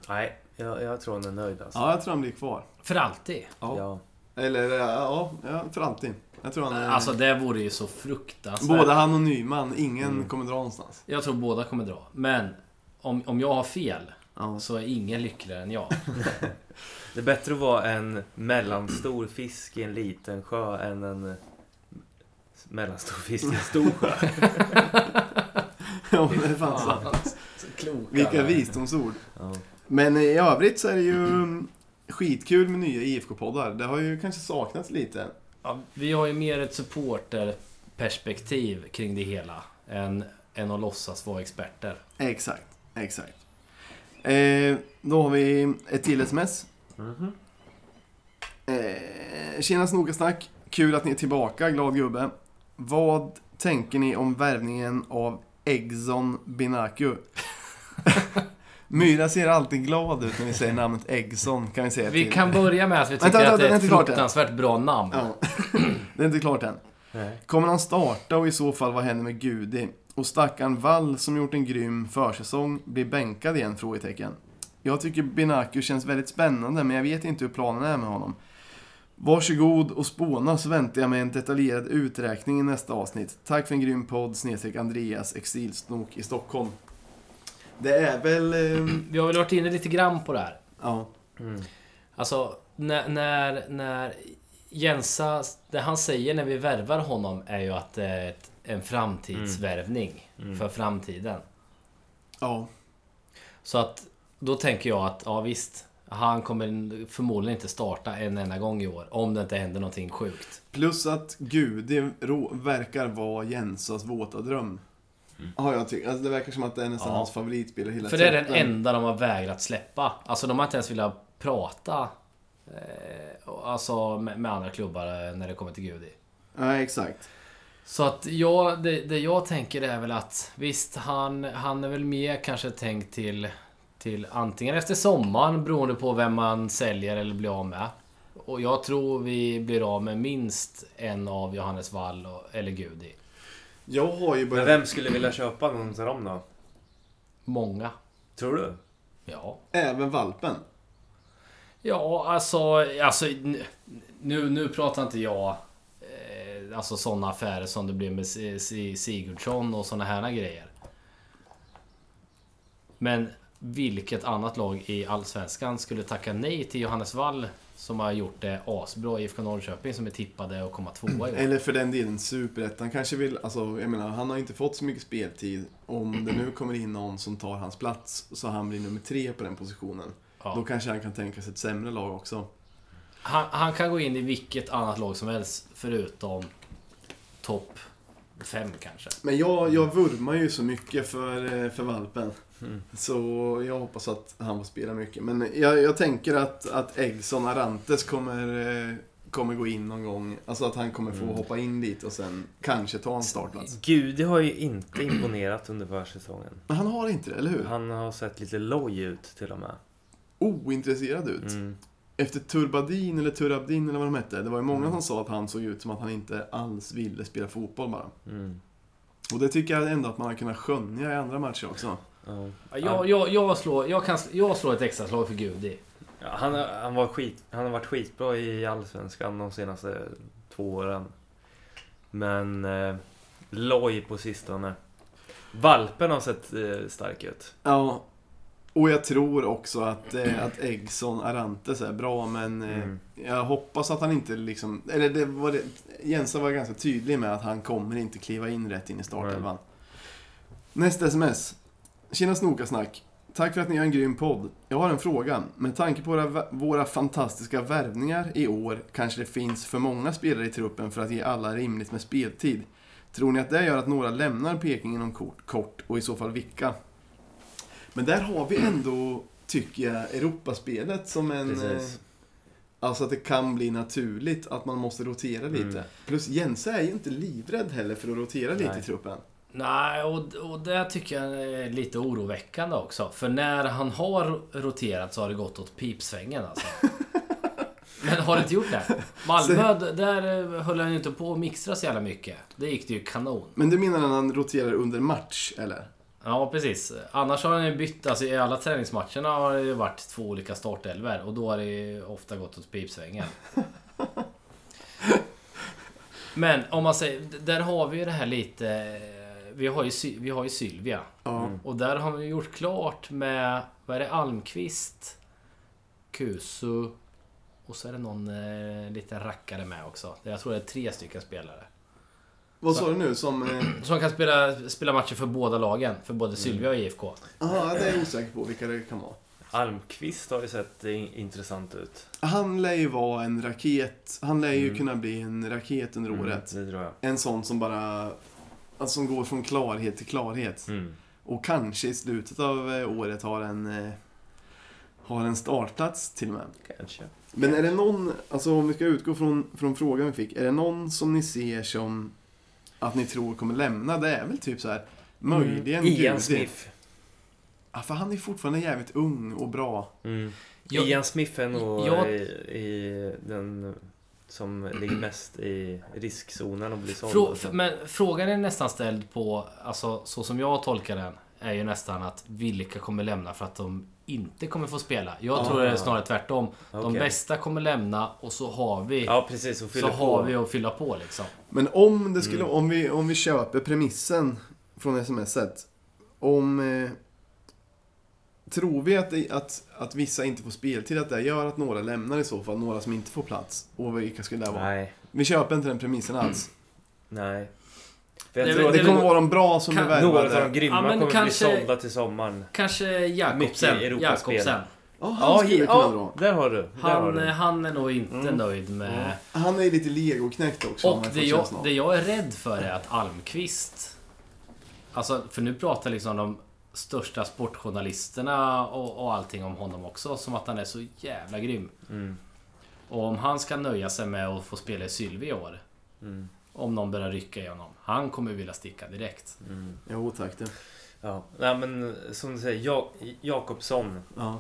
Speaker 2: Nej, jag, jag tror han är nöjd alltså.
Speaker 1: Ja, jag tror han blir kvar.
Speaker 3: För alltid.
Speaker 1: Ja.
Speaker 2: Ja.
Speaker 1: Eller ja, ja, för alltid. Jag tror han är...
Speaker 3: Alltså det vore ju så fruktansvärt.
Speaker 1: både han och Nyman, ingen kommer dra någonstans.
Speaker 3: Jag tror båda kommer dra. Men om, om jag har fel
Speaker 1: Ja.
Speaker 3: så är ingen lyckligare än jag.
Speaker 2: Det är bättre att vara en mellanstor fisk i en liten sjö än en eh, mellanstor fisk i en stor *laughs* sjö.
Speaker 1: *laughs* ja, men det fanns så.
Speaker 3: Så kloka.
Speaker 1: Vilka visdomsord.
Speaker 2: Ja.
Speaker 1: Men i övrigt så är det ju *clears throat* mm, skitkul med nya IFK-poddar. Det har ju kanske saknats lite.
Speaker 3: Ja, vi har ju mer ett supporterperspektiv kring det hela. Än än att låtsas vara experter.
Speaker 1: Exakt, exakt. Eh, då har vi ett till sms.
Speaker 3: Mhm.
Speaker 1: Eh, tjena Snokasnack, kul att ni är tillbaka, glad gubbe. Vad tänker ni om värvningen av Egson Binaku? *laughs* Myra ser alltid glad ut när vi säger namnet Egson, kan vi säga.
Speaker 3: Vi
Speaker 1: till-
Speaker 3: kan börja med att vi tycker
Speaker 1: Vänta, vänta,
Speaker 3: att det är
Speaker 1: det är
Speaker 3: ett
Speaker 1: inte klart än.
Speaker 3: fruktansvärt bra namn.
Speaker 1: Ja. *clears throat* Det är inte klart än.
Speaker 2: Nej.
Speaker 1: Kommer han starta och i så fall vad händer med Gudi? Och stackaren Wall som gjort en grym försäsong blir bänkad igen? Frågetecken. Jag tycker Binaku känns väldigt spännande men jag vet inte hur planen är med honom. Varsågod och spåna så väntar jag mig en detaljerad uträkning i nästa avsnitt. Tack för en grym podd snedstreck Andreas Exilsnok i Stockholm. Det är väl... ehm,
Speaker 3: Vi har väl varit inne lite grann på det här.
Speaker 1: ja.
Speaker 3: Alltså, när, när, när Jensa, det han säger när vi värvar honom är ju att det är ett, en framtidsvärvning för framtiden.
Speaker 1: Ja.
Speaker 3: Så att då tänker jag att, ja visst, han kommer förmodligen inte starta en enda gång i år. Om det inte händer någonting sjukt.
Speaker 1: Plus att Gudi rå- verkar vara Jensas våta dröm. Har jag tyckt. Alltså det verkar som att det är nästan
Speaker 3: Mm. Ja.
Speaker 1: hans favoritspelare hela
Speaker 3: För det
Speaker 1: tiden.
Speaker 3: är den enda de har vägrat släppa. Alltså de har inte ens velat prata eh, alltså, med, med andra klubbar eh, när det kommer till Gudi.
Speaker 1: Ja, exakt.
Speaker 3: Så att jag, det, det jag tänker är väl att visst, han, han är väl med kanske tänkt till, till antingen efter sommaren beroende på vem man säljer eller blir av med. Och jag tror vi blir av med minst en av Johannes Wall och, eller Gudi.
Speaker 1: Jag har ju
Speaker 2: Men
Speaker 1: börjat...
Speaker 2: vem skulle vilja köpa någon av dem då?
Speaker 3: Många.
Speaker 2: Tror du?
Speaker 3: Ja.
Speaker 1: Även valpen.
Speaker 3: Ja, alltså... alltså n- nu, nu pratar inte jag eh, alltså sådana affärer som det blev med Si- Si- Sigurdsson och sådana här grejer. Men vilket annat lag i Allsvenskan skulle tacka nej till Johannes Wall som har gjort det asbra i IFK Norrköping som är tippade att komma tvåa i år?
Speaker 1: Eller för den delen superettan kanske vill... Alltså jag menar, han har inte fått så mycket speltid. Om det nu kommer in någon som tar hans plats så han blir nummer tre på den positionen. Då
Speaker 3: Ja.
Speaker 1: kanske han kan tänka sig ett sämre lag också.
Speaker 3: Han, han kan gå in i vilket annat lag som helst förutom topp fem kanske.
Speaker 1: Men jag, jag vurmar ju så mycket för, eh, för valpen.
Speaker 2: Mm.
Speaker 1: Så jag hoppas att han får spela mycket. Men jag, jag tänker att, att Eggson Arantes kommer, eh, kommer gå in någon gång. Alltså att han kommer få
Speaker 2: Mm.
Speaker 1: hoppa in dit och sen kanske ta en startplats.
Speaker 2: Gudi har ju inte imponerat under försäsongen.
Speaker 1: Men han har inte det, eller hur?
Speaker 2: Han har sett lite loj ut till och med.
Speaker 1: Ointresserad ut.
Speaker 2: Mm.
Speaker 1: Efter Turbadin eller Turabdin eller vad de hette. Det var ju många
Speaker 2: Mm.
Speaker 1: som sa att han såg ut som att han inte alls ville spela fotboll bara.
Speaker 2: Mm.
Speaker 1: Och det tycker jag ändå att man har kunnat skönja i andra matcher också.
Speaker 2: Ja.
Speaker 3: Jag, jag, jag, slår, jag, kan, jag slår ett extra slag för Gudi.
Speaker 2: Ja, Han, har- han, var skit, han har varit skitbra i Allsvenskan de senaste två åren. Men eh, loj på sistone. Valpen har sett eh, stark ut.
Speaker 1: Ja. Och jag tror också att, eh, att Eggson Arantes är bra, men eh,
Speaker 2: Mm.
Speaker 1: jag hoppas att han inte liksom... Eller det var det, Jensa var ganska tydlig med att han kommer inte kliva in rätt in i startelvan. Nästa sms. Tjena Snokasnack. Tack för att ni har en grym podd. Jag har en fråga. Med tanke på våra, våra fantastiska värvningar i år kanske det finns för många spelare i truppen för att ge alla rimligt med speltid. Tror ni att det gör att några lämnar Peking inom kort, kort och i så fall vilka? Men där har vi ändå, tycker jag, Europaspelet som en...
Speaker 2: Precis.
Speaker 1: eh, Alltså att det kan bli naturligt att man måste rotera lite.
Speaker 2: Mm.
Speaker 1: Plus Jense är ju inte livrädd heller för att rotera lite
Speaker 2: Nej.
Speaker 1: i truppen.
Speaker 3: Nej, och, och det tycker jag är lite oroväckande också. För när han har roterat så har det gått åt pipsvängen alltså. Men har det inte gjort det? Malmö, där eh, höll han ju inte på att mixtra så jävla mycket. Det gick det ju kanon.
Speaker 1: Men du menar när han roterar under match, eller?
Speaker 3: Ja, precis. Annars har han ju bytt. Alltså i alla träningsmatcherna har det ju varit två olika startelver och då har det ju ofta gått åt pipsvängen. Men om man säger, d- där har vi ju det här lite... eh, Vi har ju, Sy- vi har ju Sylvia.
Speaker 1: Ja.
Speaker 3: Och där har vi gjort klart med, vad är det, Almqvist, Kusu och så är det någon eh, liten rackare med också. Jag tror det är tre stycken spelare. *clears throat*
Speaker 1: Vad sa du nu som... eh, *clears throat*
Speaker 3: Som kan spela, spela matcher för båda lagen, för
Speaker 2: Mm.
Speaker 3: både Sylvia och IFK.
Speaker 1: Jaha, det är jag osäker på vilka det kan vara.
Speaker 2: Almqvist har ju sett eh, in- intressant ut.
Speaker 1: Han lär ju vara en
Speaker 2: Mm.
Speaker 1: raket. Han lär ju kunna bli en raket under året.
Speaker 2: Det tror jag.
Speaker 1: En sån som bara alltså, som går från klarhet till klarhet.
Speaker 2: Mm.
Speaker 1: Och kanske i slutet av eh, året har en, eh, har en startplats till och med.
Speaker 2: Kanske.
Speaker 1: Men är det någon, alltså om vi ska utgå från, från frågan vi fick, är det någon som ni ser som att ni tror kommer lämna? Det är väl typ så här, möjligen
Speaker 2: Mm. Ian
Speaker 1: Gudi.
Speaker 2: Smith.
Speaker 1: Ja, för han är fortfarande jävligt ung och bra.
Speaker 2: Mm.
Speaker 3: Jag-
Speaker 2: Ian Smith är nog
Speaker 3: jag-
Speaker 2: i, i den som ligger mest i riskzonen och blir såld.
Speaker 3: Frå,
Speaker 2: alltså.
Speaker 3: f- men frågan är nästan ställd på, alltså så som jag tolkar den, är ju nästan att vilka kommer lämna för att de inte kommer få spela. Jag
Speaker 2: Ah.
Speaker 3: tror det är snarare tvärtom. De
Speaker 2: Okej.
Speaker 3: bästa kommer lämna och så har vi,
Speaker 2: Ja, precis. Och
Speaker 3: så
Speaker 2: fyller på.
Speaker 3: har vi att fylla på liksom.
Speaker 1: Men om det skulle, om, vi, om vi köper premissen från smset. Om... Eh, tror vi att, det, att, att vissa inte får speltid, att det gör att några lämnar i så fall, några som inte får plats. Och vilka skulle det vara?
Speaker 2: Nej,
Speaker 1: Vi köper inte den premissen alls.
Speaker 2: nej. För jag
Speaker 3: Nej,
Speaker 2: tror
Speaker 3: men
Speaker 2: att
Speaker 1: Det kommer vara de bra som
Speaker 3: Kan-
Speaker 1: blir
Speaker 2: några av de
Speaker 1: värvade.
Speaker 2: grymma
Speaker 3: Ja, men
Speaker 2: kommer bli
Speaker 3: kanske-
Speaker 2: sålda till sommaren.
Speaker 3: Kanske
Speaker 2: Mycket
Speaker 3: Jakobsen.
Speaker 2: Europaspel.
Speaker 3: Jakobsen.
Speaker 1: Ja, han skulle kunna dra.
Speaker 2: där har du. Där har
Speaker 3: Han, eh,
Speaker 2: du. Mm.
Speaker 3: han är nog inte nöjd med...
Speaker 1: Han är ju lite legoknäckt också. om
Speaker 3: Och
Speaker 1: jag får
Speaker 3: det jag,
Speaker 1: känslan av.
Speaker 3: det jag är rädd för är att Almqvist... Alltså, för nu pratar liksom de största sportjournalisterna och, och allting om honom också. Som att han är så jävla grym.
Speaker 2: Mm.
Speaker 3: Och om han ska nöja sig med att få spela i Sylvie i år.
Speaker 2: Mm.
Speaker 3: Om någon börjar rycka i honom. Han kommer vilja sticka direkt.
Speaker 2: Mm.
Speaker 1: Jo tack det.
Speaker 2: Ja. Nej, men som du säger, ja, Jakobsson.
Speaker 1: Ja.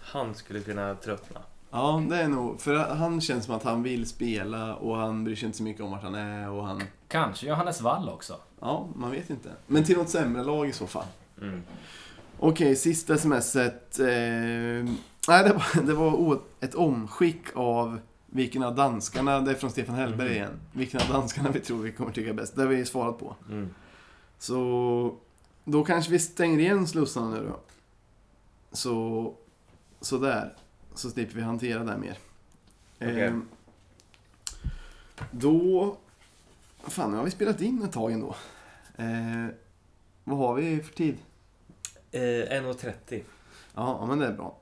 Speaker 2: Han skulle kunna tröttna.
Speaker 1: ja, det är nog... För han känns som att han vill spela och han bryr sig inte så mycket om vart han är och han...
Speaker 3: Kanske Johannes Wall också.
Speaker 1: Ja, man vet inte. Men till något sämre lag i så fall.
Speaker 2: Mm.
Speaker 1: Okej, sista smset. Eh, nej, det var, *laughs* det var o- ett omskick av vilken av danskarna, det är från Stefan Hellberg
Speaker 2: Mhm.
Speaker 1: igen, vilken av danskarna vi tror vi kommer tycka är bäst. Det har vi svarat på.
Speaker 2: Mm.
Speaker 1: Så då kanske vi stänger igen slussarna nu då. Så, så där. Så slipper vi hantera det här mer.
Speaker 2: Okej.
Speaker 1: Ehm, då... Fan, nu har vi spelat in ett tag ändå. Eh, vad har vi för tid?
Speaker 2: Eh, 1.30.
Speaker 1: Ja, ja, men det är bra.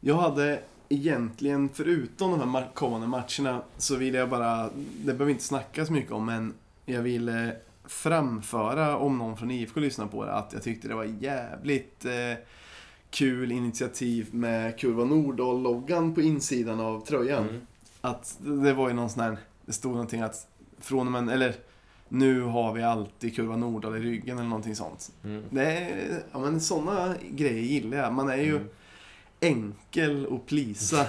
Speaker 1: Jag hade egentligen, förutom de här ma- kommande matcherna, så ville jag bara, det behöver vi inte snacka så mycket om, men jag ville framföra, om någon från IFK lyssnar på det, att jag tyckte det var jävligt eh, kul initiativ med Kurva Nord och loggan på insidan av tröjan.
Speaker 2: Mm.
Speaker 1: Att det var ju någon sån här, det stod någonting att från och med, eller nu har vi alltid Kurva Nordahl i ryggen eller någonting sånt.
Speaker 2: Mm.
Speaker 1: Det är, ja men sådana grejer gillar jag. Man är ju
Speaker 2: Mm.
Speaker 1: enkel att
Speaker 2: *laughs*
Speaker 1: plisa.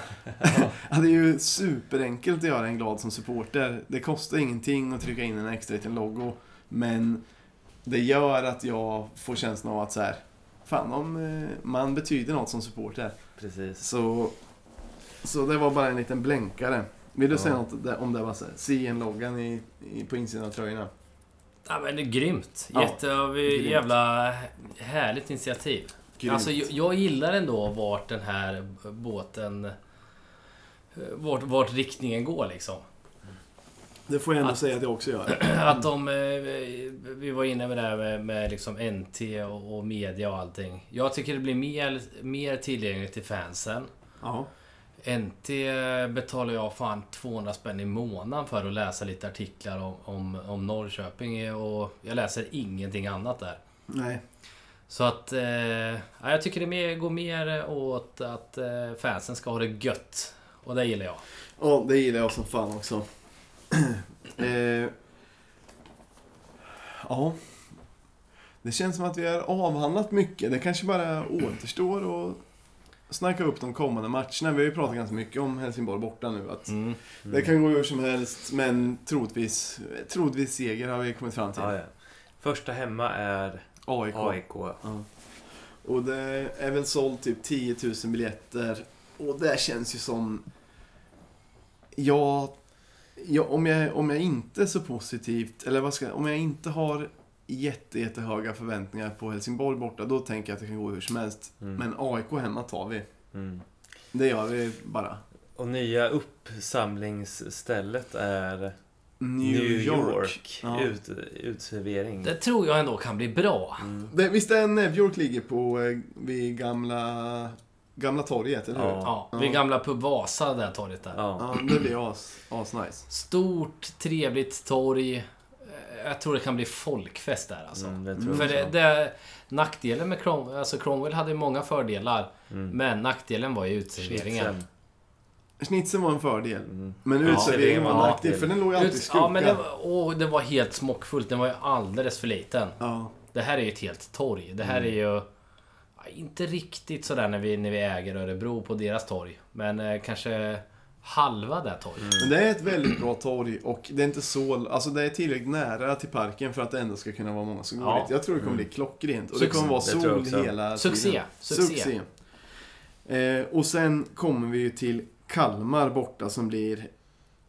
Speaker 1: ja, det är ju superenkelt att göra en glad som supporter. Det kostar ingenting att trycka in en extra liten logo. Men det gör att jag får känslan av att så här, fan om eh, man betyder något som supporter.
Speaker 2: Precis.
Speaker 1: Så, så det var bara en liten blänkare. Vill du
Speaker 2: Ja.
Speaker 1: säga något där- om det var så här, CN-loggan i, i, på insidan av tröjorna?
Speaker 3: Ja, men det är grymt.
Speaker 1: Ja,
Speaker 3: Jätte,
Speaker 1: grymt.
Speaker 3: Jävla härligt initiativ.
Speaker 1: Grymt.
Speaker 3: Alltså, jag, jag gillar ändå vart den här b- båten... eh, Vart, vart riktningen går liksom. *clears throat*
Speaker 1: det får jag ändå
Speaker 3: att-
Speaker 1: säga att jag också gör.
Speaker 3: Att de... eh, Vi var inne med det här med, med liksom NT och, och media och allting. Jag tycker det blir mer, mer tillgängligt till fansen.
Speaker 1: Ja.
Speaker 3: NT betalar jag fan 200 spänn i månaden för att läsa lite artiklar om, om, om Norrköping och jag läser ingenting annat där.
Speaker 1: Nej.
Speaker 3: Så att... Eh, ja, jag tycker det mer, går mer åt att eh, fansen ska ha det gött. Och det gillar jag.
Speaker 1: Ja, det gillar jag som fan också. *clears throat* eh, ja. Det känns som att vi har avhandlat mycket. Det kanske bara återstår att snacka upp de kommande matcherna. Vi har ju pratat ganska mycket om Helsingborg borta nu. Att
Speaker 2: Mm.
Speaker 1: Det kan gå hur som helst, men troligtvis, troligtvis seger har vi kommit fram till.
Speaker 2: Ja, ja. Första hemma är
Speaker 1: AIK.
Speaker 2: AIK.
Speaker 1: Och det är väl sålt typ 10 000 biljetter. Och det känns ju som... Jag... jag om, jag om jag inte är så positivt, eller vad ska jag... Om jag inte har jätte, jättehöga förväntningar på Helsingborg borta, då tänker jag att det kan gå hur som helst.
Speaker 2: Mm.
Speaker 1: Men AIK hemma tar vi.
Speaker 2: Mm.
Speaker 1: Det gör vi bara.
Speaker 2: Och nya uppsamlingsstället är
Speaker 1: New, York. Ja.
Speaker 2: Ut, utservering.
Speaker 3: Det tror jag ändå kan bli bra.
Speaker 1: Det, visst är New York ligger på eh, vid gamla, gamla torget, eller hur?
Speaker 2: Ja.
Speaker 3: Ja, vid gamla Pub Vasa, där
Speaker 1: Mm.
Speaker 3: torget där.
Speaker 1: Ja,
Speaker 2: Ja.
Speaker 1: det blir as, as nice.
Speaker 3: Stort, trevligt torg. Eh, jag tror det kan bli folkfest där alltså.
Speaker 2: Mm, det tror jag
Speaker 3: För det,
Speaker 2: också.
Speaker 3: det, nackdelen med Cromwell, alltså Cromwell hade ju många fördelar.
Speaker 2: Mm.
Speaker 3: Men nackdelen var ju utserveringen.
Speaker 2: Schnitzeln.
Speaker 1: Schnitzeln var en fördel. Men
Speaker 2: Mm. Ja,
Speaker 1: utserveringen
Speaker 2: det
Speaker 1: var en
Speaker 2: var en
Speaker 1: nackdel, för
Speaker 2: nackdel.
Speaker 1: den låg ju alltid i
Speaker 3: Ut, ja,
Speaker 1: skuggan.
Speaker 3: men det var, och det var helt smockfullt. Den var ju alldeles för liten.
Speaker 1: Ja.
Speaker 3: Det här är ju ett helt torg. Det här är ju... ja, Inte riktigt sådär när vi, när vi äger Örebro på deras torg. Men eh, kanske halva det här torget.
Speaker 1: Men det är ett väldigt bra torg och det är inte så... Alltså det är tillräckligt nära till parken för att det ändå ska kunna vara många som går
Speaker 3: Ja.
Speaker 1: dit. Jag tror det kommer bli klockrent och det
Speaker 3: Succé.
Speaker 1: kommer vara
Speaker 2: Mm. Det tror jag
Speaker 1: sol
Speaker 2: också.
Speaker 1: hela
Speaker 3: Succé.
Speaker 1: tiden.
Speaker 3: Succé.
Speaker 1: Eh, och sen kommer vi ju till Kalmar borta som blir...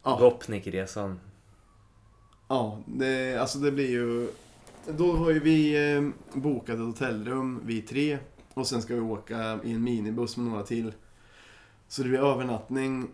Speaker 1: Ja,
Speaker 2: Gopnikresan.
Speaker 1: Ja, det, alltså det blir ju... Då har ju vi eh, bokat ett hotellrum, vi tre. Och sen ska vi åka i en minibuss med några till. Så det blir övernattning.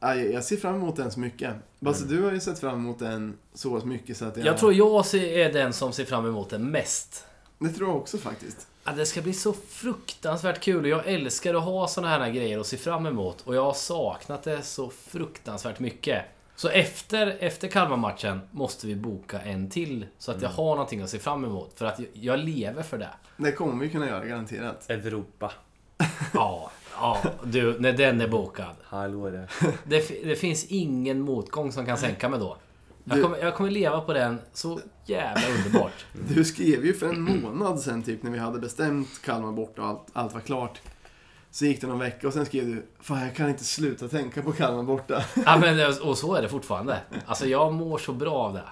Speaker 1: Aj, jag ser fram emot den så mycket. Basse, du har ju sett fram emot den så pass mycket så att jag...
Speaker 3: Jag tror jag ser- är den som ser fram emot det mest.
Speaker 1: Det tror jag också faktiskt.
Speaker 3: Ja, det ska bli så fruktansvärt kul och jag älskar att ha såna här grejer att se fram emot. Och jag har saknat det så fruktansvärt mycket. Så efter, efter Kalmar-matchen måste vi boka en till. Så att jag har någonting att se fram emot. För att jag, jag lever för det.
Speaker 1: Det kommer vi kunna göra garanterat.
Speaker 2: Europa.
Speaker 3: Ja, ja du, när den är bokad.
Speaker 2: Hallå *laughs* där.
Speaker 3: Det, fi- det finns ingen motgång som kan sänka mig då. Jag
Speaker 1: Du-
Speaker 3: kommer, jag kommer leva på den så jävla
Speaker 1: *laughs*
Speaker 3: underbart.
Speaker 1: Du skrev ju för en månad sen typ när vi hade bestämt Kalmar bort och allt, allt var klart. Så gick det någon vecka och sen skrev du Fan jag kan inte sluta tänka på Kalmar borta.
Speaker 3: Ja, men, det- och så är det fortfarande. Alltså jag mår så bra av det.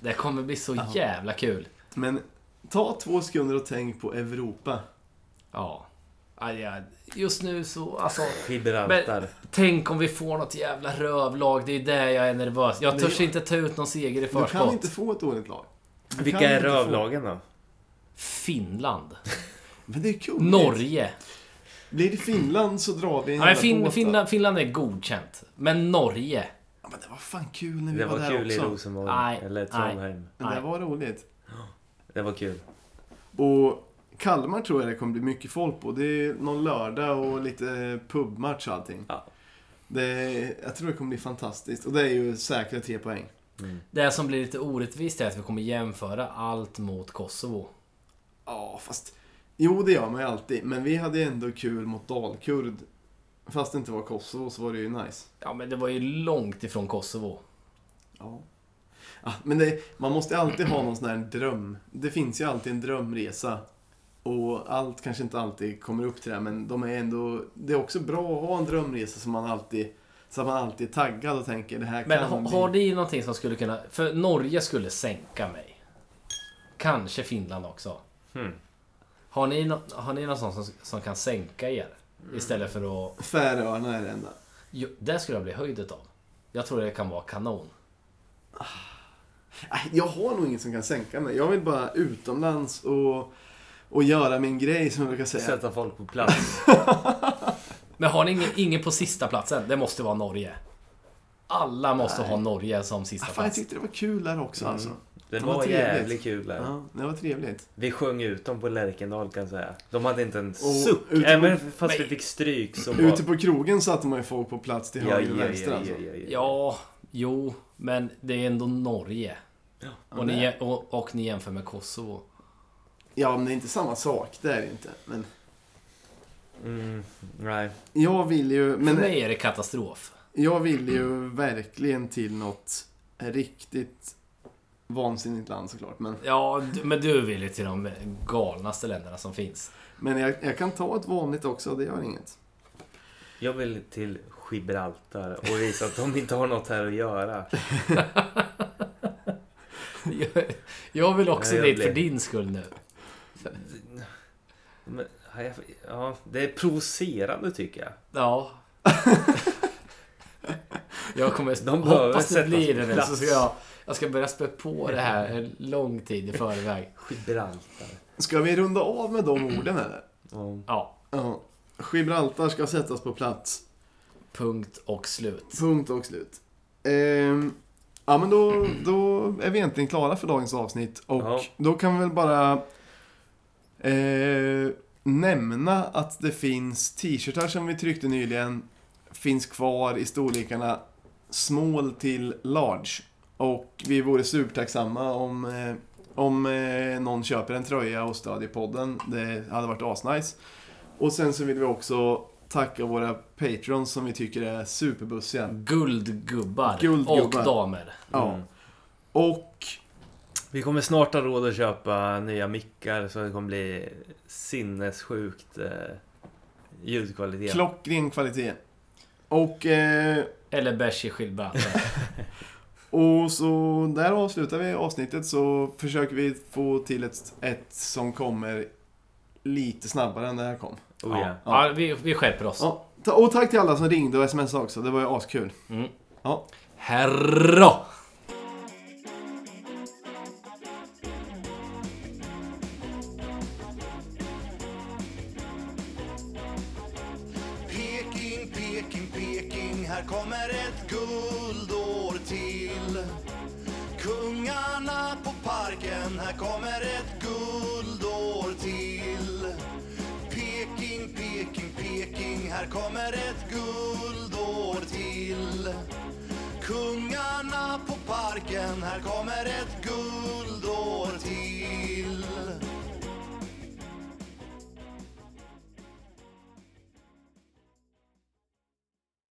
Speaker 3: Det kommer bli så jävla kul.
Speaker 1: Men ta två sekunder och tänk på Europa.
Speaker 3: Ja. Aj, ja, Just nu så, alltså.
Speaker 2: Gibraltar.
Speaker 3: Tänk om vi får något jävla rövlag. Det är det jag är nervös. Jag törs inte ta ut någon seger i
Speaker 1: Du kan
Speaker 3: förskott.
Speaker 1: inte få ett dåligt lag. Du
Speaker 2: Vilka
Speaker 1: kan
Speaker 2: är
Speaker 1: inte få- Mm,
Speaker 2: rövlagen då?
Speaker 3: Finland.
Speaker 1: Men det är kul.
Speaker 3: Norge.
Speaker 1: Blir det Finland så drar vi en
Speaker 3: Nej,
Speaker 1: jävla
Speaker 3: fin,
Speaker 1: båt,
Speaker 3: Finland, Finland är godkänt. Men Norge.
Speaker 1: då. Ja, men det var fan kul när vi
Speaker 2: Det
Speaker 1: var,
Speaker 2: var
Speaker 1: där
Speaker 2: kul i
Speaker 1: också.
Speaker 2: Rosenborg.
Speaker 3: Nej,
Speaker 2: Eller Trondheim.
Speaker 1: Men det var roligt.
Speaker 2: Det var kul.
Speaker 1: Och Kalmar tror jag det kommer bli mycket folk på. Det är någon lördag och lite pubmatch och allting.
Speaker 2: Ja.
Speaker 1: Det, jag tror det kommer bli fantastiskt. Och det är ju säkra tre poäng.
Speaker 3: Det som blir lite orättvist är att vi kommer jämföra allt mot Kosovo.
Speaker 1: Ja, fast... Jo, det gör man ju alltid. Men vi hade ändå kul mot Dalkurd. Fast det inte var Kosovo så var det ju nice.
Speaker 3: Ja, men det var ju långt ifrån Kosovo.
Speaker 1: Ja. Ah, men det, man måste alltid ha någon sån här dröm. Det finns ju alltid en drömresa. Och allt kanske inte alltid kommer upp till det, men de är ändå... Det är också bra att ha en drömresa som man alltid... Så att man alltid är taggad och tänker det här
Speaker 3: Men
Speaker 1: kan
Speaker 3: ha,
Speaker 1: bli...
Speaker 3: har det någonting som skulle kunna... För Norge skulle sänka mig. Kanske Finland också.
Speaker 2: Hmm.
Speaker 3: Har ni, nå- har ni någon sån som, som kan sänka er? Istället för att...
Speaker 1: Färöarna är det enda.
Speaker 3: Jo, det skulle jag bli höjd utav. Jag tror det kan vara kanon.
Speaker 1: Nej, Jag har nog inget som kan sänka mig. Jag vill bara utomlands och, och göra min grej som jag brukar säga.
Speaker 2: Sätta folk
Speaker 1: *laughs*
Speaker 2: på plats.
Speaker 3: Men har ni ingen, ingen på sista platsen? Det måste vara Norge. Alla måste ha Norge som sista
Speaker 1: ah, fan, jag
Speaker 3: plats.
Speaker 1: tyckte det var kul där också alltså.
Speaker 2: Det
Speaker 1: Vad
Speaker 2: var
Speaker 1: trevligt.
Speaker 2: jävligt kul där.
Speaker 1: Ja, det var trevligt.
Speaker 2: Vi sjöng ut dem på Lärkendal kan jag säga. De hade inte en
Speaker 1: Och
Speaker 2: suck.
Speaker 1: ute på-
Speaker 2: Även fast vi
Speaker 3: Nej.
Speaker 2: fick stryk så var...
Speaker 1: Ute på krogen satte man ju folk på plats till höger och vänster alltså.
Speaker 3: Ja, jo, men det är ändå Norge. Och ni, och, och ni jämför med Kosovo.
Speaker 1: Ja, men det är inte samma sak. Det är det inte. Men
Speaker 2: Mm, nej.
Speaker 1: jag vill ju...
Speaker 3: För
Speaker 1: Men
Speaker 3: mig är det katastrof.
Speaker 1: jag vill ju verkligen till något riktigt vansinnigt land såklart. Men,
Speaker 3: Ja, du, men du vill ju till de galnaste länderna som finns.
Speaker 1: men jag, jag kan ta ett vanligt också, det gör inget.
Speaker 2: Jag vill till Gibraltar och visa att de inte har något här att göra.
Speaker 3: Jag, *laughs* jag vill också
Speaker 2: Ja, jag
Speaker 3: dit
Speaker 2: blir-
Speaker 3: för din skull nu.
Speaker 2: Men, ja, jag- ja, det är provocerande tycker jag.
Speaker 3: Ja. *laughs* Jag kommer...
Speaker 2: De behöver
Speaker 3: hoppas det
Speaker 2: sättas
Speaker 3: blir
Speaker 2: på
Speaker 3: det nu,
Speaker 2: plats.
Speaker 3: så ska jag... Jag ska börja spä på det här en lång tid i förväg.
Speaker 2: Gibraltar.
Speaker 1: Ska vi runda av med de orden eller?
Speaker 2: Ja.
Speaker 3: Ja,
Speaker 1: Ja. Gibraltar ska sättas på plats.
Speaker 3: punkt och slut.
Speaker 1: Punkt och slut. Ehm, ja, men då, då är vi egentligen klara för dagens avsnitt. Och
Speaker 2: Ja.
Speaker 1: då kan vi väl bara eh, nämna att det finns t-shirtar som vi tryckte nyligen. Finns kvar i storlekarna small till large. Och vi vore supertacksamma om, eh, om eh, någon köper en tröja och stödjer podden. Det hade varit asnice. Och sen så vill vi också tacka våra patrons som vi tycker är superbussiga.
Speaker 3: Guldgubbar,
Speaker 1: Guldgubbar.
Speaker 3: och damer.
Speaker 2: Mm.
Speaker 1: Ja. Och
Speaker 2: Vi kommer snart ha råd att köpa nya mickar så det kommer bli sinnessjukt eh, ljudkvalitet.
Speaker 1: klockren kvalitet. Och, eh,
Speaker 3: Eller bärs i Gilbraltar.
Speaker 1: och så där avslutar vi avsnittet så försöker vi få till ett, ett som kommer lite snabbare än det här kom.
Speaker 2: oh, ja.
Speaker 1: Ja.
Speaker 3: ja, vi, vi skärper oss.
Speaker 1: Ja, ta- och tack till alla som ringde och smsade också, det var ju askul.
Speaker 3: Mm.
Speaker 1: Ja.
Speaker 3: Herra!
Speaker 6: Peking, Peking, Peking, här kommer ett guldår till. Kungarna på parken, här kommer ett guldår till. Peking, Peking, Peking, här kommer ett guldår till. Kungarna på parken, här kommer ett